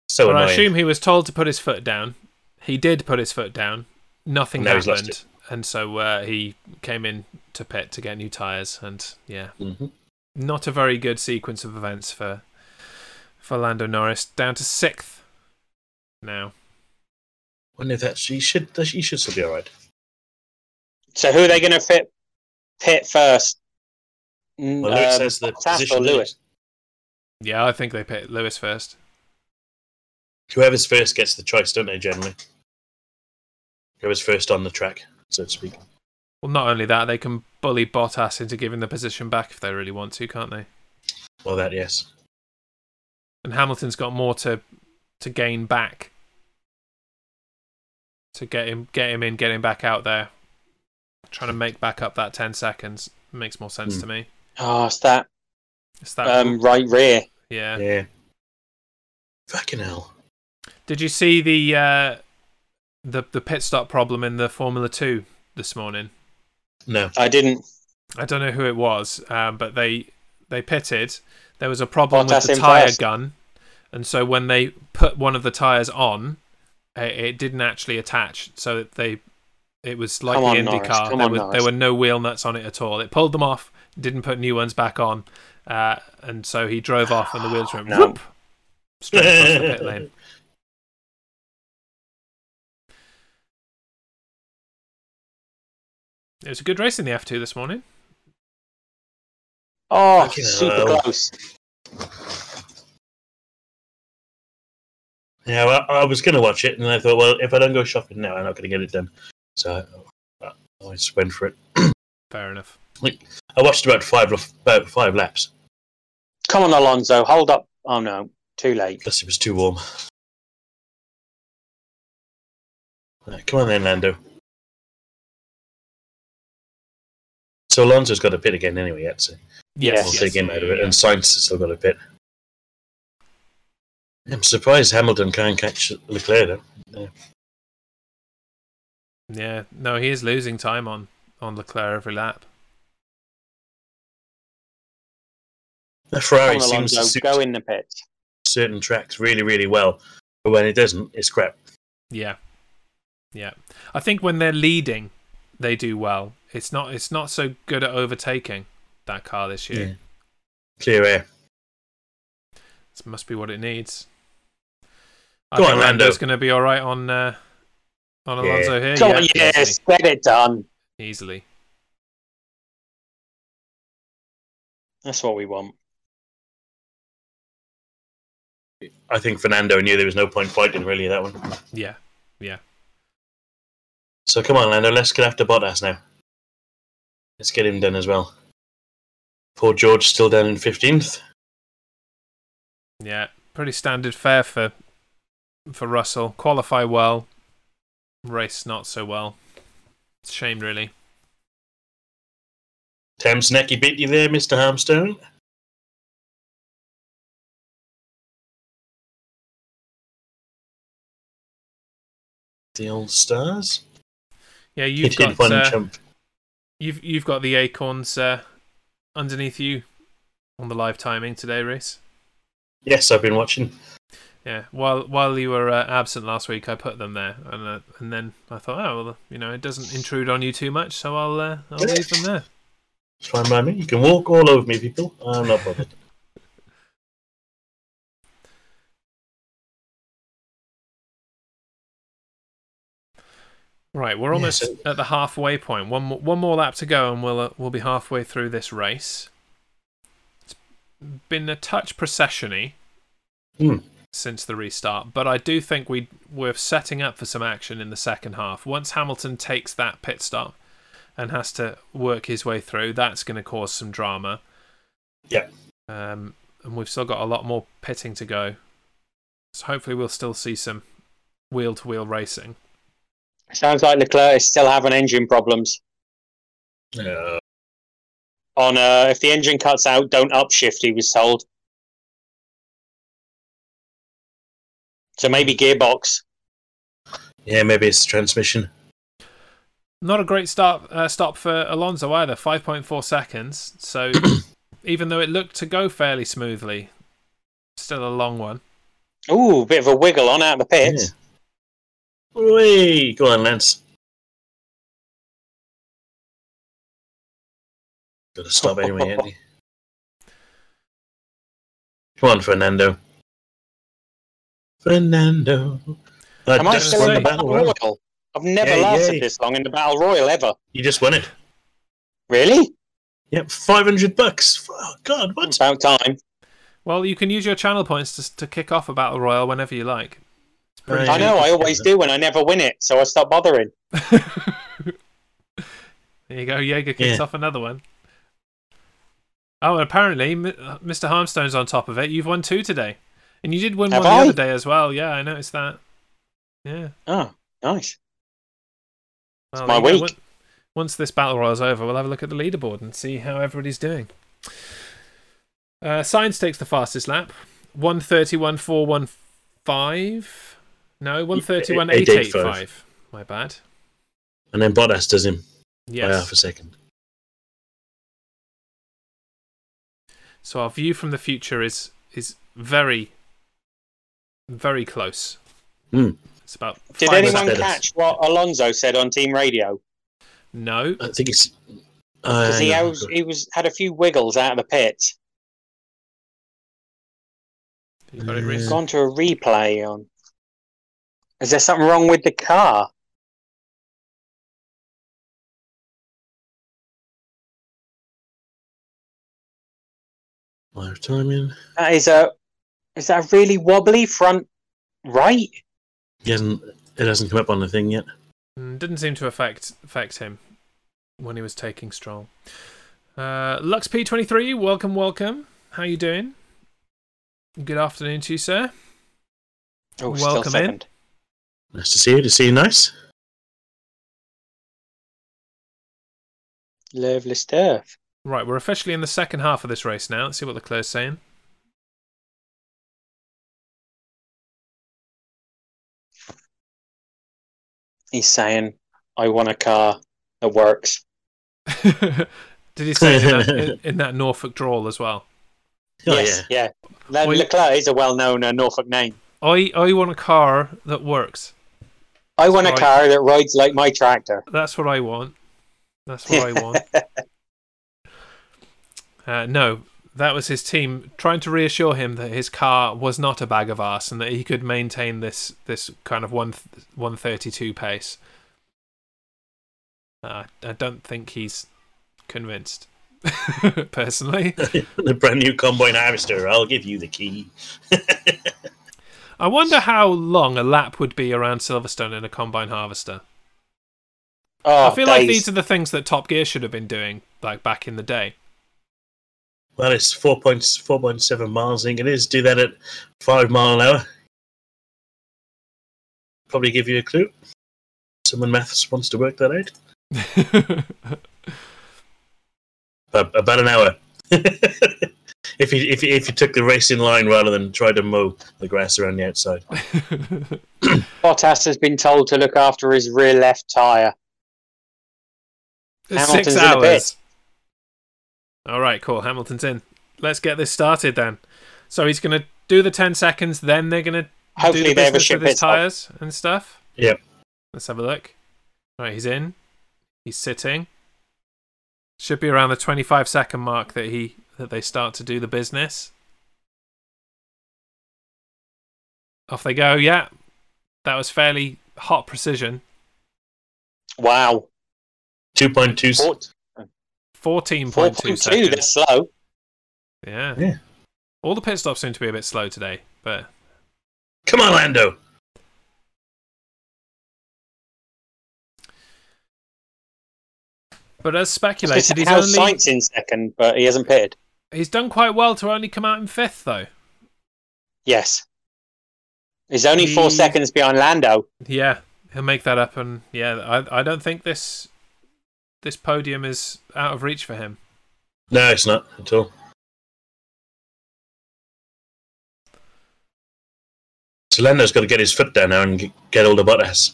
[SPEAKER 1] so
[SPEAKER 2] But I
[SPEAKER 1] annoying.
[SPEAKER 2] assume he was told to put his foot down. He did put his foot down. Nothing
[SPEAKER 1] Now he's lost
[SPEAKER 2] happened, and so uh, he came in to pit to get new tyres. And yeah,
[SPEAKER 1] Mhm.
[SPEAKER 2] not a very good sequence of events for for Lando Norris. Down to sixth now.
[SPEAKER 1] Wonder if that's he should that he should still be all right.
[SPEAKER 3] So who are they going to fit pit first? Mm,
[SPEAKER 1] Well, Lewis
[SPEAKER 3] um,
[SPEAKER 1] says the
[SPEAKER 3] Bottas
[SPEAKER 1] position.
[SPEAKER 3] or Lewis.
[SPEAKER 2] Yeah, I think they pit Lewis first.
[SPEAKER 1] Whoever's first gets the choice, don't they? Generally, whoever's first on the track, so to speak.
[SPEAKER 2] Well, not only that, they can bully Bottas into giving the position back if they really want to, can't they?
[SPEAKER 1] Well, that yes.
[SPEAKER 2] And Hamilton's got more to to gain back to get him get him in, get him back out there. Trying to make back up that ten seconds makes more sense
[SPEAKER 1] Hmm.
[SPEAKER 2] to me.
[SPEAKER 3] Oh, it's that
[SPEAKER 2] It's that
[SPEAKER 3] um, right rear.
[SPEAKER 2] yeah.
[SPEAKER 1] Yeah. Fucking hell.
[SPEAKER 2] Did you see the uh, the the pit stop problem in the Formula Two this morning?
[SPEAKER 1] No.
[SPEAKER 3] I didn't.
[SPEAKER 2] I don't know who it was, um, but they they pitted. There was a problem
[SPEAKER 3] Bottas
[SPEAKER 2] with
[SPEAKER 3] in
[SPEAKER 2] the tire
[SPEAKER 3] first.
[SPEAKER 2] gun, and so when they put one of the tires on, it, it didn't actually attach. So they it was like
[SPEAKER 3] Come
[SPEAKER 2] the
[SPEAKER 3] on,
[SPEAKER 2] IndyCar.
[SPEAKER 3] Norris. Come
[SPEAKER 2] there,
[SPEAKER 3] on,
[SPEAKER 2] were,
[SPEAKER 3] Norris.
[SPEAKER 2] there were no wheel nuts on it at all. It pulled them off, didn't put new ones back on, uh, and so he drove off and the wheels went
[SPEAKER 3] No.
[SPEAKER 2] whoop, straight across the pit lane. It was a good race in the F2 this morning.
[SPEAKER 3] Oh,
[SPEAKER 1] Fucking
[SPEAKER 3] super
[SPEAKER 1] hell.
[SPEAKER 3] close.
[SPEAKER 1] Yeah, well, I was going to watch it, and then I thought, well, if I don't go shopping now, I'm not going to get it done. So uh, I just went for it.
[SPEAKER 2] Fair enough.
[SPEAKER 1] I watched about five about five laps.
[SPEAKER 3] Come on, Alonso, hold up. Oh no, too late.
[SPEAKER 1] Plus, it was too warm. Right, come on then, Lando. So Alonso's got a pit again anyway, yet, so
[SPEAKER 3] Yes,
[SPEAKER 1] we'll
[SPEAKER 3] yes,
[SPEAKER 1] take him out of it.
[SPEAKER 2] yeah.
[SPEAKER 1] And Sainz has still got a pit. I'm surprised Hamilton can't catch Leclerc, though.
[SPEAKER 2] Yeah, no, he is losing time on on Leclerc every lap.
[SPEAKER 1] The Ferrari
[SPEAKER 3] Come on,
[SPEAKER 1] seems to
[SPEAKER 3] Alonso,
[SPEAKER 1] suit
[SPEAKER 3] go in the pit.
[SPEAKER 1] certain tracks really, really well, but when it doesn't, it's crap.
[SPEAKER 2] Yeah, yeah. I think when they're leading, they do well. It's not it's not so good at overtaking that car this year.
[SPEAKER 1] Yeah. Clear air.
[SPEAKER 2] This must be what it needs. I
[SPEAKER 1] Go
[SPEAKER 2] think
[SPEAKER 1] on, Lando.
[SPEAKER 2] Lando's going to be all right on uh, on
[SPEAKER 1] Yeah.
[SPEAKER 2] Alonso here.
[SPEAKER 3] Come
[SPEAKER 2] yeah,
[SPEAKER 3] on, yes,
[SPEAKER 2] easily.
[SPEAKER 3] get it done.
[SPEAKER 2] easily.
[SPEAKER 3] That's what we want.
[SPEAKER 1] I think Fernando knew there was no point fighting really that one.
[SPEAKER 2] Yeah,
[SPEAKER 1] So come on, Lando, let's get after Bottas now. Let's get him done as well. Poor George still down in fifteenth.
[SPEAKER 2] yeah. Pretty standard fare for for Russell. Qualify well, race not so well. It's a shame, really.
[SPEAKER 1] Thames Necky beat you there, Mr. Harmstone. The old stars.
[SPEAKER 2] Yeah,
[SPEAKER 1] You
[SPEAKER 2] you've
[SPEAKER 1] did
[SPEAKER 2] got
[SPEAKER 1] one
[SPEAKER 2] uh,
[SPEAKER 1] jump.
[SPEAKER 2] You've you've got the acorns uh, underneath you on the live timing today, Reese.
[SPEAKER 1] Yes, I've been watching.
[SPEAKER 2] Yeah. While while you were uh, absent last week, I put them there, and uh, and then I thought, oh well, you know, it doesn't intrude on you too much, so I'll uh, I'll leave them there.
[SPEAKER 1] It's fine by me. You can walk all over me, people. I'm not bothered.
[SPEAKER 2] Right, we're almost
[SPEAKER 1] so-
[SPEAKER 2] at the halfway point. One more, one more lap to go, and we'll uh, we'll be halfway through this race. It's been a touch processiony
[SPEAKER 1] Hmm.
[SPEAKER 2] since the restart, but I do think we we're setting up for some action in the second half. Once Hamilton takes that pit stop and has to work his way through, that's going to cause some drama.
[SPEAKER 1] Yeah.
[SPEAKER 2] Um, and we've still got a lot more pitting to go, so hopefully we'll still see some wheel to wheel racing.
[SPEAKER 3] Sounds like Leclerc is still having engine problems.
[SPEAKER 1] Uh,
[SPEAKER 3] On uh, if the engine cuts out, don't upshift. He was told. So maybe gearbox.
[SPEAKER 1] yeah, maybe it's transmission.
[SPEAKER 2] Not a great start uh, stop for Alonso either. Five point four seconds. So even though it looked to go fairly smoothly, still a long one.
[SPEAKER 3] Ooh, bit of a wiggle on out of the pit.
[SPEAKER 1] Yeah. Whee! Go on, Lance. Gotta stop anyway, ain't you? Come on, Fernando. Fernando. I
[SPEAKER 3] Am I
[SPEAKER 1] just
[SPEAKER 3] still
[SPEAKER 1] won
[SPEAKER 3] in
[SPEAKER 1] the
[SPEAKER 3] the
[SPEAKER 1] battle
[SPEAKER 3] battle
[SPEAKER 1] royal.
[SPEAKER 3] royal? I've never
[SPEAKER 1] Yay,
[SPEAKER 3] lasted
[SPEAKER 1] yay.
[SPEAKER 3] this long in the battle royal ever.
[SPEAKER 1] You just won it.
[SPEAKER 3] Really?
[SPEAKER 1] Yep, 500 bucks. Oh, God, what?
[SPEAKER 3] About time.
[SPEAKER 2] Well, you can use your channel points to, to kick off a battle royal whenever you like.
[SPEAKER 1] Right.
[SPEAKER 3] I know. I always do, and I never win it, so I stop bothering.
[SPEAKER 2] There you go. Jaeger kicks
[SPEAKER 1] Yeah.
[SPEAKER 2] off another one. Oh, and apparently M- uh, Mr. Harmstone's on top of it. You've won two today, and you did win
[SPEAKER 3] Have
[SPEAKER 2] one
[SPEAKER 3] I?
[SPEAKER 2] the other day as well. Yeah, I noticed that. Yeah.
[SPEAKER 3] Oh, nice.
[SPEAKER 2] Well,
[SPEAKER 3] my
[SPEAKER 2] there you go.
[SPEAKER 3] week.
[SPEAKER 2] Once- Once this battle royale's over, we'll have a look at the leaderboard and see how everybody's doing. Uh, Science takes the fastest lap, one thirty-one four one five. No, one thirty-one eight eight five. My bad.
[SPEAKER 1] And then Bottas does him by
[SPEAKER 2] Yes.
[SPEAKER 1] half a second.
[SPEAKER 2] So our view from the future is is very, very close.
[SPEAKER 1] Hmm.
[SPEAKER 2] It's about. five
[SPEAKER 3] Did
[SPEAKER 1] Fine,
[SPEAKER 3] anyone
[SPEAKER 1] that's
[SPEAKER 2] seconds.
[SPEAKER 1] better.
[SPEAKER 3] catch what Alonso said on team radio?
[SPEAKER 2] No.
[SPEAKER 1] I think it's.
[SPEAKER 3] because he,
[SPEAKER 1] I-
[SPEAKER 3] was he was had a few wiggles out of the pit.
[SPEAKER 2] You got it,
[SPEAKER 1] Yeah.
[SPEAKER 2] Reese?
[SPEAKER 3] Gone to a replay on. Is there something wrong with the car?
[SPEAKER 1] Live timing.
[SPEAKER 3] That is a is that a really wobbly front right?
[SPEAKER 1] He hasn't. It hasn't come up on the thing yet.
[SPEAKER 2] Mm, Didn't seem to affect affect him when he was taking stroll. Uh, Lux P23, welcome, welcome. How you doing? Good afternoon to you, sir.
[SPEAKER 3] Oh, still
[SPEAKER 2] Welcome in.
[SPEAKER 3] second.
[SPEAKER 1] Nice to see you. To see you, nice.
[SPEAKER 3] Lovely stuff.
[SPEAKER 2] Right, we're officially in the second half of this race now. Let's see what the clear's saying.
[SPEAKER 3] He's saying, "I want a car that works."
[SPEAKER 2] Did he say it in that, in, in that Norfolk drawl as well?
[SPEAKER 1] Oh
[SPEAKER 3] yes, yeah. Le-
[SPEAKER 2] Well, you-
[SPEAKER 3] Leclerc is a well-known uh, Norfolk name.
[SPEAKER 2] I I want a car that works.
[SPEAKER 3] I want a
[SPEAKER 2] Right.
[SPEAKER 3] car that rides like my tractor.
[SPEAKER 2] That's what I want. That's what I want. Uh, no, that was his team trying to reassure him that his car was not a bag of ass and that he could maintain this this kind of one one thirty two pace. Uh, I don't think he's convinced, personally.
[SPEAKER 1] yeah. the brand new combine harvester. I'll give you the key.
[SPEAKER 2] I wonder how long a lap would be around Silverstone in a combine harvester.
[SPEAKER 3] Oh,
[SPEAKER 2] I feel like these are the things that Top Gear should have been doing like back in the day.
[SPEAKER 1] Well, it's four points, four point seven miles. I think it is. Do that at five mile an hour. Probably give you a clue. Someone maths wants to work that out. Ab- About an hour. if you if you, if you took the race in line rather than try to mow the grass around the outside.
[SPEAKER 3] Bottas has been told to look after his rear left tire. Hamilton's
[SPEAKER 2] Six
[SPEAKER 3] in a
[SPEAKER 2] hours.
[SPEAKER 3] bit.
[SPEAKER 2] All right, cool. Hamilton's in. Let's get this started then. So he's going to do the 10 seconds, then they're going to do
[SPEAKER 3] Hopefully,
[SPEAKER 2] the
[SPEAKER 3] they have a
[SPEAKER 2] business
[SPEAKER 3] shit
[SPEAKER 2] with his
[SPEAKER 3] pit stop.
[SPEAKER 2] tyres and stuff.
[SPEAKER 1] Yep.
[SPEAKER 2] Let's have a look. All right, he's in. He's sitting. Should be around the 25 second mark that he that they start to do the business. Off they go. Yeah. That was fairly hot precision.
[SPEAKER 3] Wow,
[SPEAKER 1] Two point two.
[SPEAKER 3] four four
[SPEAKER 2] 14.2
[SPEAKER 3] point two.
[SPEAKER 2] seconds.
[SPEAKER 3] That's slow.
[SPEAKER 2] Yeah.
[SPEAKER 1] Yeah.
[SPEAKER 2] All the pit stops seem to be a bit slow today, but
[SPEAKER 1] Come on, Lando.
[SPEAKER 2] but as
[SPEAKER 3] It's
[SPEAKER 2] speculated, he's
[SPEAKER 3] how
[SPEAKER 2] only
[SPEAKER 3] Sainz in second, but he hasn't pitted.
[SPEAKER 2] he's done quite well to only come out in fifth though.
[SPEAKER 3] Yes, he's only four
[SPEAKER 2] He-
[SPEAKER 3] seconds behind Lando.
[SPEAKER 2] Yeah, he'll make that up, and yeah, I I don't think this this podium is out of reach for him.
[SPEAKER 1] No, it's not at all. So Lando's got to get his foot down now and g- get all the Bottas.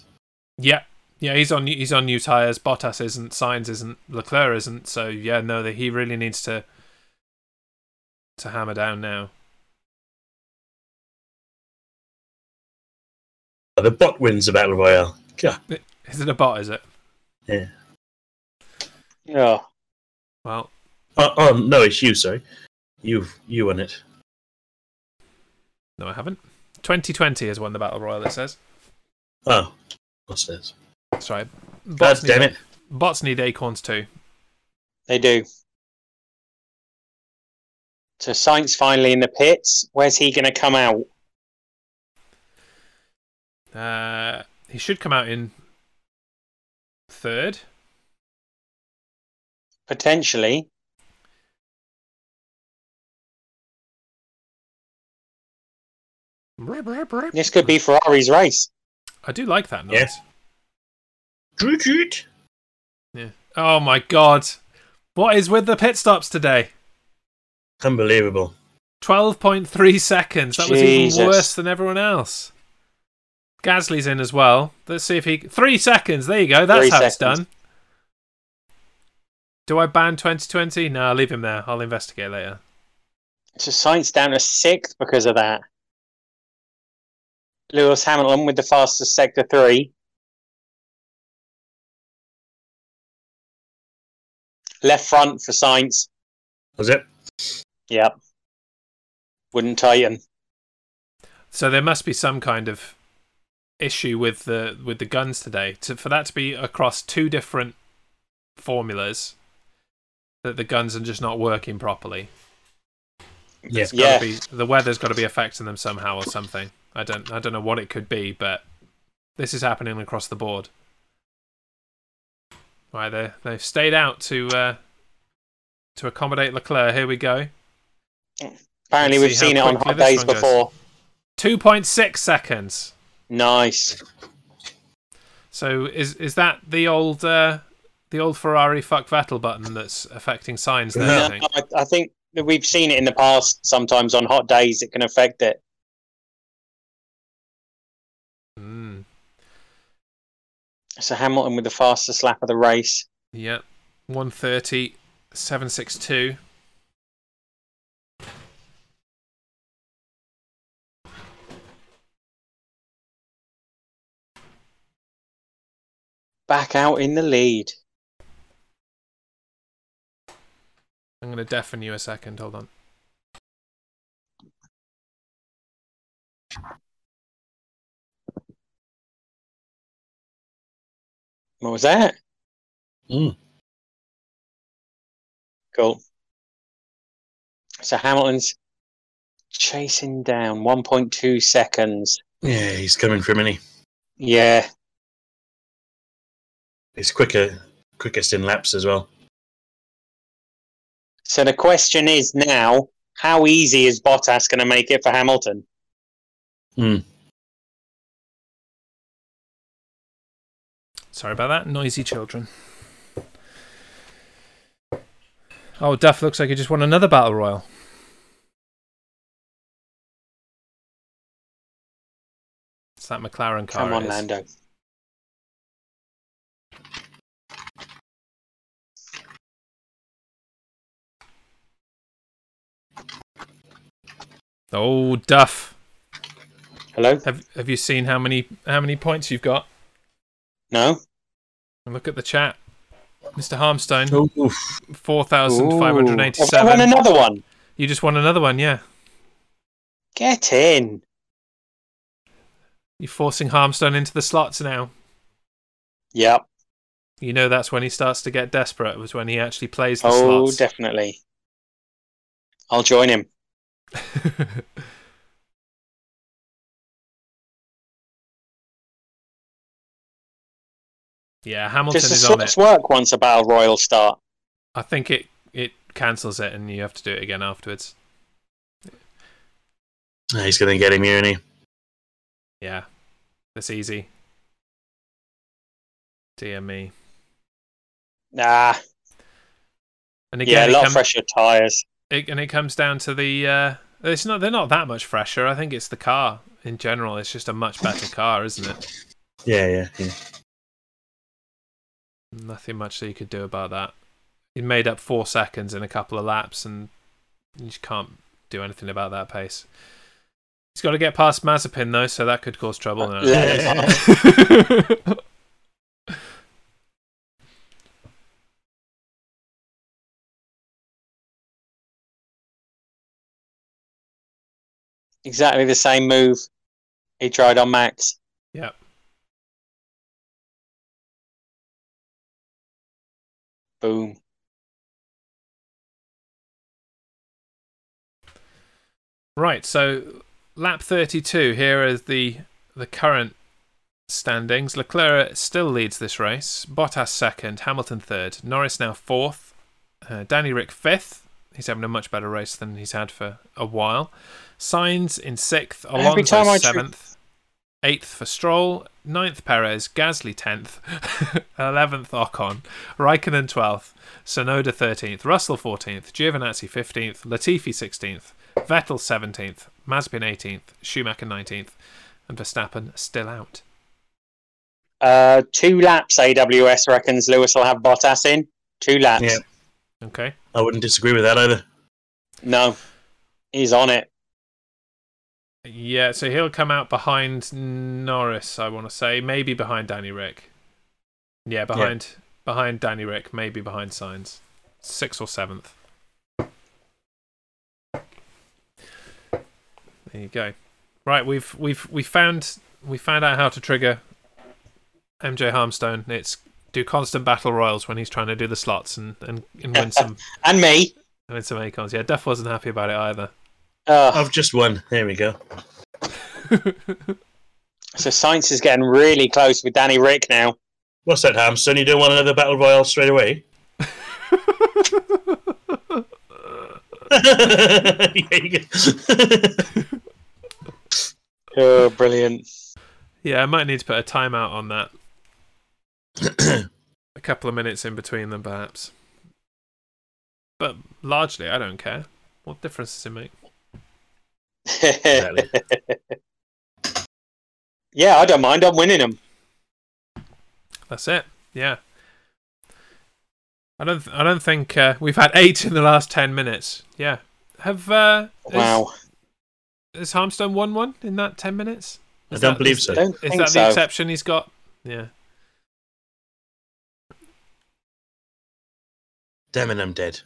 [SPEAKER 2] Yeah, yeah, he's on he's on new tires. Bottas isn't, Signs isn't, Leclerc isn't. So yeah, no, that he really needs to to hammer down now.
[SPEAKER 1] The bot wins the battle royale. God,
[SPEAKER 2] Is it a bot? Is it?
[SPEAKER 3] Oh,
[SPEAKER 2] Well,
[SPEAKER 1] oh, oh, no, it's you. Sorry, you've you won it.
[SPEAKER 2] no, I haven't. 2020 has won the battle royal. It says.
[SPEAKER 1] Oh, what's this?
[SPEAKER 2] That's right.
[SPEAKER 1] God
[SPEAKER 2] Bots need,
[SPEAKER 1] damn it!
[SPEAKER 2] bots need acorns too.
[SPEAKER 3] they do. So Sainz finally in the pits. Where's he going to come out?
[SPEAKER 2] Uh, he should come out in third.
[SPEAKER 3] Potentially. This could be Ferrari's race.
[SPEAKER 2] I do like that noise.
[SPEAKER 1] Yeah. Droot, droot.
[SPEAKER 2] Oh my god. What is with the pit stops today?
[SPEAKER 1] Unbelievable.
[SPEAKER 2] 12.3 seconds. That was
[SPEAKER 3] Jesus.
[SPEAKER 2] even worse than everyone else. Gasly's in as well. Let's see if he. Three seconds. There you go. That's
[SPEAKER 3] Three
[SPEAKER 2] how it's
[SPEAKER 3] seconds.
[SPEAKER 2] done. Do I ban 2020? No, I'll leave him there. I'll investigate later.
[SPEAKER 3] So Sainz down to sixth because of that. Lewis Hamilton with the fastest sector three. Left front for science.
[SPEAKER 1] Was it?
[SPEAKER 3] Yeah. Wouldn't tighten.
[SPEAKER 2] So there must be some kind of issue with the with the guns today. To, for that to be across two different formulas, that the guns are just not working properly. There's gotta
[SPEAKER 3] Yeah.
[SPEAKER 2] be- the weather's got to be affecting them somehow or something. I don't I don't know what it could be, but this is happening across the board. Right, they they've stayed out to uh, to accommodate Leclerc. Here we go.
[SPEAKER 3] Apparently,
[SPEAKER 2] Let's
[SPEAKER 3] we've
[SPEAKER 2] see
[SPEAKER 3] seen it
[SPEAKER 2] how
[SPEAKER 3] on hot
[SPEAKER 2] quickly this
[SPEAKER 3] days
[SPEAKER 2] one goes.
[SPEAKER 3] before.
[SPEAKER 2] Two point six seconds.
[SPEAKER 3] Nice.
[SPEAKER 2] So is is that the old uh, the old Ferrari fuck Vettel button that's affecting signs there? I
[SPEAKER 1] No.
[SPEAKER 2] think?
[SPEAKER 3] No, I, I think that we've seen it in the past. Sometimes on hot days, it can affect it.
[SPEAKER 2] Mm,
[SPEAKER 3] So Hamilton with the fastest lap of the race.
[SPEAKER 2] yeah, one thirty seven six two.
[SPEAKER 3] Back out in the lead.
[SPEAKER 2] I'm gonna deafen you a second. Hold on.
[SPEAKER 3] What was that?
[SPEAKER 1] Mm.
[SPEAKER 3] Cool. So Hamilton's chasing down 1.2 seconds.
[SPEAKER 1] Yeah, he's coming from any.
[SPEAKER 3] Yeah,
[SPEAKER 1] He's quicker, quickest in laps as well.
[SPEAKER 3] So the question is now, how easy is Bottas going to make it for Hamilton?
[SPEAKER 2] Sorry about that. Noisy children. Oh, Duff looks like he just won another battle royal. It's that McLaren car.
[SPEAKER 3] Come
[SPEAKER 2] it
[SPEAKER 3] on,
[SPEAKER 2] is.
[SPEAKER 3] Lando.
[SPEAKER 2] Oh, Duff.
[SPEAKER 3] Hello?
[SPEAKER 2] Have Have you seen how many how many points you've got?
[SPEAKER 3] No?
[SPEAKER 2] And Look at the chat, Mr. Harmstone,
[SPEAKER 1] Oh, oof.
[SPEAKER 2] four thousand five hundred
[SPEAKER 3] Ooh. Have I won
[SPEAKER 2] eighty-seven.
[SPEAKER 3] another one?
[SPEAKER 2] You just won another one, yeah.
[SPEAKER 3] Get in.
[SPEAKER 2] You're forcing Harmstone into the slots now.
[SPEAKER 3] Yep.
[SPEAKER 2] You know that's when he starts to get desperate. Was when he actually plays the
[SPEAKER 3] Oh,
[SPEAKER 2] slots.
[SPEAKER 3] definitely. I'll join him.
[SPEAKER 2] yeah, Hamilton
[SPEAKER 3] Does the
[SPEAKER 2] is on it.
[SPEAKER 3] slots work once a battle royal start?
[SPEAKER 2] I think it it cancels it, and you have to do it again afterwards.
[SPEAKER 1] Ah, he's going to get him here, isn't
[SPEAKER 2] Yeah, that's easy. Dear me.
[SPEAKER 3] Nah.
[SPEAKER 2] And
[SPEAKER 3] Yeah,
[SPEAKER 2] again,
[SPEAKER 3] a
[SPEAKER 2] it
[SPEAKER 3] lot
[SPEAKER 2] comes,
[SPEAKER 3] fresher tyres.
[SPEAKER 2] it, and it comes down to the. Uh, it's not. They're not that much fresher. I think it's the car in general. It's just a much better car, isn't it?
[SPEAKER 1] he? Yeah, yeah. yeah.
[SPEAKER 2] Nothing much that you could do about that. You made up four seconds in a couple of laps, and you just can't do anything about that pace. He's got to get past Mazepin though, so that could cause trouble. now.
[SPEAKER 3] Yeah. Exactly the same move he tried on Max.
[SPEAKER 2] Yep.
[SPEAKER 3] Boom.
[SPEAKER 2] Right, so lap 32. Here is the the current standings. Leclerc still leads this race. Bottas second, Hamilton third, Norris now fourth, uh, Danny Rick fifth. He's having a much better race than he's had for a while. Signs in sixth,
[SPEAKER 3] Every
[SPEAKER 2] Alonso
[SPEAKER 3] time I tr-
[SPEAKER 2] seventh, eighth for Stroll, ninth Perez, Gasly tenth, eleventh Ocon, Raikkonen twelfth, Sonoda thirteenth, Russell fourteenth, Giovinazzi fifteenth, Latifi sixteenth, Vettel seventeenth, Mazepin eighteenth, Schumacher nineteenth, and Verstappen still out.
[SPEAKER 3] Uh, two laps, AWS reckons Lewis will have Bottas in. Two laps.
[SPEAKER 1] Yeah.
[SPEAKER 2] Okay.
[SPEAKER 1] I wouldn't disagree with that either.
[SPEAKER 3] No, he's on it.
[SPEAKER 2] Yeah, so he'll come out behind Norris, I want to say, maybe behind Danny Rick. Yeah, behind behind Danny Rick, maybe behind Signs. sixth or seventh. There you go. Right, we've we've we found we found out how to trigger MJ Harmstone. It's do constant battle royals when he's trying to do the slots and and, and win some
[SPEAKER 3] And me.
[SPEAKER 2] and win some acons. Yeah, Duff wasn't happy about it either.
[SPEAKER 3] Uh,
[SPEAKER 1] I've just won. There we go.
[SPEAKER 3] so science is getting really close with Danny Rick now.
[SPEAKER 1] What's that, Hamson? You don't want another battle royale straight away? yeah, you go.
[SPEAKER 3] Oh, brilliant.
[SPEAKER 2] yeah, I might need to put a timeout on that. a couple of minutes in between them, perhaps. But largely, I don't care. What difference does it make?
[SPEAKER 1] Exactly.
[SPEAKER 3] yeah, I don't mind. I'm winning them.
[SPEAKER 2] That's it. Yeah. I don't. I don't think uh, we've had eight in the last ten minutes. Yeah. Have uh, has-
[SPEAKER 3] Wow.
[SPEAKER 2] Has, Harmstone won one in that ten minutes?
[SPEAKER 1] I
[SPEAKER 2] Is
[SPEAKER 1] don't
[SPEAKER 2] that-
[SPEAKER 1] believe
[SPEAKER 2] is-
[SPEAKER 1] so.
[SPEAKER 3] I don't
[SPEAKER 2] Is
[SPEAKER 3] think
[SPEAKER 2] that the
[SPEAKER 3] so.
[SPEAKER 2] exception he's got? Yeah.
[SPEAKER 1] Damn it, I'm dead.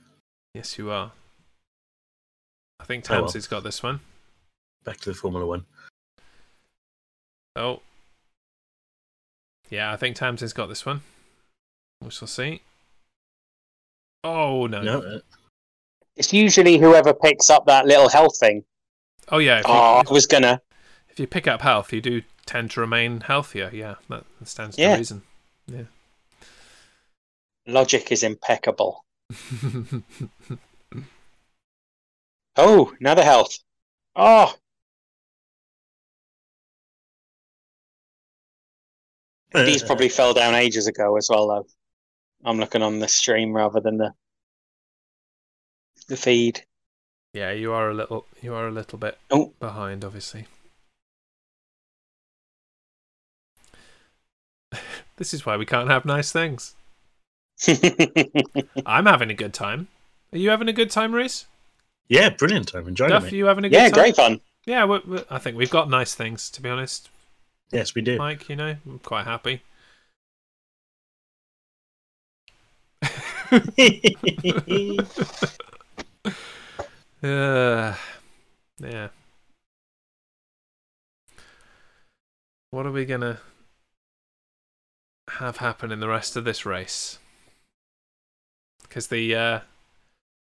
[SPEAKER 2] Yes, you are. I think
[SPEAKER 1] Oh, well.
[SPEAKER 2] Tamsin's got this one.
[SPEAKER 1] Back to the Formula One.
[SPEAKER 2] Oh. Yeah, I think Tamsin's got this one. We shall see. Oh no.
[SPEAKER 1] No, uh,
[SPEAKER 3] It's usually whoever picks up that little health thing.
[SPEAKER 2] Oh yeah. If you,
[SPEAKER 3] Oh,
[SPEAKER 2] if-
[SPEAKER 3] I was gonna.
[SPEAKER 2] if you pick up health, you do tend to remain healthier. Yeah, that stands to
[SPEAKER 3] Yeah.
[SPEAKER 2] reason.
[SPEAKER 3] Logic is impeccable. Oh, another health. Oh, these probably fell down ages ago as well, though. I'm looking on the stream rather than the the feed.
[SPEAKER 2] yeah, you are a little. You are a little bit
[SPEAKER 3] Oh.
[SPEAKER 2] behind, obviously. this is why we can't have nice things. I'm having a good time. Are you having a good time, Reese?
[SPEAKER 1] Yeah, brilliant. I'm enjoying
[SPEAKER 2] Duff,
[SPEAKER 1] it.
[SPEAKER 2] are
[SPEAKER 1] mate.
[SPEAKER 2] you having a good
[SPEAKER 3] yeah,
[SPEAKER 2] time?
[SPEAKER 3] great fun.
[SPEAKER 2] Yeah, we we I think we've got nice things, to be honest,
[SPEAKER 1] Yes, we do.
[SPEAKER 2] Mike. You know, I'm quite happy. Uh, yeah. What are we gonna have happen in the rest of this race? Because the uh,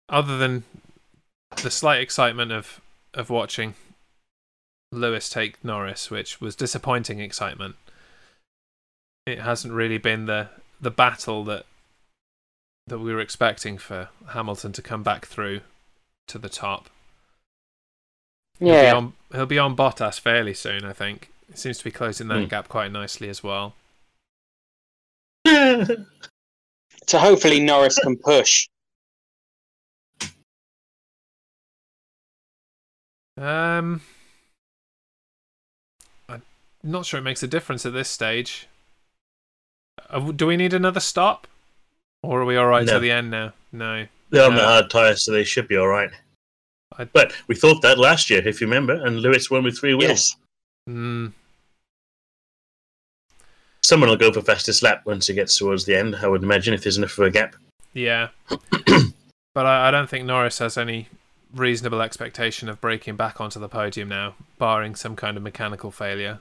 [SPEAKER 2] other than the slight excitement of of watching Lewis take Norris, which was disappointing excitement, it hasn't really been the the battle that that we were expecting for Hamilton to come back through to the top. He'll be,
[SPEAKER 3] Yeah,
[SPEAKER 2] on, he'll be on Bottas fairly soon, I think. It seems to be closing that
[SPEAKER 1] Hmm.
[SPEAKER 2] gap quite nicely as well.
[SPEAKER 3] so hopefully Norris can push.
[SPEAKER 2] Um, I'm not sure it makes a difference at this stage. Uh, w- do we need another stop, or are we all right
[SPEAKER 1] No.
[SPEAKER 2] to the end now? No.
[SPEAKER 1] They're on the
[SPEAKER 2] Uh,
[SPEAKER 1] hard tyres, so they should be all right.
[SPEAKER 2] I-
[SPEAKER 1] But we thought that last year, if you remember, and Lewis won with three wheels.
[SPEAKER 3] Yes.
[SPEAKER 2] Mm,
[SPEAKER 1] Someone will go for fastest lap once it gets towards the end, I would imagine, if there's enough of a gap.
[SPEAKER 2] yeah. but I, I don't think Norris has any reasonable expectation of breaking back onto the podium now, barring some kind of mechanical failure.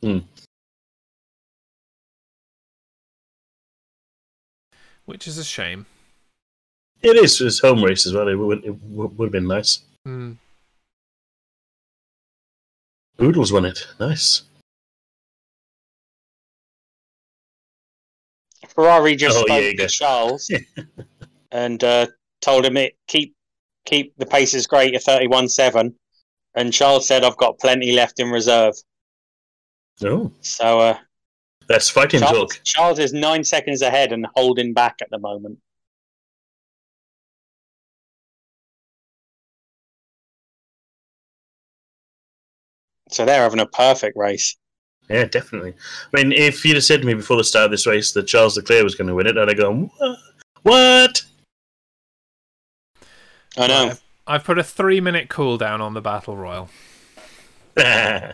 [SPEAKER 1] Hmm.
[SPEAKER 2] Which is a shame.
[SPEAKER 1] It is his home race as well. It would, it would would have been nice.
[SPEAKER 2] Mm.
[SPEAKER 1] Oodles won it. Nice.
[SPEAKER 3] Ferrari just
[SPEAKER 1] Oh, yeah,
[SPEAKER 3] spoke
[SPEAKER 1] you
[SPEAKER 3] to
[SPEAKER 1] go.
[SPEAKER 3] Charles and uh, told him it keep keep the pace is great at thirty one seven, and Charles said I've got plenty left in reserve.
[SPEAKER 1] Oh,
[SPEAKER 3] So uh,
[SPEAKER 1] that's fighting
[SPEAKER 3] Charles,
[SPEAKER 1] talk.
[SPEAKER 3] Charles is nine seconds ahead and holding back at the moment. So they're having a perfect race.
[SPEAKER 1] Yeah, definitely. I mean, if you'd have said to me before the start of this race that Charles Leclerc was going to win it, I'd have gone, "Wha- what?
[SPEAKER 3] I know.
[SPEAKER 2] I've, I've put a three minute cooldown on the Battle Royal. I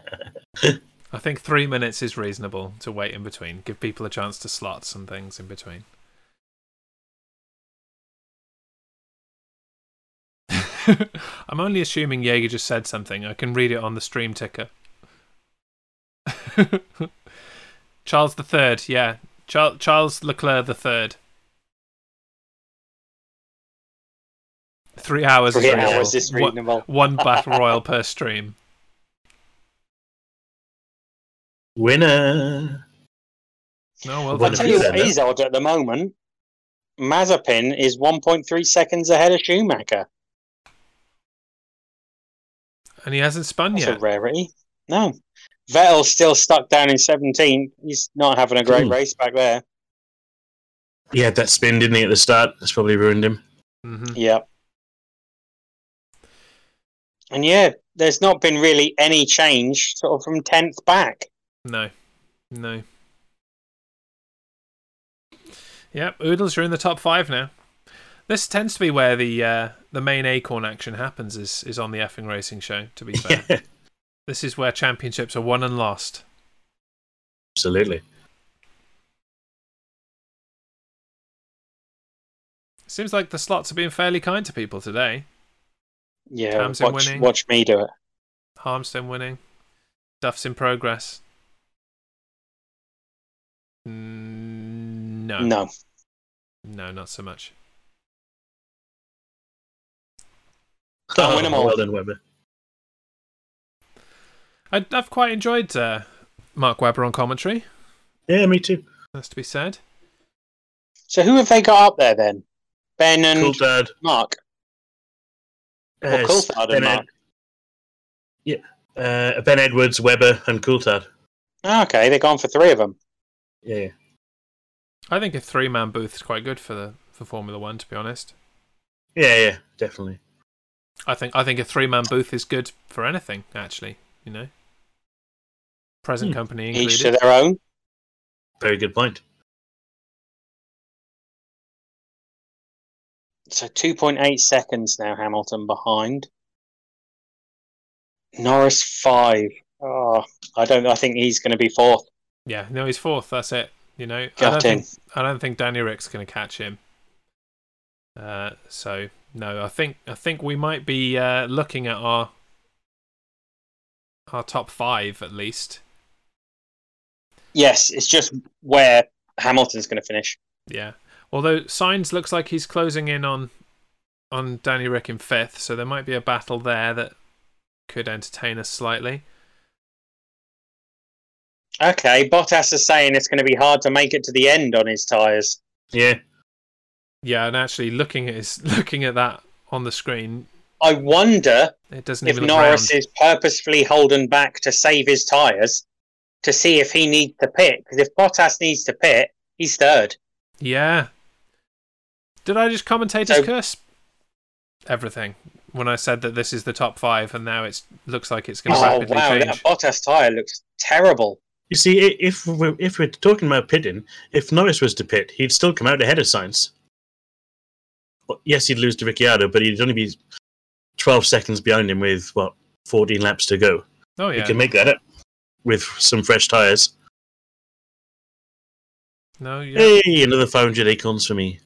[SPEAKER 2] think three minutes is reasonable to wait in between. Give people a chance to slot some things in between. I'm only assuming Jaeger just said something. I can read it on the stream ticker. Charles the Third, yeah, Char- Charles Leclerc the Third. Three hours.
[SPEAKER 3] Three
[SPEAKER 2] is reasonable.
[SPEAKER 3] hours is
[SPEAKER 2] One-
[SPEAKER 3] reasonable.
[SPEAKER 2] one battle royal per stream.
[SPEAKER 1] Winner.
[SPEAKER 2] No, well
[SPEAKER 1] Well,
[SPEAKER 3] I'll
[SPEAKER 2] done.
[SPEAKER 3] tell you
[SPEAKER 1] then,
[SPEAKER 3] what is odd at the moment. Mazepin is 1.3 seconds ahead of Schumacher.
[SPEAKER 2] And he hasn't spun
[SPEAKER 3] That's
[SPEAKER 2] yet.
[SPEAKER 3] a rarity. No. Vettel's still stuck down in 17th. He's not having a great
[SPEAKER 1] Hmm.
[SPEAKER 3] race back there.
[SPEAKER 1] He had that spin, didn't he, at the start? That's probably ruined him.
[SPEAKER 2] hmm
[SPEAKER 3] Yeah. And yeah, there's not been really any change sort of from 10th back.
[SPEAKER 2] No, no. Yep, Oodles are in the top five now. This tends to be where the uh, the main acorn action happens is is on the effing racing show. To be fair, this is where championships are won and lost.
[SPEAKER 1] Absolutely.
[SPEAKER 2] Seems like the slots are being fairly kind to people today.
[SPEAKER 3] Yeah,
[SPEAKER 2] Tamsin
[SPEAKER 3] watch,
[SPEAKER 2] winning.
[SPEAKER 3] watch me do it.
[SPEAKER 2] Harmstone winning. Duff's in progress. Mm, No,
[SPEAKER 3] No.
[SPEAKER 2] no, not so much.
[SPEAKER 3] Can't win 'em all.
[SPEAKER 1] Oh, Well done, Webber.
[SPEAKER 2] I, I've quite enjoyed uh, Mark Webber on commentary.
[SPEAKER 1] Yeah, me too.
[SPEAKER 2] That's to be said.
[SPEAKER 3] So who have they got up there then? Ben and
[SPEAKER 1] Cool dad.
[SPEAKER 3] Mark. Well,
[SPEAKER 1] Uh,
[SPEAKER 3] Coulthard and
[SPEAKER 1] Ben Ed-
[SPEAKER 3] Mark.
[SPEAKER 1] uh, Ben Edwards, Webber, and Coulthard.
[SPEAKER 3] Ah, okay, they're gone for three of them.
[SPEAKER 1] Yeah, yeah.
[SPEAKER 2] I think a three-man booth is quite good for the for Formula One. To be honest,
[SPEAKER 1] yeah, yeah, definitely.
[SPEAKER 2] I think I think a three-man booth is good for anything. Actually, you know, present
[SPEAKER 1] Hmm.
[SPEAKER 2] company
[SPEAKER 3] Each to
[SPEAKER 2] included.
[SPEAKER 3] their own.
[SPEAKER 1] Very good point.
[SPEAKER 3] So 2.8 seconds now, Hamilton behind. Norris five. Oh, I don't. I think he's going to be fourth.
[SPEAKER 2] Yeah, no, he's fourth. That's it. You know, I don't
[SPEAKER 3] Gutting.
[SPEAKER 2] think I don't think Danny Rick's going to catch him. Uh, so no, I think I think we might be uh, looking at our our top five at least.
[SPEAKER 3] Yes, it's just where Hamilton's going to finish.
[SPEAKER 2] Yeah. Although Signs looks like he's closing in on on Danny Rick in fifth, so there might be a battle there that could entertain us slightly.
[SPEAKER 3] Okay, Bottas is saying it's going to be hard to make it to the end on his tyres.
[SPEAKER 1] Yeah.
[SPEAKER 2] Yeah, and actually looking at his, looking at that on the screen,
[SPEAKER 3] I wonder
[SPEAKER 2] it doesn't
[SPEAKER 3] if
[SPEAKER 2] even look
[SPEAKER 3] Norris
[SPEAKER 2] round.
[SPEAKER 3] is purposefully holding back to save his tyres to see if he needs to pit. Because if Bottas needs to pit, he's third.
[SPEAKER 2] Yeah. Did I just commentator's
[SPEAKER 3] So-
[SPEAKER 2] curse everything when I said that this is the top five, and now it's looks like it's going to
[SPEAKER 3] Oh
[SPEAKER 2] rapidly
[SPEAKER 3] wow, that
[SPEAKER 2] change?
[SPEAKER 3] Bottas tyre looks terrible.
[SPEAKER 1] You see, i- if we're, if we're talking about pitting, if Norris was to pit, he'd still come out ahead of Sainz. Well, yes, he'd lose to Ricciardo, but he'd only be 12 seconds behind him with, what, 14 laps to go.
[SPEAKER 2] Oh
[SPEAKER 1] He
[SPEAKER 2] yeah,
[SPEAKER 1] can make that up with some fresh tyres.
[SPEAKER 2] no, yeah,
[SPEAKER 1] Hey, another 500 acorns for me.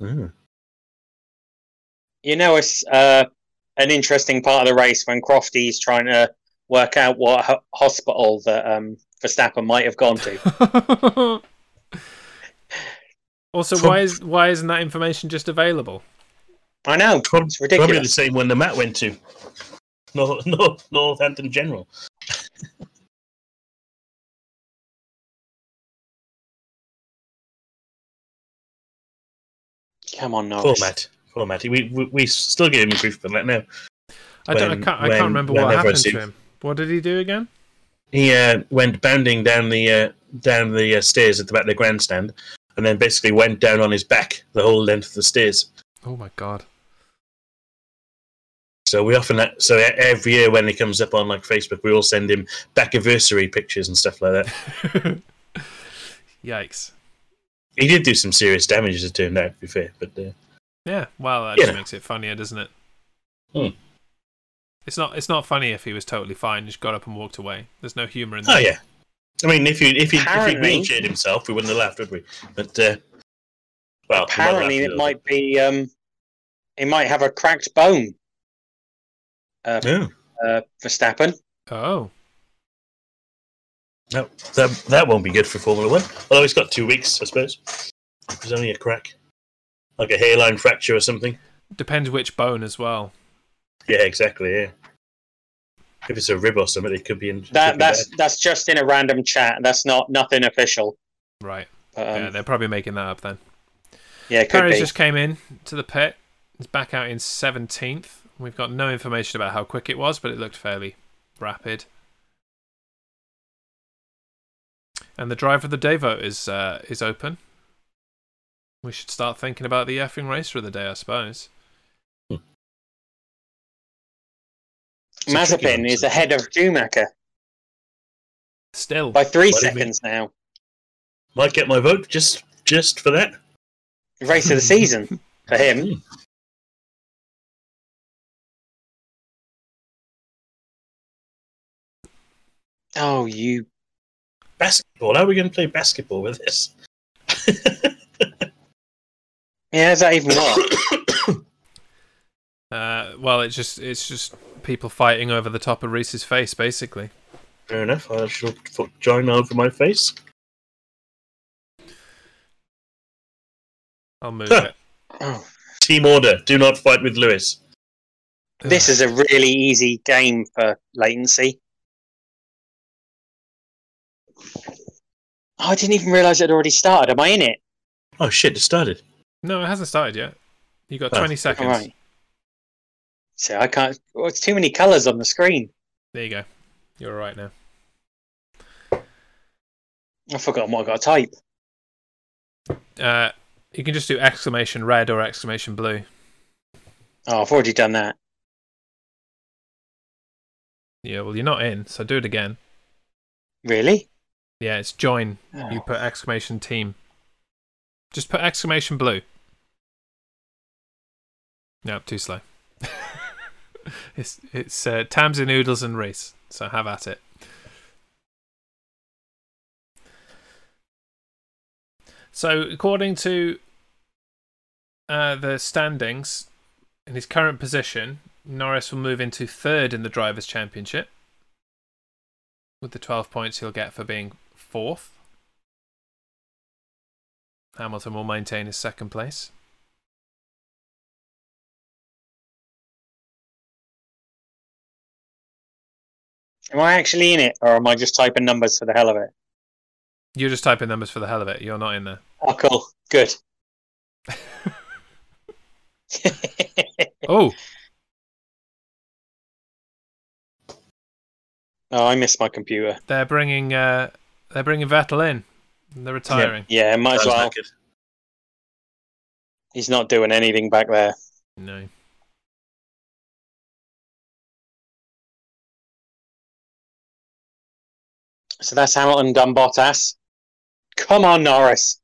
[SPEAKER 1] Oh,
[SPEAKER 3] You know, it's uh, an interesting part of the race when Crofty's trying to work out what ho- hospital that um, Verstappen might have gone to.
[SPEAKER 2] also,
[SPEAKER 1] From-
[SPEAKER 2] why is why isn't that information just available?
[SPEAKER 3] I know.
[SPEAKER 1] prob-
[SPEAKER 3] It's
[SPEAKER 1] probably the
[SPEAKER 3] ridiculous.
[SPEAKER 1] same one that Matt went to. North, North, Northampton General.
[SPEAKER 3] Come on,
[SPEAKER 1] Poor
[SPEAKER 3] Norris.
[SPEAKER 1] Matt. Poor Matt. We, we, we still give him grief for that now.
[SPEAKER 2] I don't.
[SPEAKER 1] when-
[SPEAKER 2] I can't. I
[SPEAKER 1] when-
[SPEAKER 2] can't remember what
[SPEAKER 1] whenever I
[SPEAKER 2] happened
[SPEAKER 1] see-
[SPEAKER 2] to him. What did he do again?
[SPEAKER 1] he uh, went bounding down the uh, down the uh, stairs at the back of the grandstand, and then basically went down on his back the whole length of the stairs.
[SPEAKER 2] Oh my god.
[SPEAKER 1] So we often so e- every year when he comes up on like Facebook, we all send him back anniversary pictures and stuff like that.
[SPEAKER 2] Yikes.
[SPEAKER 1] He did do some serious damage, as it turned out. To be fair, but uh,
[SPEAKER 2] Yeah. Well, that just
[SPEAKER 1] Yeah. Hmm.
[SPEAKER 2] makes it funnier, doesn't it? It's not. It's not funny if he was totally fine, just got up and walked away. There's no humour in that.
[SPEAKER 1] Oh yeah. I mean, if he if he if he
[SPEAKER 3] Apparently-
[SPEAKER 1] wheelchaired himself, we wouldn't have laughed, would we? But uh, well, we might have laughed
[SPEAKER 3] Apparently,
[SPEAKER 1] a
[SPEAKER 3] it
[SPEAKER 1] little
[SPEAKER 3] might be. Um, it might have a cracked bone. Uh,
[SPEAKER 1] bit. No,
[SPEAKER 3] uh, Verstappen.
[SPEAKER 2] Oh,
[SPEAKER 1] no, that that won't be good for Formula One. Although he's got two weeks, I suppose. There's only a crack, like a hairline fracture or something.
[SPEAKER 2] depends which bone as well.
[SPEAKER 1] Yeah, exactly. Yeah. If it's a rib or something, it could be in. it could
[SPEAKER 3] That
[SPEAKER 1] be
[SPEAKER 3] that's
[SPEAKER 1] bad.
[SPEAKER 3] that's just in a random chat. That's not nothing official.
[SPEAKER 2] Right.
[SPEAKER 3] But, um,
[SPEAKER 2] yeah, they're probably making that up then.
[SPEAKER 3] yeah, it could
[SPEAKER 2] Perez
[SPEAKER 3] be.
[SPEAKER 2] just came in to the pit. He's back out in 17th. We've got no information about how quick it was, but it looked fairly rapid. And the driver of the day vote is uh, is open. We should start thinking about the effing racer of the day, I suppose.
[SPEAKER 1] It's a tricky one,
[SPEAKER 3] Mazepin is
[SPEAKER 1] so-
[SPEAKER 3] ahead of Schumacher
[SPEAKER 2] Still,
[SPEAKER 3] by three
[SPEAKER 1] What do you mean?
[SPEAKER 3] seconds now.
[SPEAKER 1] Might get my vote just just for that.
[SPEAKER 3] Race of the season for him.
[SPEAKER 1] Hmm.
[SPEAKER 3] Oh, you
[SPEAKER 1] Basketball. How are we going to play basketball with this?
[SPEAKER 3] Yeah, is that even what?
[SPEAKER 2] uh, well, it's just it's just people fighting over the top of Reese's face, basically.
[SPEAKER 1] Fair enough. I shall put join over my face.
[SPEAKER 2] I'll move
[SPEAKER 1] Huh.
[SPEAKER 2] it.
[SPEAKER 3] Oh,
[SPEAKER 1] Team order. Do not fight with Lewis.
[SPEAKER 3] this is a really easy game for latency. Oh, I didn't even realise it had already started. Am I in it?
[SPEAKER 1] Oh shit! It started.
[SPEAKER 2] no, it hasn't started yet. You got
[SPEAKER 1] Oh,
[SPEAKER 2] 20
[SPEAKER 3] All
[SPEAKER 2] seconds.
[SPEAKER 3] right. So I can't. Well, it's too many colours on the screen.
[SPEAKER 2] There you go. You're all right now.
[SPEAKER 3] I've forgotten what I got to type.
[SPEAKER 2] Uh, you can just do exclamation red or exclamation blue.
[SPEAKER 3] Oh, I've already done that.
[SPEAKER 2] Yeah, well, you're not in, so do it again.
[SPEAKER 3] Really?
[SPEAKER 2] Yeah, it's join.
[SPEAKER 3] Oh.
[SPEAKER 2] You put exclamation team. Just put exclamation blue. No, too slow. it's it's uh, Tamsin Noodles and Reese, so have at it. So, according to uh, the standings, in his current position, Norris will move into third in the Drivers' Championship with the 12 points he'll get for being fourth. Hamilton will maintain his second place.
[SPEAKER 3] Am I actually in it, or am I just typing numbers for the hell of it?
[SPEAKER 2] You're just typing numbers for the hell of it. You're not in there.
[SPEAKER 3] Oh, cool. Good.
[SPEAKER 2] Oh,
[SPEAKER 3] oh, I missed my computer.
[SPEAKER 2] they're bringing uh, they're bringing Vettel in. They're retiring.
[SPEAKER 3] Yeah, might as
[SPEAKER 1] Sounds
[SPEAKER 3] well.
[SPEAKER 1] like it.
[SPEAKER 3] He's not doing anything back there.
[SPEAKER 2] No.
[SPEAKER 3] So that's Hamilton done Bottas. Come on, Norris.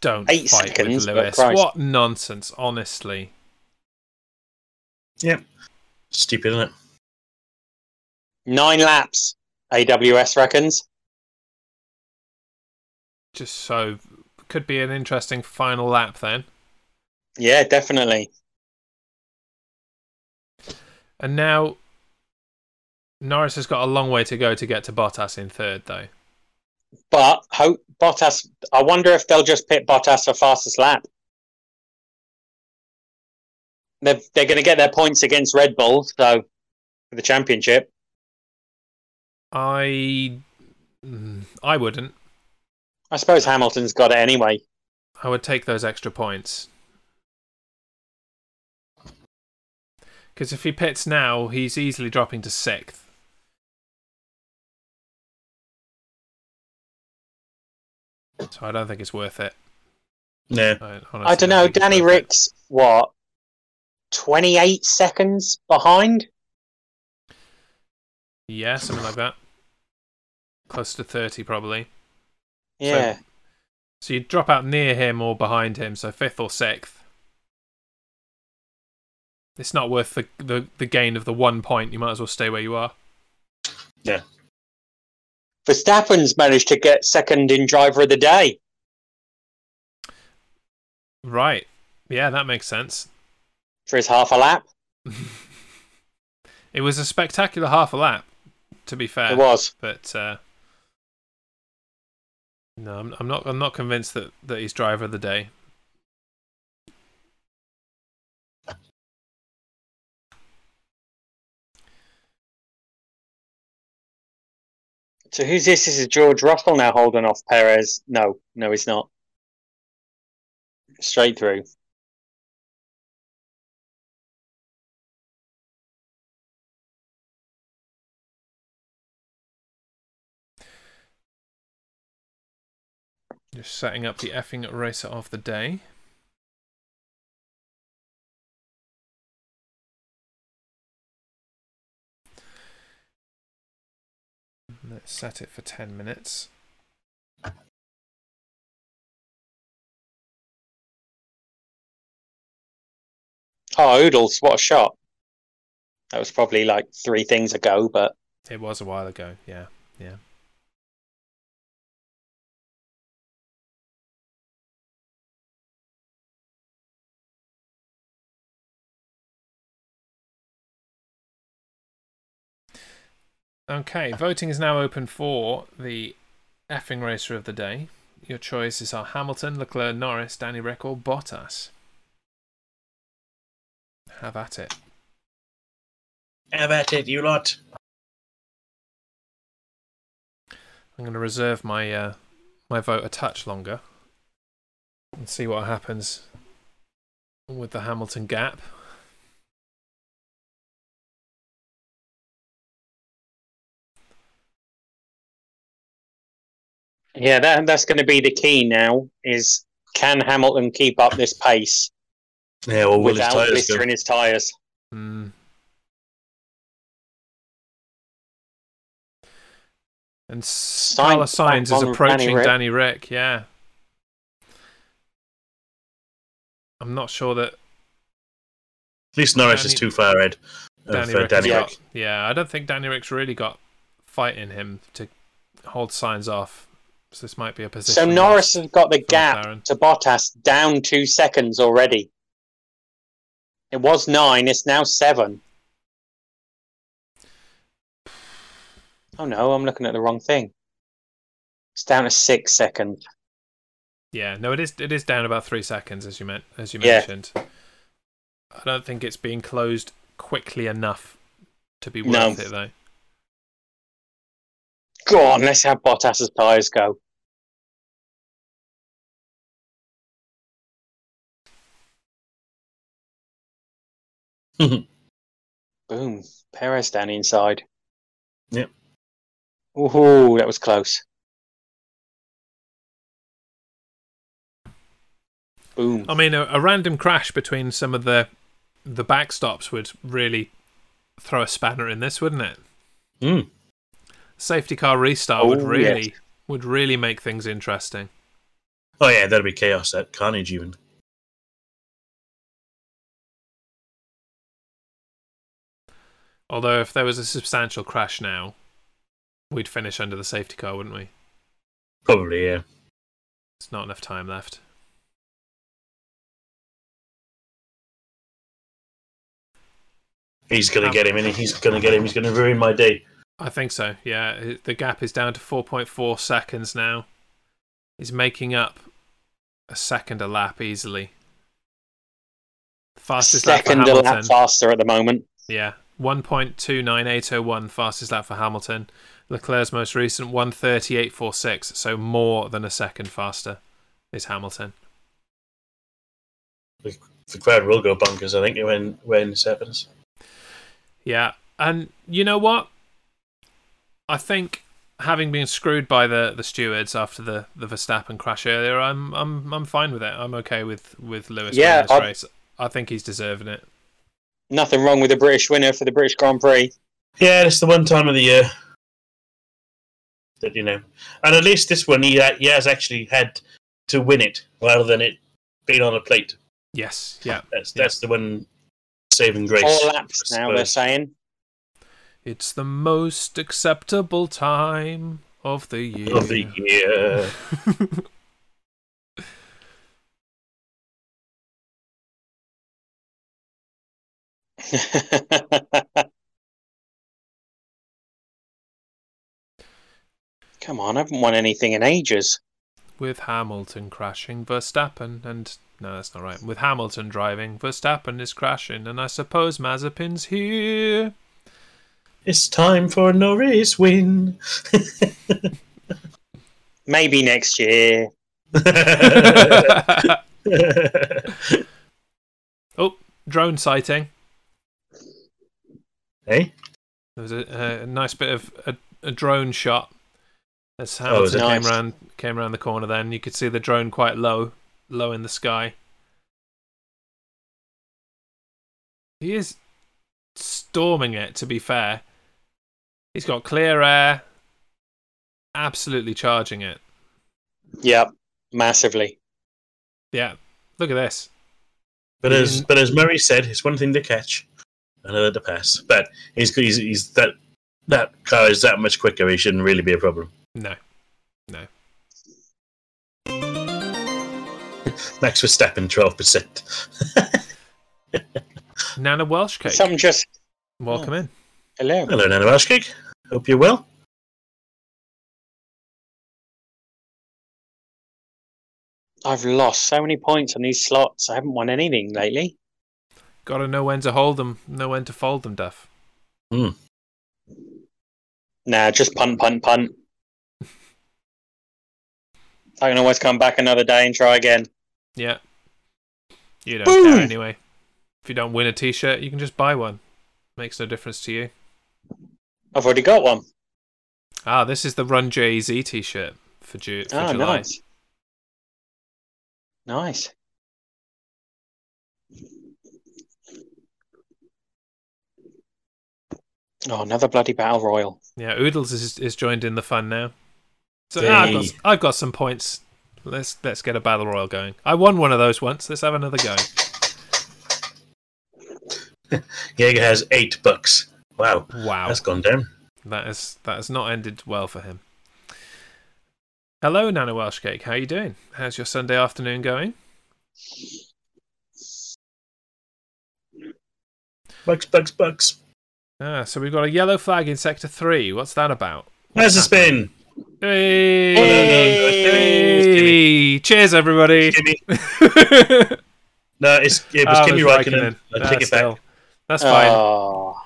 [SPEAKER 2] Don't
[SPEAKER 3] Eight
[SPEAKER 2] fight
[SPEAKER 3] seconds,
[SPEAKER 2] with
[SPEAKER 3] but
[SPEAKER 2] Lewis.
[SPEAKER 3] Christ.
[SPEAKER 2] What nonsense, honestly.
[SPEAKER 1] Stupid, isn't it?
[SPEAKER 3] Nine laps, AWS reckons.
[SPEAKER 2] Just so could be an interesting final lap then.
[SPEAKER 3] Yeah, definitely.
[SPEAKER 2] And now Norris has got a long way to go to get to Bottas in third though.
[SPEAKER 3] But hope Bottas. I wonder if they'll just pit Bottas for fastest lap. They're, they're going to get their points against Red Bull, so for the championship.
[SPEAKER 2] I mm, I wouldn't.
[SPEAKER 3] I suppose Hamilton's got it anyway.
[SPEAKER 2] I would take those extra points. Because if he pits now, he's easily dropping to sixth. So I don't think it's worth it.
[SPEAKER 1] No.
[SPEAKER 2] I,
[SPEAKER 3] I don't know. Danny
[SPEAKER 2] Rick.
[SPEAKER 3] Rick's what? Twenty-eight seconds behind.
[SPEAKER 2] Yeah, something like that. Close to 30, probably.
[SPEAKER 3] Yeah.
[SPEAKER 2] So you drop out near him or behind him, so fifth or sixth. It's not worth the, the, the gain of the one point. You might as well stay where you are.
[SPEAKER 3] Verstappen's managed to get second in driver of the day.
[SPEAKER 2] Right. Yeah, that makes sense.
[SPEAKER 3] for his half a lap.
[SPEAKER 2] It was a spectacular half a lap, to be fair.
[SPEAKER 3] It was.
[SPEAKER 2] But uh, no, I'm, I'm not. I'm not convinced that, that he's driver of the day.
[SPEAKER 3] So who's this? This is George Russell now holding off Perez. No, no, he's not. Straight through.
[SPEAKER 2] Just setting up the effing racer of the day. Let's set it for 10 minutes.
[SPEAKER 3] Oh, Oodles, what a shot. That was probably like three things ago, but
[SPEAKER 2] It was a while ago, yeah. Okay, voting is now open for the effing racer of the day. Your choices are Hamilton, Leclerc, Norris, Danny Rick, or Bottas. Have at it.
[SPEAKER 1] Have at it, you lot.
[SPEAKER 2] I'm going to reserve my uh, my vote a touch longer and see what happens with the Hamilton gap.
[SPEAKER 3] yeah, that, that's going to be the key now is can Hamilton keep up this pace
[SPEAKER 1] Yeah, well, Will his
[SPEAKER 3] without
[SPEAKER 1] tires go?
[SPEAKER 3] blistering his tyres?
[SPEAKER 2] Mm. And S-
[SPEAKER 3] Sainz
[SPEAKER 2] Carlos Sainz is
[SPEAKER 3] on Danny
[SPEAKER 2] approaching
[SPEAKER 3] Rick.
[SPEAKER 2] Danny Rick. Yeah, I'm not sure that
[SPEAKER 1] At least Norris is
[SPEAKER 2] Danny-
[SPEAKER 1] too far ahead of
[SPEAKER 2] Danny
[SPEAKER 1] uh,
[SPEAKER 2] Rick.
[SPEAKER 1] Danny
[SPEAKER 2] has
[SPEAKER 1] Rick.
[SPEAKER 3] Rick.
[SPEAKER 2] Got, yeah, I don't think Danny Rick's really got fight in him to hold signs off. So this might be a position.
[SPEAKER 3] So
[SPEAKER 2] where-
[SPEAKER 3] Norris has got the
[SPEAKER 2] for
[SPEAKER 3] gap
[SPEAKER 2] McLaren.
[SPEAKER 3] to Bottas down two seconds already. It was nine, it's now seven. Oh no, I'm looking at the wrong thing. It's down to six seconds.
[SPEAKER 2] Yeah, no, it is. It is down about three seconds, as you meant, as you
[SPEAKER 3] Yeah.
[SPEAKER 2] mentioned. I don't think it's being closed quickly enough to be worth
[SPEAKER 3] No.
[SPEAKER 2] it, though.
[SPEAKER 3] Go on, let's have Bottas's tyres go. Boom. Perez down inside.
[SPEAKER 1] Yep.
[SPEAKER 3] Ooh, that was close. Boom.
[SPEAKER 2] I mean, a, a random crash between some of the the backstops would really throw a spanner in this, wouldn't it?
[SPEAKER 1] Mm.
[SPEAKER 2] Safety car restart would
[SPEAKER 3] Oh,
[SPEAKER 2] really
[SPEAKER 3] yes.
[SPEAKER 2] would really make things interesting.
[SPEAKER 1] Oh, yeah, that'd be chaos, that carnage, even.
[SPEAKER 2] Although, if there was a substantial crash now, we'd finish under the safety car, wouldn't we?
[SPEAKER 1] Probably, yeah.
[SPEAKER 2] It's not enough time left.
[SPEAKER 1] He's going to get him, and he's going to get him. He's going to ruin my day.
[SPEAKER 2] I think so. Yeah, it- the gap is down to 4.4 seconds now. He's making up a second a lap easily. Fastest lap
[SPEAKER 3] Second
[SPEAKER 2] for
[SPEAKER 3] a
[SPEAKER 2] Hamilton.
[SPEAKER 3] lap faster at the moment.
[SPEAKER 2] Yeah, 1.29801 fastest lap for Hamilton. Leclerc's most recent 13846, so more than a second faster is Hamilton.
[SPEAKER 1] The crowd will go bonkers, I think, when, when this happens.
[SPEAKER 2] Yeah, and you know what? I think having been screwed by the, the stewards after the, the Verstappen crash earlier, I'm I'm I'm fine with it. I'm okay with with Lewis
[SPEAKER 3] Yeah,
[SPEAKER 2] winning this
[SPEAKER 3] I'm-
[SPEAKER 2] race. I think he's deserving it.
[SPEAKER 3] Nothing wrong with the British winner for the British Grand Prix.
[SPEAKER 1] Yeah, it's the one time of the year that, you know. And at least this one, he, ha- he has actually had to win it rather than it being on a plate.
[SPEAKER 2] Yes, yeah,
[SPEAKER 1] That's
[SPEAKER 2] Yeah.
[SPEAKER 1] that's the one saving grace.
[SPEAKER 3] Four laps
[SPEAKER 1] I
[SPEAKER 3] now, they're
[SPEAKER 1] suppose.
[SPEAKER 3] saying.
[SPEAKER 2] It's the most acceptable time of the year.
[SPEAKER 1] Of the year.
[SPEAKER 3] Come on, I haven't won anything in ages.
[SPEAKER 2] With Hamilton crashing, Verstappen and no, that's not right. With Hamilton driving, Verstappen is crashing, and I suppose Mazepin's here.
[SPEAKER 1] It's time for a Norris win.
[SPEAKER 3] Maybe next year.
[SPEAKER 2] oh, drone sighting.
[SPEAKER 1] hey?
[SPEAKER 2] There was a, a nice bit of a, a drone shot as Hamilton
[SPEAKER 1] it?
[SPEAKER 2] came
[SPEAKER 3] Nice.
[SPEAKER 2] round came round the corner. Then you could see the drone quite low, low in the sky. He is storming it. To be fair, he's got clear air, absolutely charging it.
[SPEAKER 3] Yep, massively.
[SPEAKER 2] Yeah, look at this.
[SPEAKER 1] But as
[SPEAKER 2] Mm.
[SPEAKER 1] but as Murray said, it's one thing to catch, another to pass. But he's he's, he's that that car is that much quicker. He shouldn't really be a problem.
[SPEAKER 2] No,
[SPEAKER 1] Max Verstappen, twelve percent.
[SPEAKER 2] Nana Welsh cake.
[SPEAKER 3] Some just
[SPEAKER 2] Welcome in.
[SPEAKER 3] hello.
[SPEAKER 1] Hello, Nana Ashkick. Hope you're well.
[SPEAKER 3] I've lost so many points on these slots. I haven't won anything lately.
[SPEAKER 2] Got to know when to hold them, know when to fold them, Duff.
[SPEAKER 3] Nah, just punt, punt, punt. I can always come back another day and try again.
[SPEAKER 2] Yeah. You don't
[SPEAKER 3] Boom.
[SPEAKER 2] care anyway. If you don't win a t shirt, you can just buy one. Makes no difference to you.
[SPEAKER 3] I've already got one.
[SPEAKER 2] Ah, this is the Run JZ t shirt for, Ju- for
[SPEAKER 3] Oh,
[SPEAKER 2] July.
[SPEAKER 3] nice. Nice. Oh, another bloody battle royal.
[SPEAKER 2] Yeah, Oodles is, is joined in the fun now. So
[SPEAKER 1] Yay.
[SPEAKER 2] ah, I've, got, I've got some points. Let's let's get a battle royal going. I won one of those once. Let's have another go.
[SPEAKER 1] Jaeger has eight bucks. Wow,
[SPEAKER 2] Wow,
[SPEAKER 1] that's gone down.
[SPEAKER 2] that is that has not ended well for him. Hello, Nana Welsh Cake. How you doing? How's your Sunday afternoon going?
[SPEAKER 1] Bucks, bucks, bucks.
[SPEAKER 2] Ah, so we've got a yellow flag in sector three. What's that about?
[SPEAKER 1] There's a spin.
[SPEAKER 2] Hey!
[SPEAKER 1] Oh, no, no, no, it's Kimi.
[SPEAKER 2] Hey! Cheers, everybody!
[SPEAKER 1] It's Kimi. No, it's, it was
[SPEAKER 2] Ah,
[SPEAKER 1] Kimi
[SPEAKER 2] that's
[SPEAKER 1] Raikkonen.
[SPEAKER 2] Raikkonen.
[SPEAKER 1] I
[SPEAKER 2] Ah,
[SPEAKER 1] take it back.
[SPEAKER 2] still. That's fine.
[SPEAKER 3] Oh.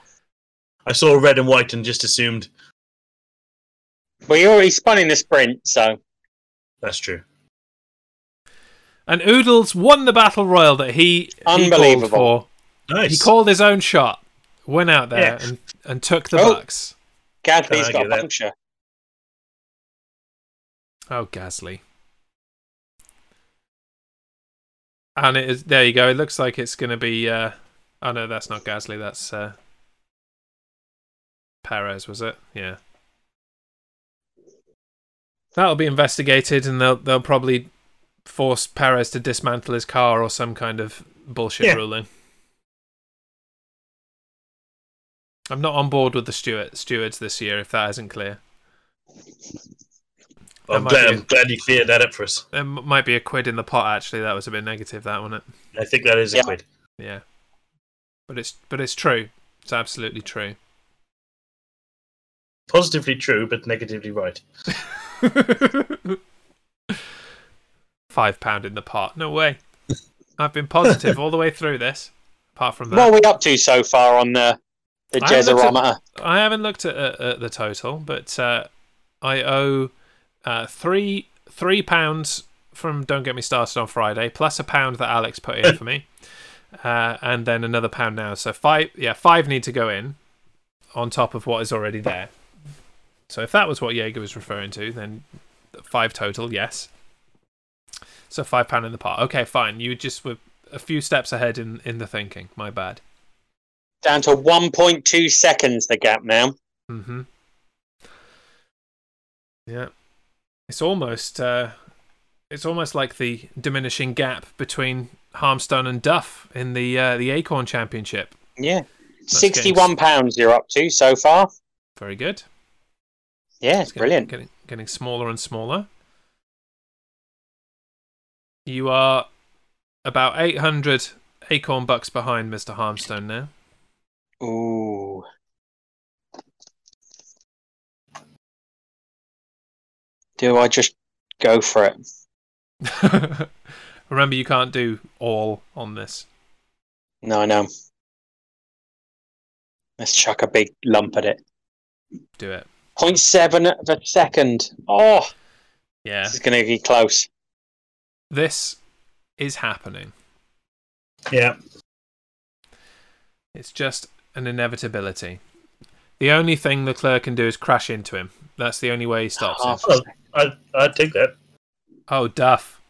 [SPEAKER 1] I saw red and white and just assumed
[SPEAKER 3] Well, you already spun in the sprint, so
[SPEAKER 1] that's true.
[SPEAKER 2] And Oodles won the battle royal that he, he
[SPEAKER 3] Unbelievable.
[SPEAKER 2] called for.
[SPEAKER 1] Nice.
[SPEAKER 2] He called his own shot, went out there,
[SPEAKER 1] Yeah.
[SPEAKER 2] and, and took the
[SPEAKER 3] Oh.
[SPEAKER 2] bucks.
[SPEAKER 3] Gadby's
[SPEAKER 1] Can't
[SPEAKER 3] got
[SPEAKER 1] argue
[SPEAKER 3] a
[SPEAKER 1] that.
[SPEAKER 3] puncture.
[SPEAKER 2] Oh, Gasly. And it is, there you go. It looks like it's going to be. Uh, oh, no, that's not Gasly. That's uh, Perez, was it? Yeah. That'll be investigated, and they'll they'll probably force Perez to dismantle his car or some kind of bullshit
[SPEAKER 1] Yeah.
[SPEAKER 2] ruling. I'm not on board with the Stewart, stewards this year, if that isn't clear.
[SPEAKER 1] I'm
[SPEAKER 2] might
[SPEAKER 1] glad,
[SPEAKER 2] be-
[SPEAKER 1] I'm glad you cleared that up for us.
[SPEAKER 2] There m- might be a quid in the pot. Actually, that was a bit negative. That one.
[SPEAKER 1] I think that is a
[SPEAKER 3] Yeah.
[SPEAKER 1] quid.
[SPEAKER 2] Yeah, but it's but it's true. It's absolutely true.
[SPEAKER 1] Positively true, but negatively right.
[SPEAKER 2] Five pound in the pot. No way. I've been positive all the way through this. Apart from that,
[SPEAKER 3] What are we up to so far on the the
[SPEAKER 2] I haven't looked at-
[SPEAKER 3] Jezzerometer?
[SPEAKER 2] I haven't looked at, at, at the total, but uh, I owe uh, three three pounds from Don't Get Me Started on Friday, plus a pound that Alex put in for me, uh, and then another pound now. So five, yeah, five need to go in on top of what is already there. So if that was what Jaeger was referring to, then five total, yes. So five pound in the pot. Okay, fine. You just were a few steps ahead in in the thinking. My bad.
[SPEAKER 3] Down to 1.2 seconds the gap now.
[SPEAKER 2] Mm-hmm. Yeah. It's almost uh it's almost like the diminishing gap between Harmstone and Duff in the uh, the Acorn Championship.
[SPEAKER 3] Yeah.
[SPEAKER 2] That's getting-
[SPEAKER 3] Sixty-one pounds you're up to so far.
[SPEAKER 2] Very good.
[SPEAKER 3] Yeah,
[SPEAKER 2] It's getting-
[SPEAKER 3] brilliant.
[SPEAKER 2] Getting, getting smaller and smaller. You are about 800 acorn bucks behind Mr. Harmstone now.
[SPEAKER 3] Ooh. Do I just go for it?
[SPEAKER 2] Remember, you can't do all on this.
[SPEAKER 3] No, I know. Let's chuck a big lump at it.
[SPEAKER 2] Do it.
[SPEAKER 3] 0.7 of a second. Oh,
[SPEAKER 2] Yeah.
[SPEAKER 3] this is going to be close.
[SPEAKER 2] This is happening.
[SPEAKER 1] Yeah.
[SPEAKER 2] It's just an inevitability. The only thing the clerk can do is crash into him. That's the only way he stops him.
[SPEAKER 3] Half a
[SPEAKER 1] Oh.
[SPEAKER 3] sec-
[SPEAKER 1] I, I'd take that.
[SPEAKER 2] Oh, Duff.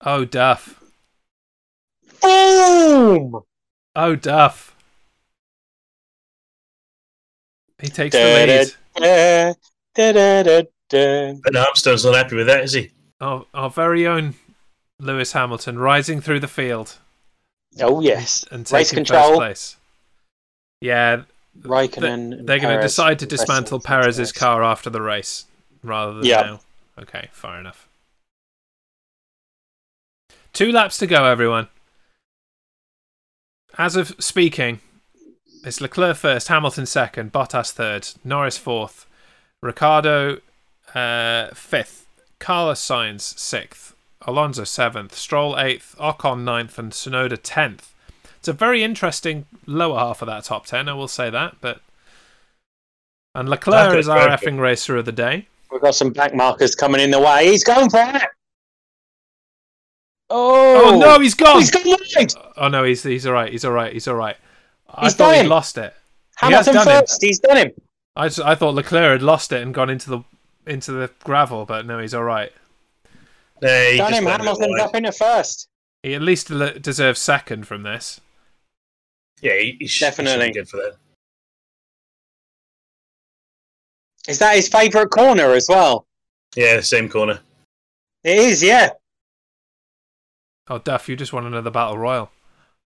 [SPEAKER 2] Oh, Duff.
[SPEAKER 3] Boom!
[SPEAKER 2] Oh, Duff. He takes the
[SPEAKER 3] Da-da.
[SPEAKER 2] lead.
[SPEAKER 3] Da, da, da, da, da.
[SPEAKER 1] But Armstone's not happy with that, is he?
[SPEAKER 2] Our, our very own Lewis Hamilton rising through the field
[SPEAKER 3] Oh, yes.
[SPEAKER 2] and
[SPEAKER 3] Race
[SPEAKER 2] taking first
[SPEAKER 3] control.
[SPEAKER 2] place. Yeah,
[SPEAKER 3] Raikkonen. and
[SPEAKER 2] They're going to
[SPEAKER 3] Perez
[SPEAKER 2] decide to
[SPEAKER 3] for the rest of
[SPEAKER 2] dismantle
[SPEAKER 3] the
[SPEAKER 2] Perez's
[SPEAKER 3] race.
[SPEAKER 2] car after the race rather than
[SPEAKER 3] Yeah.
[SPEAKER 2] now. Okay, fair enough. Two laps to go, everyone. As of speaking, it's Leclerc first, Hamilton second, Bottas third, Norris fourth, Ricardo uh, fifth, Carlos Sainz sixth, Alonso seventh, Stroll eighth, Ocon ninth, and Sonoda tenth. It's a very interesting lower half of that top ten, I will say that. But and Leclerc
[SPEAKER 1] That
[SPEAKER 2] is
[SPEAKER 1] is
[SPEAKER 2] our
[SPEAKER 1] very good.
[SPEAKER 2] effing racer of the day.
[SPEAKER 3] We've got some back markers coming in the way. He's going for it. Oh,
[SPEAKER 2] Oh, no, he's gone.
[SPEAKER 3] He's gone wide.
[SPEAKER 2] Oh no, he's he's all right. He's all right. He's all right. I
[SPEAKER 3] He's
[SPEAKER 2] thought he
[SPEAKER 3] dying.
[SPEAKER 2] lost it. He has
[SPEAKER 3] Hamilton
[SPEAKER 2] done him.
[SPEAKER 3] first. He's done him.
[SPEAKER 2] I just, I thought Leclerc had lost it and gone into the into the gravel, but no, he's all right.
[SPEAKER 1] Nah, he
[SPEAKER 3] done
[SPEAKER 1] just
[SPEAKER 3] him.
[SPEAKER 1] went a bit
[SPEAKER 3] Hamilton's
[SPEAKER 1] wide.
[SPEAKER 3] up in it first.
[SPEAKER 2] He at least le- deserves second from this.
[SPEAKER 1] Yeah, he, he sh-
[SPEAKER 3] Definitely.
[SPEAKER 1] He should be good for that.
[SPEAKER 3] Is that his favourite corner as well?
[SPEAKER 1] Yeah, same corner.
[SPEAKER 3] It is, yeah.
[SPEAKER 2] Oh, Duff, you just won another battle royal.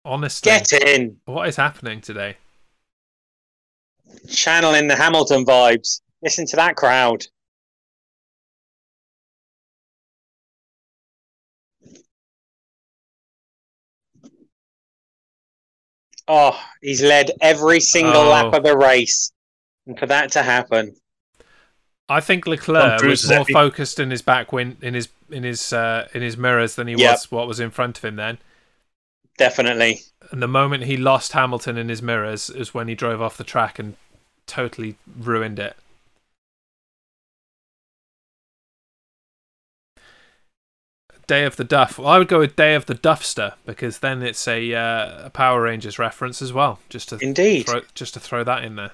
[SPEAKER 2] Honestly,
[SPEAKER 3] Get in.
[SPEAKER 2] what is happening today?
[SPEAKER 3] Channeling the Hamilton vibes. Listen to that crowd. Oh, he's led every single
[SPEAKER 2] Oh.
[SPEAKER 3] lap of the race. And for that to happen,
[SPEAKER 2] I think Leclerc
[SPEAKER 1] Cruise
[SPEAKER 2] was
[SPEAKER 1] is
[SPEAKER 2] more
[SPEAKER 1] happy.
[SPEAKER 2] focused in his back win in his in his uh, in his mirrors than he
[SPEAKER 3] Yep.
[SPEAKER 2] was what was in front of him then.
[SPEAKER 3] definitely.
[SPEAKER 2] And the moment he lost Hamilton in his mirrors is when he drove off the track and totally ruined it. Day of the Duff. Well, I would go with Day of the Duffster because then it's a, uh, a Power Rangers reference as well. Just to
[SPEAKER 3] Indeed.
[SPEAKER 2] throw, just to throw that in there.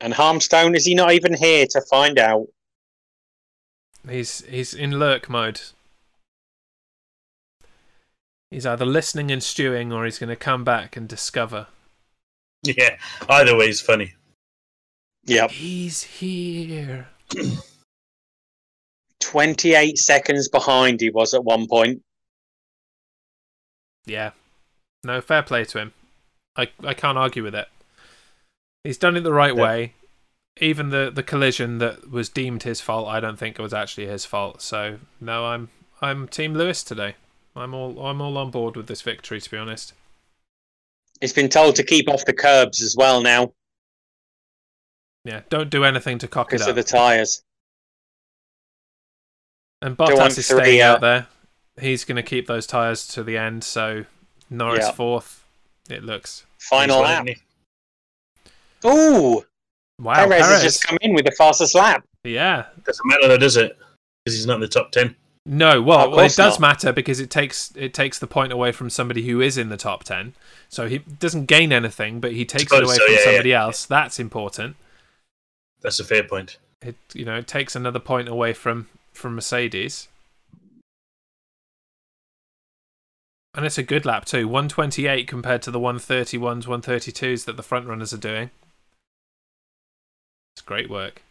[SPEAKER 3] And Harmstone, is he not even here to find out?
[SPEAKER 2] He's he's in lurk mode. He's either listening and stewing, or he's going to come back and discover.
[SPEAKER 1] Yeah, either way, he's funny.
[SPEAKER 3] Yep.
[SPEAKER 2] He's here.
[SPEAKER 3] 28 seconds behind he was at one point.
[SPEAKER 2] Yeah. No, fair play to him. I I can't argue with it. He's done it the right
[SPEAKER 1] Yeah.
[SPEAKER 2] way. Even the, the collision that was deemed his fault, I don't think it was actually his fault. So no, I'm I'm Team Lewis today. I'm all I'm all on board with this victory, to be honest.
[SPEAKER 3] He's been told to keep off the curbs as well now
[SPEAKER 2] Yeah, don't do anything to cock it
[SPEAKER 3] because
[SPEAKER 2] up.
[SPEAKER 3] of the tyres.
[SPEAKER 2] And
[SPEAKER 3] Don't want
[SPEAKER 2] Bottas is
[SPEAKER 3] three,
[SPEAKER 2] staying
[SPEAKER 3] uh,
[SPEAKER 2] out there. He's going to keep those tyres to the end. So Norris
[SPEAKER 3] Yeah.
[SPEAKER 2] fourth. It looks.
[SPEAKER 3] Final
[SPEAKER 1] He's
[SPEAKER 3] lap.
[SPEAKER 1] funny.
[SPEAKER 3] Ooh,
[SPEAKER 2] Wow,
[SPEAKER 3] Perez
[SPEAKER 2] Perez.
[SPEAKER 3] has just come in with the fastest lap.
[SPEAKER 2] Yeah.
[SPEAKER 1] Doesn't matter though, does it? Because he's not in the top ten.
[SPEAKER 2] No, well,
[SPEAKER 3] Of
[SPEAKER 2] well, it
[SPEAKER 3] course
[SPEAKER 2] does
[SPEAKER 3] not.
[SPEAKER 2] matter because it takes it takes the point away from somebody who is in the top ten. So he doesn't gain anything, but he takes it
[SPEAKER 1] Suppose
[SPEAKER 2] away
[SPEAKER 1] so,
[SPEAKER 2] from
[SPEAKER 1] yeah, yeah.
[SPEAKER 2] somebody else. That's important.
[SPEAKER 1] That's a fair point.
[SPEAKER 2] It you know it takes another point away from from Mercedes. And it's a good lap too. 128 compared to the 131s, 132s that the front runners are doing. It's great work.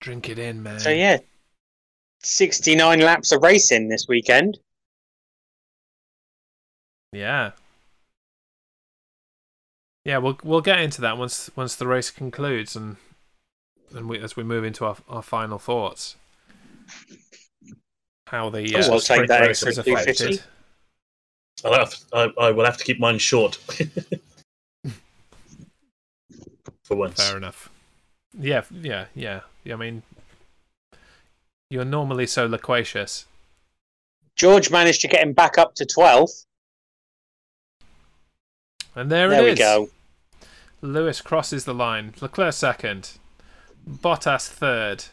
[SPEAKER 2] Drink it in, man.
[SPEAKER 3] So yeah, sixty-nine laps of racing this weekend.
[SPEAKER 2] Yeah. Yeah, we'll we'll get into that once once the race concludes and and we, as we move into our, our final thoughts, how the
[SPEAKER 3] Oh,
[SPEAKER 2] uh,
[SPEAKER 3] I'll take
[SPEAKER 2] sprint
[SPEAKER 3] that
[SPEAKER 2] race
[SPEAKER 3] extra
[SPEAKER 2] is affected.
[SPEAKER 3] 250.
[SPEAKER 1] I'll have, I, I will have to keep mine short. For once.
[SPEAKER 2] Fair enough. Yeah, yeah, yeah. I mean, you're normally so loquacious.
[SPEAKER 3] George managed to get him back up to twelfth.
[SPEAKER 2] And there,
[SPEAKER 3] there
[SPEAKER 2] it
[SPEAKER 3] we
[SPEAKER 2] is.
[SPEAKER 3] go.
[SPEAKER 2] Lewis crosses the line. Leclerc second. Bottas third.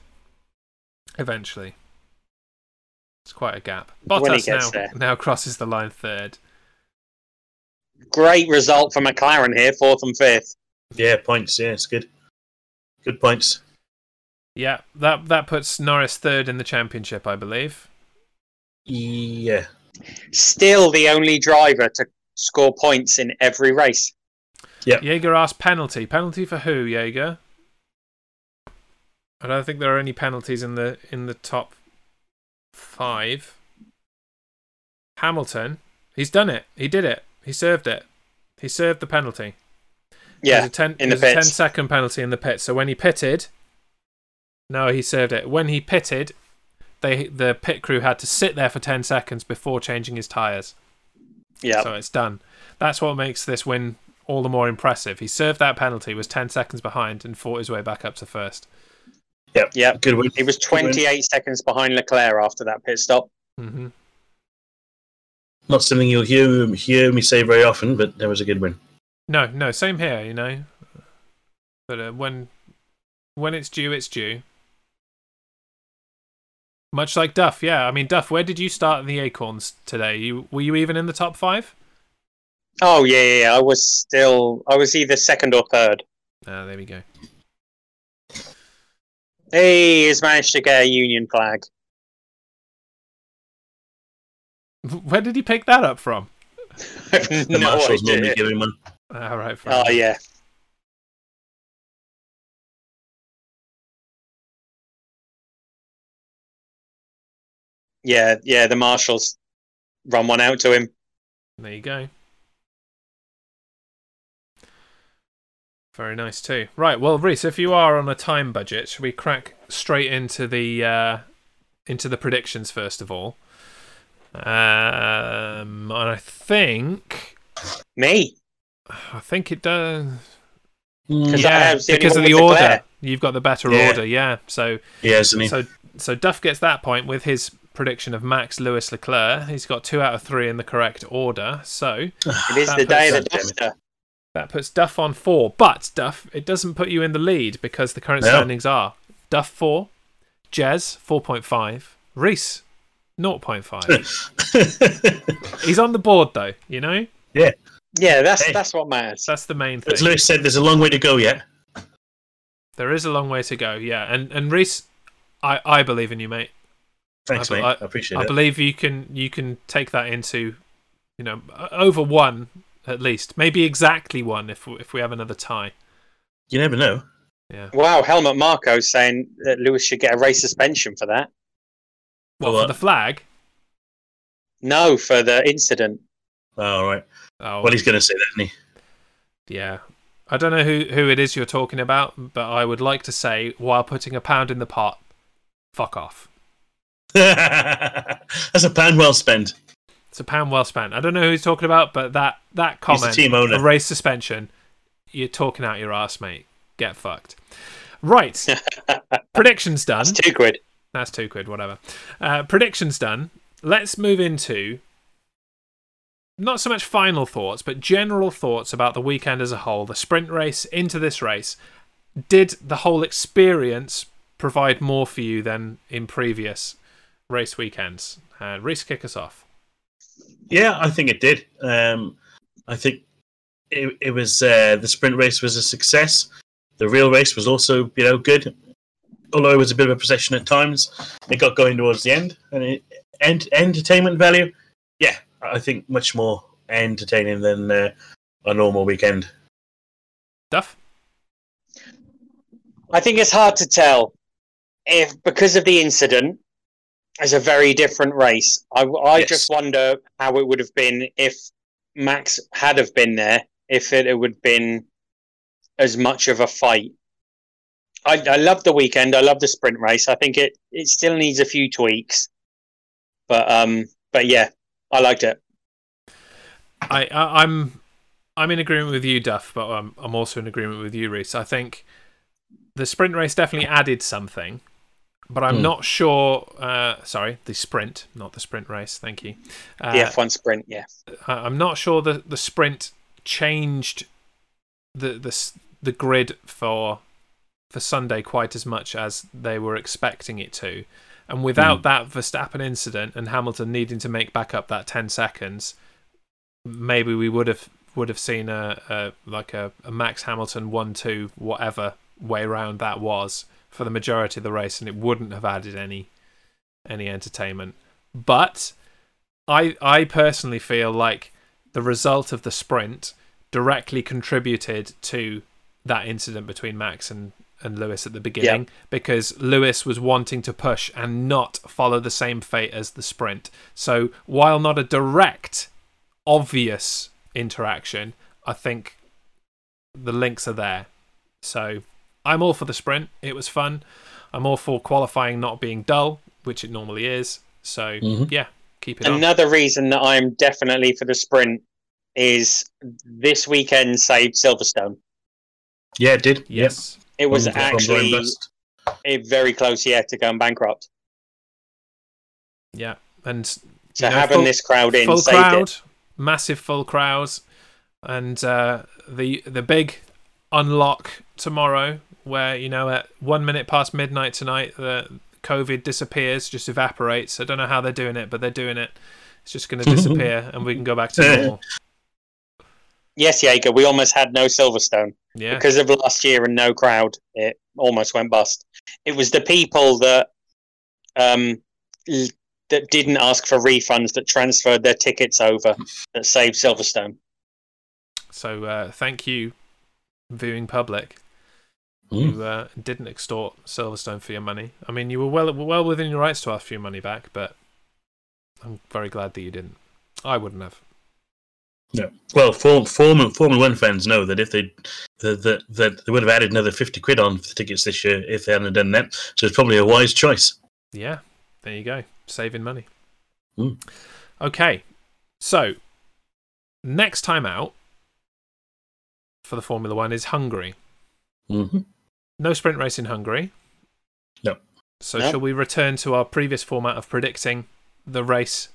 [SPEAKER 2] Eventually. It's quite a gap.
[SPEAKER 3] When he
[SPEAKER 2] Bottas
[SPEAKER 3] gets
[SPEAKER 2] now,
[SPEAKER 3] there.
[SPEAKER 2] now crosses the line third.
[SPEAKER 3] Great result for McLaren here, fourth and fifth.
[SPEAKER 1] Yeah, points. Yeah, it's good. Good points.
[SPEAKER 2] Yeah, that that puts Norris third in the championship, I believe.
[SPEAKER 1] Yeah.
[SPEAKER 3] Still the only driver to score points in every race.
[SPEAKER 2] Jaeger asked penalty. Penalty for who, Jaeger? I don't think there are any penalties in the in the top five. Hamilton, he's done it. He did it. He served it. He served the penalty.
[SPEAKER 3] Yeah,
[SPEAKER 2] there's a 10,
[SPEAKER 3] in the
[SPEAKER 2] there's a 10
[SPEAKER 3] pits.
[SPEAKER 2] second penalty in the pit. So when he pitted, no, he served it. When he pitted, they the pit crew had to sit there for ten seconds before changing his tires.
[SPEAKER 3] yeah.
[SPEAKER 2] So it's done. That's what makes this win all the more impressive. He served that penalty, was 10 seconds behind, and fought his way back up to first.
[SPEAKER 1] Yep.
[SPEAKER 3] Yep.
[SPEAKER 1] Good win.
[SPEAKER 3] He was 28 seconds behind Leclerc after that pit stop.
[SPEAKER 2] hmm
[SPEAKER 1] Not something you'll hear, hear me say very often, but that was a good win.
[SPEAKER 2] No, no, same here, you know. But uh, when when it's due, it's due. Much like Duff, yeah. I mean, Duff, where did you start in the Acorns today? You were you even in the top five?
[SPEAKER 3] Oh yeah, yeah, yeah. I was still, I was either second or third.
[SPEAKER 2] Ah, there we go.
[SPEAKER 3] He has managed to get a Union flag.
[SPEAKER 2] Where did he pick that up from?
[SPEAKER 1] The
[SPEAKER 3] no
[SPEAKER 1] marshals normally
[SPEAKER 3] idea.
[SPEAKER 1] give him one.
[SPEAKER 2] All Ah, right, fair
[SPEAKER 3] Oh
[SPEAKER 2] enough.
[SPEAKER 3] yeah, yeah, yeah. The marshals run one out to him.
[SPEAKER 2] There you go. Very nice too. Right, well, Reese, if you are on a time budget, should we crack straight into the uh, into the predictions first of all? Um, and I think
[SPEAKER 3] Me,
[SPEAKER 2] I think it does.
[SPEAKER 3] Because I
[SPEAKER 2] Yeah,
[SPEAKER 3] was the only
[SPEAKER 2] because of
[SPEAKER 3] one
[SPEAKER 2] the
[SPEAKER 3] with
[SPEAKER 2] order,
[SPEAKER 3] Leclerc.
[SPEAKER 2] you've got the better
[SPEAKER 1] Yeah.
[SPEAKER 2] order. Yeah, so
[SPEAKER 1] Yeah, isn't he?
[SPEAKER 2] so so Duff gets that point with his prediction of Max Lewis Leclerc. He's got two out of three in the correct order. So
[SPEAKER 3] it is
[SPEAKER 2] That
[SPEAKER 3] the day of the
[SPEAKER 1] puts-
[SPEAKER 3] duster.
[SPEAKER 2] That puts Duff on four, but Duff, it doesn't put you in the lead because the current
[SPEAKER 1] No.
[SPEAKER 2] standings are Duff four, Jez four point five, Reese 0.5. He's on the board though, you know?
[SPEAKER 3] Yeah, that's
[SPEAKER 1] Hey.
[SPEAKER 3] that's what matters.
[SPEAKER 2] That's the main
[SPEAKER 1] As
[SPEAKER 2] thing.
[SPEAKER 1] Lewis said, there's a long way to go yet.
[SPEAKER 2] There is a long way to go, yeah. And and Reese, I, I believe in you, mate.
[SPEAKER 1] Thanks,
[SPEAKER 2] I-
[SPEAKER 1] mate. I, appreciate
[SPEAKER 2] I
[SPEAKER 1] it.
[SPEAKER 2] believe you can you can take that into you know over one at least. Maybe exactly one if if we have another tie.
[SPEAKER 1] you never know.
[SPEAKER 2] Yeah.
[SPEAKER 3] Wow, Helmut Marco's saying that Lewis should get a race suspension for that.
[SPEAKER 2] Well,
[SPEAKER 1] Well,
[SPEAKER 2] for the flag.
[SPEAKER 3] No, for the incident.
[SPEAKER 1] Oh, all right.
[SPEAKER 2] Oh,
[SPEAKER 1] Well, he's going to say that, isn't
[SPEAKER 2] Yeah. I don't know who, who it is you're talking about, but I would like to say, while putting a pound in the pot, fuck off.
[SPEAKER 1] he? That's a pound well spent.
[SPEAKER 2] It's a pound well spent. I don't know who he's talking about, but that, that
[SPEAKER 1] He's the
[SPEAKER 2] comment,
[SPEAKER 1] team owner.
[SPEAKER 2] a race suspension, you're talking out your ass, mate. Get fucked. Right. Predictions done.
[SPEAKER 3] It's two quid.
[SPEAKER 2] That's two quid, whatever. Uh, predictions done. Let's move into not so much final thoughts, but general thoughts about the weekend as a whole, the sprint race into this race. Did the whole experience provide more for you than in previous race weekends? Uh, Reese, kick us off.
[SPEAKER 1] Yeah, I think it did. Um, I think it, it was uh, the sprint race was a success. The real race was also, you know, good. Although it was a bit of a procession at times, it got going towards the end. And it, ent- entertainment value, yeah, I think much more entertaining than uh, a normal weekend.
[SPEAKER 2] Duff?
[SPEAKER 3] I think it's hard to tell. if because of the incident, it's a very different race. I, I
[SPEAKER 1] Yes.
[SPEAKER 3] just wonder how it would have been if Max had have been there, if it, would have been as much of a fight. I, I love the weekend. I love the sprint race. I think it, it still needs a few tweaks, but um, but yeah, I liked it.
[SPEAKER 2] I, I I'm I'm in agreement with you, Duff, but I'm I'm also in agreement with you, Reese. I think the sprint race definitely added something, but I'm
[SPEAKER 1] Hmm.
[SPEAKER 2] not sure. Uh, sorry, the sprint, not the sprint race. Thank you. Uh,
[SPEAKER 3] The F1 sprint, yeah.
[SPEAKER 2] I- I'm not sure the the sprint changed the the s- the grid for for Sunday quite as much as they were expecting it to. And without that Verstappen incident and Hamilton needing to make back up that 10 seconds, maybe we would have would have seen a, a like a, a Max Hamilton 1-2 whatever way round that was for the majority of the race and it wouldn't have added any any entertainment. But I I personally feel like the result of the sprint directly contributed to that incident between Max and and Lewis at the beginning because Lewis was wanting to push and not follow the same fate as the sprint. So while not a direct obvious interaction, I think the links are there. So I'm all for the sprint. It was fun. I'm all for qualifying not being dull, which it normally is. So
[SPEAKER 1] Mhm.
[SPEAKER 2] yeah, keep it on.
[SPEAKER 3] Another reason that I'm definitely for the sprint is this weekend saved Silverstone.
[SPEAKER 1] Yeah, it did.
[SPEAKER 2] Yes.
[SPEAKER 3] It was
[SPEAKER 1] From-
[SPEAKER 2] Mm,
[SPEAKER 1] from
[SPEAKER 3] actually
[SPEAKER 1] blowing dust.
[SPEAKER 3] a very close year to going bankrupt.
[SPEAKER 2] Yeah. And
[SPEAKER 3] So
[SPEAKER 2] You know,
[SPEAKER 3] having
[SPEAKER 2] full-
[SPEAKER 3] this crowd in
[SPEAKER 2] full
[SPEAKER 3] saved
[SPEAKER 2] crowd,
[SPEAKER 3] it.
[SPEAKER 2] massive full crowds, and uh, the the big unlock tomorrow, where you know at one minute past midnight tonight, the COVID disappears, just evaporates. I don't know how they're doing it, but they're doing it. It's just going to disappear, and we can go back to normal.
[SPEAKER 3] Yes, Jaeger, we almost had no Silverstone
[SPEAKER 2] Yeah,
[SPEAKER 3] because of last year and no crowd. It almost went bust. It was the people that um, l- that didn't ask for refunds that transferred their tickets over that saved Silverstone.
[SPEAKER 2] so uh, thank you, viewing public.
[SPEAKER 1] Mm.
[SPEAKER 2] You uh, didn't extort Silverstone for your money. I mean, you were well well within your rights to ask for your money back, but I'm very glad that you didn't. I wouldn't have.
[SPEAKER 1] Well, Form, Form, Formula One fans know that if they that, that that they would have added another fifty quid on for the tickets this year if they hadn't done that. So it's probably a wise choice.
[SPEAKER 2] Yeah, there you go. Saving money.
[SPEAKER 1] Mm.
[SPEAKER 2] Okay, so next time out for the Formula One is Hungary.
[SPEAKER 1] Mm-hmm.
[SPEAKER 2] No sprint race in Hungary.
[SPEAKER 1] No.
[SPEAKER 2] So,
[SPEAKER 3] No.
[SPEAKER 2] shall we return to our previous format of predicting the race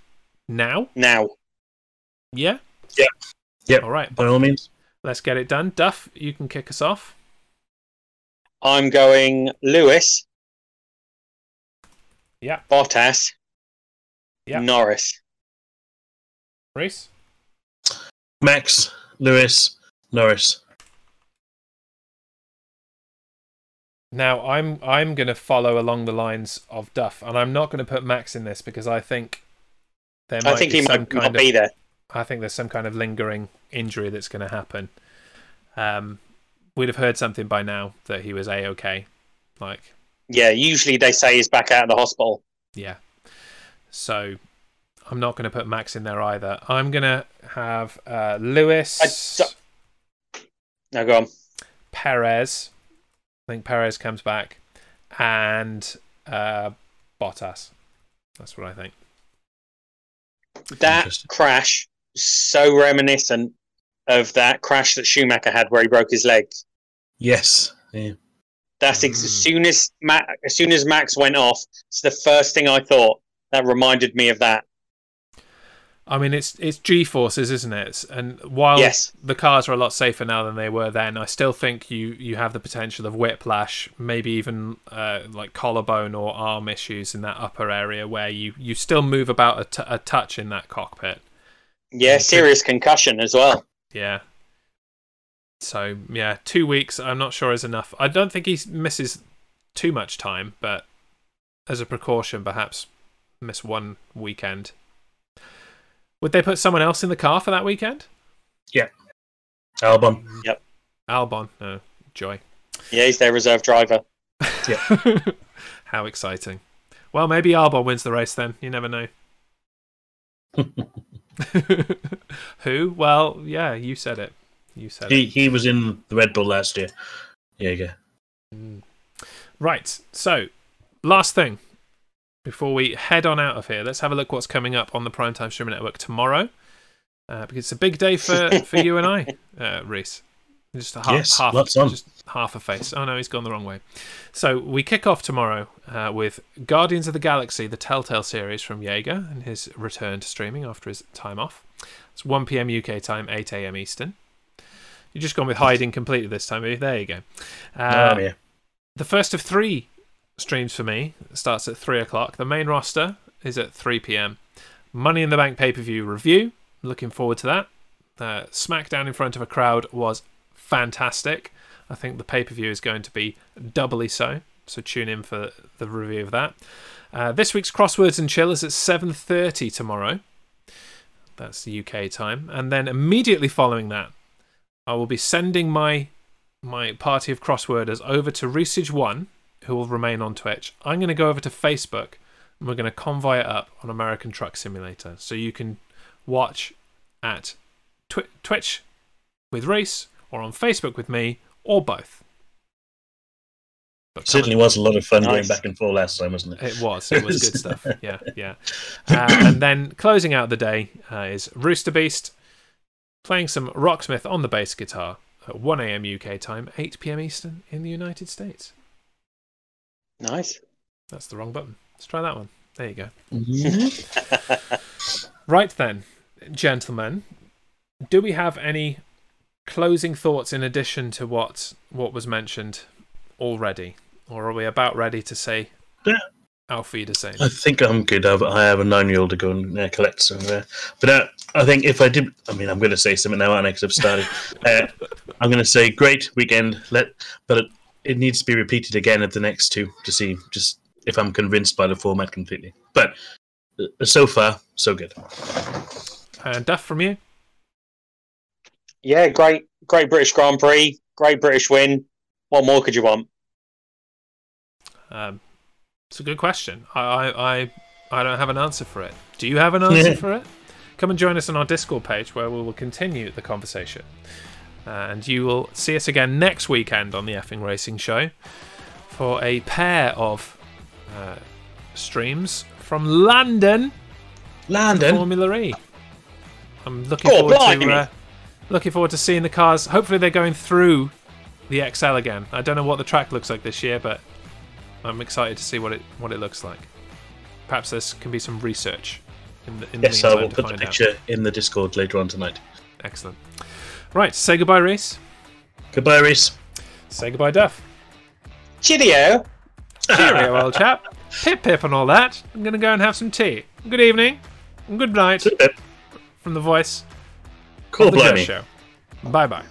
[SPEAKER 2] now?
[SPEAKER 3] Now,
[SPEAKER 2] Yeah?
[SPEAKER 1] Yeah. Yeah.
[SPEAKER 2] All right,
[SPEAKER 1] By all means.
[SPEAKER 2] let's get it done. Duff, you can kick us off.
[SPEAKER 3] I'm going Lewis.
[SPEAKER 2] Yeah.
[SPEAKER 3] Bottas.
[SPEAKER 2] Yeah.
[SPEAKER 3] Norris.
[SPEAKER 2] Reese?
[SPEAKER 1] Max, Lewis, Norris.
[SPEAKER 2] Now I'm I'm going to follow along the lines of Duff, and I'm not going to put Max in this because I think there might
[SPEAKER 3] I think
[SPEAKER 2] be
[SPEAKER 3] he
[SPEAKER 2] some
[SPEAKER 3] might
[SPEAKER 2] kind
[SPEAKER 3] not
[SPEAKER 2] of
[SPEAKER 3] be there.
[SPEAKER 2] I think there's some kind of lingering injury that's going to happen. Um, we'd have heard something by now that he was a okay, like
[SPEAKER 3] Yeah, usually they say he's back out of the hospital.
[SPEAKER 2] yeah. So I'm not going to put Max in there either. I'm going to have uh, Lewis
[SPEAKER 3] I Now go on.
[SPEAKER 2] Perez. I think Perez comes back, and uh, Bottas. That's what I think.
[SPEAKER 3] That
[SPEAKER 1] Interesting.
[SPEAKER 3] crash was so reminiscent of that crash that Schumacher had where he broke his leg.
[SPEAKER 1] Yes. Yeah.
[SPEAKER 3] That's ex-
[SPEAKER 2] Mm.
[SPEAKER 3] as soon as Ma- as soon as Max went off. It's the first thing I thought that reminded me of that.
[SPEAKER 2] I mean, it's it's G forces, isn't it? And while
[SPEAKER 3] Yes.
[SPEAKER 2] the cars are a lot safer now than they were then, I still think you you have the potential of whiplash, maybe even uh, like collarbone or arm issues in that upper area where you you still move about a, t- a touch in that cockpit.
[SPEAKER 3] Yeah, serious concussion as well.
[SPEAKER 2] Yeah. So yeah, two weeks. I'm not sure is enough. I don't think he s- misses too much time, but as a precaution, perhaps miss one weekend. Would they put someone else in the car for that weekend?
[SPEAKER 1] Albon.
[SPEAKER 2] Albon, no, Joy.
[SPEAKER 3] Yeah, he's their reserve driver.
[SPEAKER 2] Yeah. How exciting. Well, maybe Albon wins the race then. You never know. Who? Well, yeah, you said it. You said
[SPEAKER 1] He
[SPEAKER 2] it.
[SPEAKER 1] he was in the Red Bull last year. Yeah, yeah.
[SPEAKER 2] Right. So, last thing before we head on out of here, let's have a look what's coming up on the Primetime Streamer Network tomorrow. Uh, because it's a big day for, for you and I, uh, Reese. Just a half,
[SPEAKER 1] Yes,
[SPEAKER 2] half,
[SPEAKER 1] lots on.
[SPEAKER 2] just half a face. Oh no, he's gone the wrong way. So we kick off tomorrow uh, with Guardians of the Galaxy, the Telltale series from Jaeger and his return to streaming after his time off. It's 1 p.m. UK time, 8 a.m. Eastern. You've just gone with hiding completely this time, have you? There you go. Um,
[SPEAKER 1] oh, yeah.
[SPEAKER 2] the first of three streams for me starts at three o'clock. The main roster is at three p.m. Money in the Bank pay per view review. Looking forward to that. Uh, SmackDown in front of a crowd was fantastic. I think the pay per view is going to be doubly so. So tune in for the review of that. Uh, this week's crosswords and chill is at seven thirty tomorrow. That's the UK time, and then immediately following that, I will be sending my my party of crossworders over to Research One, who will remain on Twitch. I'm going to go over to Facebook and we're going to convoy it up on American Truck Simulator. So you can watch at twi- Twitch with Reese or on Facebook with me or both. But
[SPEAKER 1] Certainly was a lot of fun going
[SPEAKER 3] Nice.
[SPEAKER 1] back and forth last time, wasn't it?
[SPEAKER 2] it was. It was good stuff. Yeah, yeah. Uh, and then closing out the day uh, is Rooster Beast playing some Rocksmith on the bass guitar at 1 a.m. UK time, 8 p.m. Eastern in the United States.
[SPEAKER 3] Nice.
[SPEAKER 2] That's the wrong button. Let's try that one. There you go.
[SPEAKER 1] Mhm.
[SPEAKER 2] Right then, gentlemen, do we have any closing thoughts in addition to what what was mentioned already, or are we about ready to say
[SPEAKER 1] Yeah.
[SPEAKER 2] Auf Wiedersehen?
[SPEAKER 1] I think I'm good. I've, I have a nine-year-old to go and uh, collect some. Uh, but uh, I think if I did, I mean, I'm going to say something now, aren't I? Because I've started. uh, I'm going to say great weekend. Let, but it, it needs to be repeated again at the next two to see just if I'm convinced by the format completely. But uh, so far, so good.
[SPEAKER 2] And Uh, Duff from you.
[SPEAKER 3] Yeah, great, great British Grand Prix, great British win. What more could you want?
[SPEAKER 2] Um, it's a good question. I, I, I, I don't have an answer for it. Do you have an answer for it? Come and join us on our Discord page where we will continue the conversation. Uh, and you will see us again next weekend on the Effing Racing Show for a pair of uh, streams from London
[SPEAKER 1] Landon,
[SPEAKER 2] Formula E. I'm looking
[SPEAKER 3] Oh,
[SPEAKER 2] forward to
[SPEAKER 3] blimey.
[SPEAKER 2] uh, looking forward to seeing the cars. Hopefully they're going through the XL again. I don't know what the track looks like this year, but I'm excited to see what it what it looks like. Perhaps there can be some research in the in
[SPEAKER 1] yes,
[SPEAKER 2] the
[SPEAKER 1] I
[SPEAKER 2] meantime
[SPEAKER 1] will
[SPEAKER 2] to
[SPEAKER 1] put the
[SPEAKER 2] find
[SPEAKER 1] picture in the Discord later on tonight.
[SPEAKER 2] out. Excellent. Right, say goodbye, Reese.
[SPEAKER 1] Goodbye, Reese.
[SPEAKER 2] Say goodbye, Duff.
[SPEAKER 3] Cheerio.
[SPEAKER 2] Cheerio, old chap. Pip pip and all that. I'm gonna go and have some tea. Good evening. and Good night
[SPEAKER 1] Cool,
[SPEAKER 2] from the voice of the Joe
[SPEAKER 1] Oh, blimey.
[SPEAKER 2] show. Bye bye.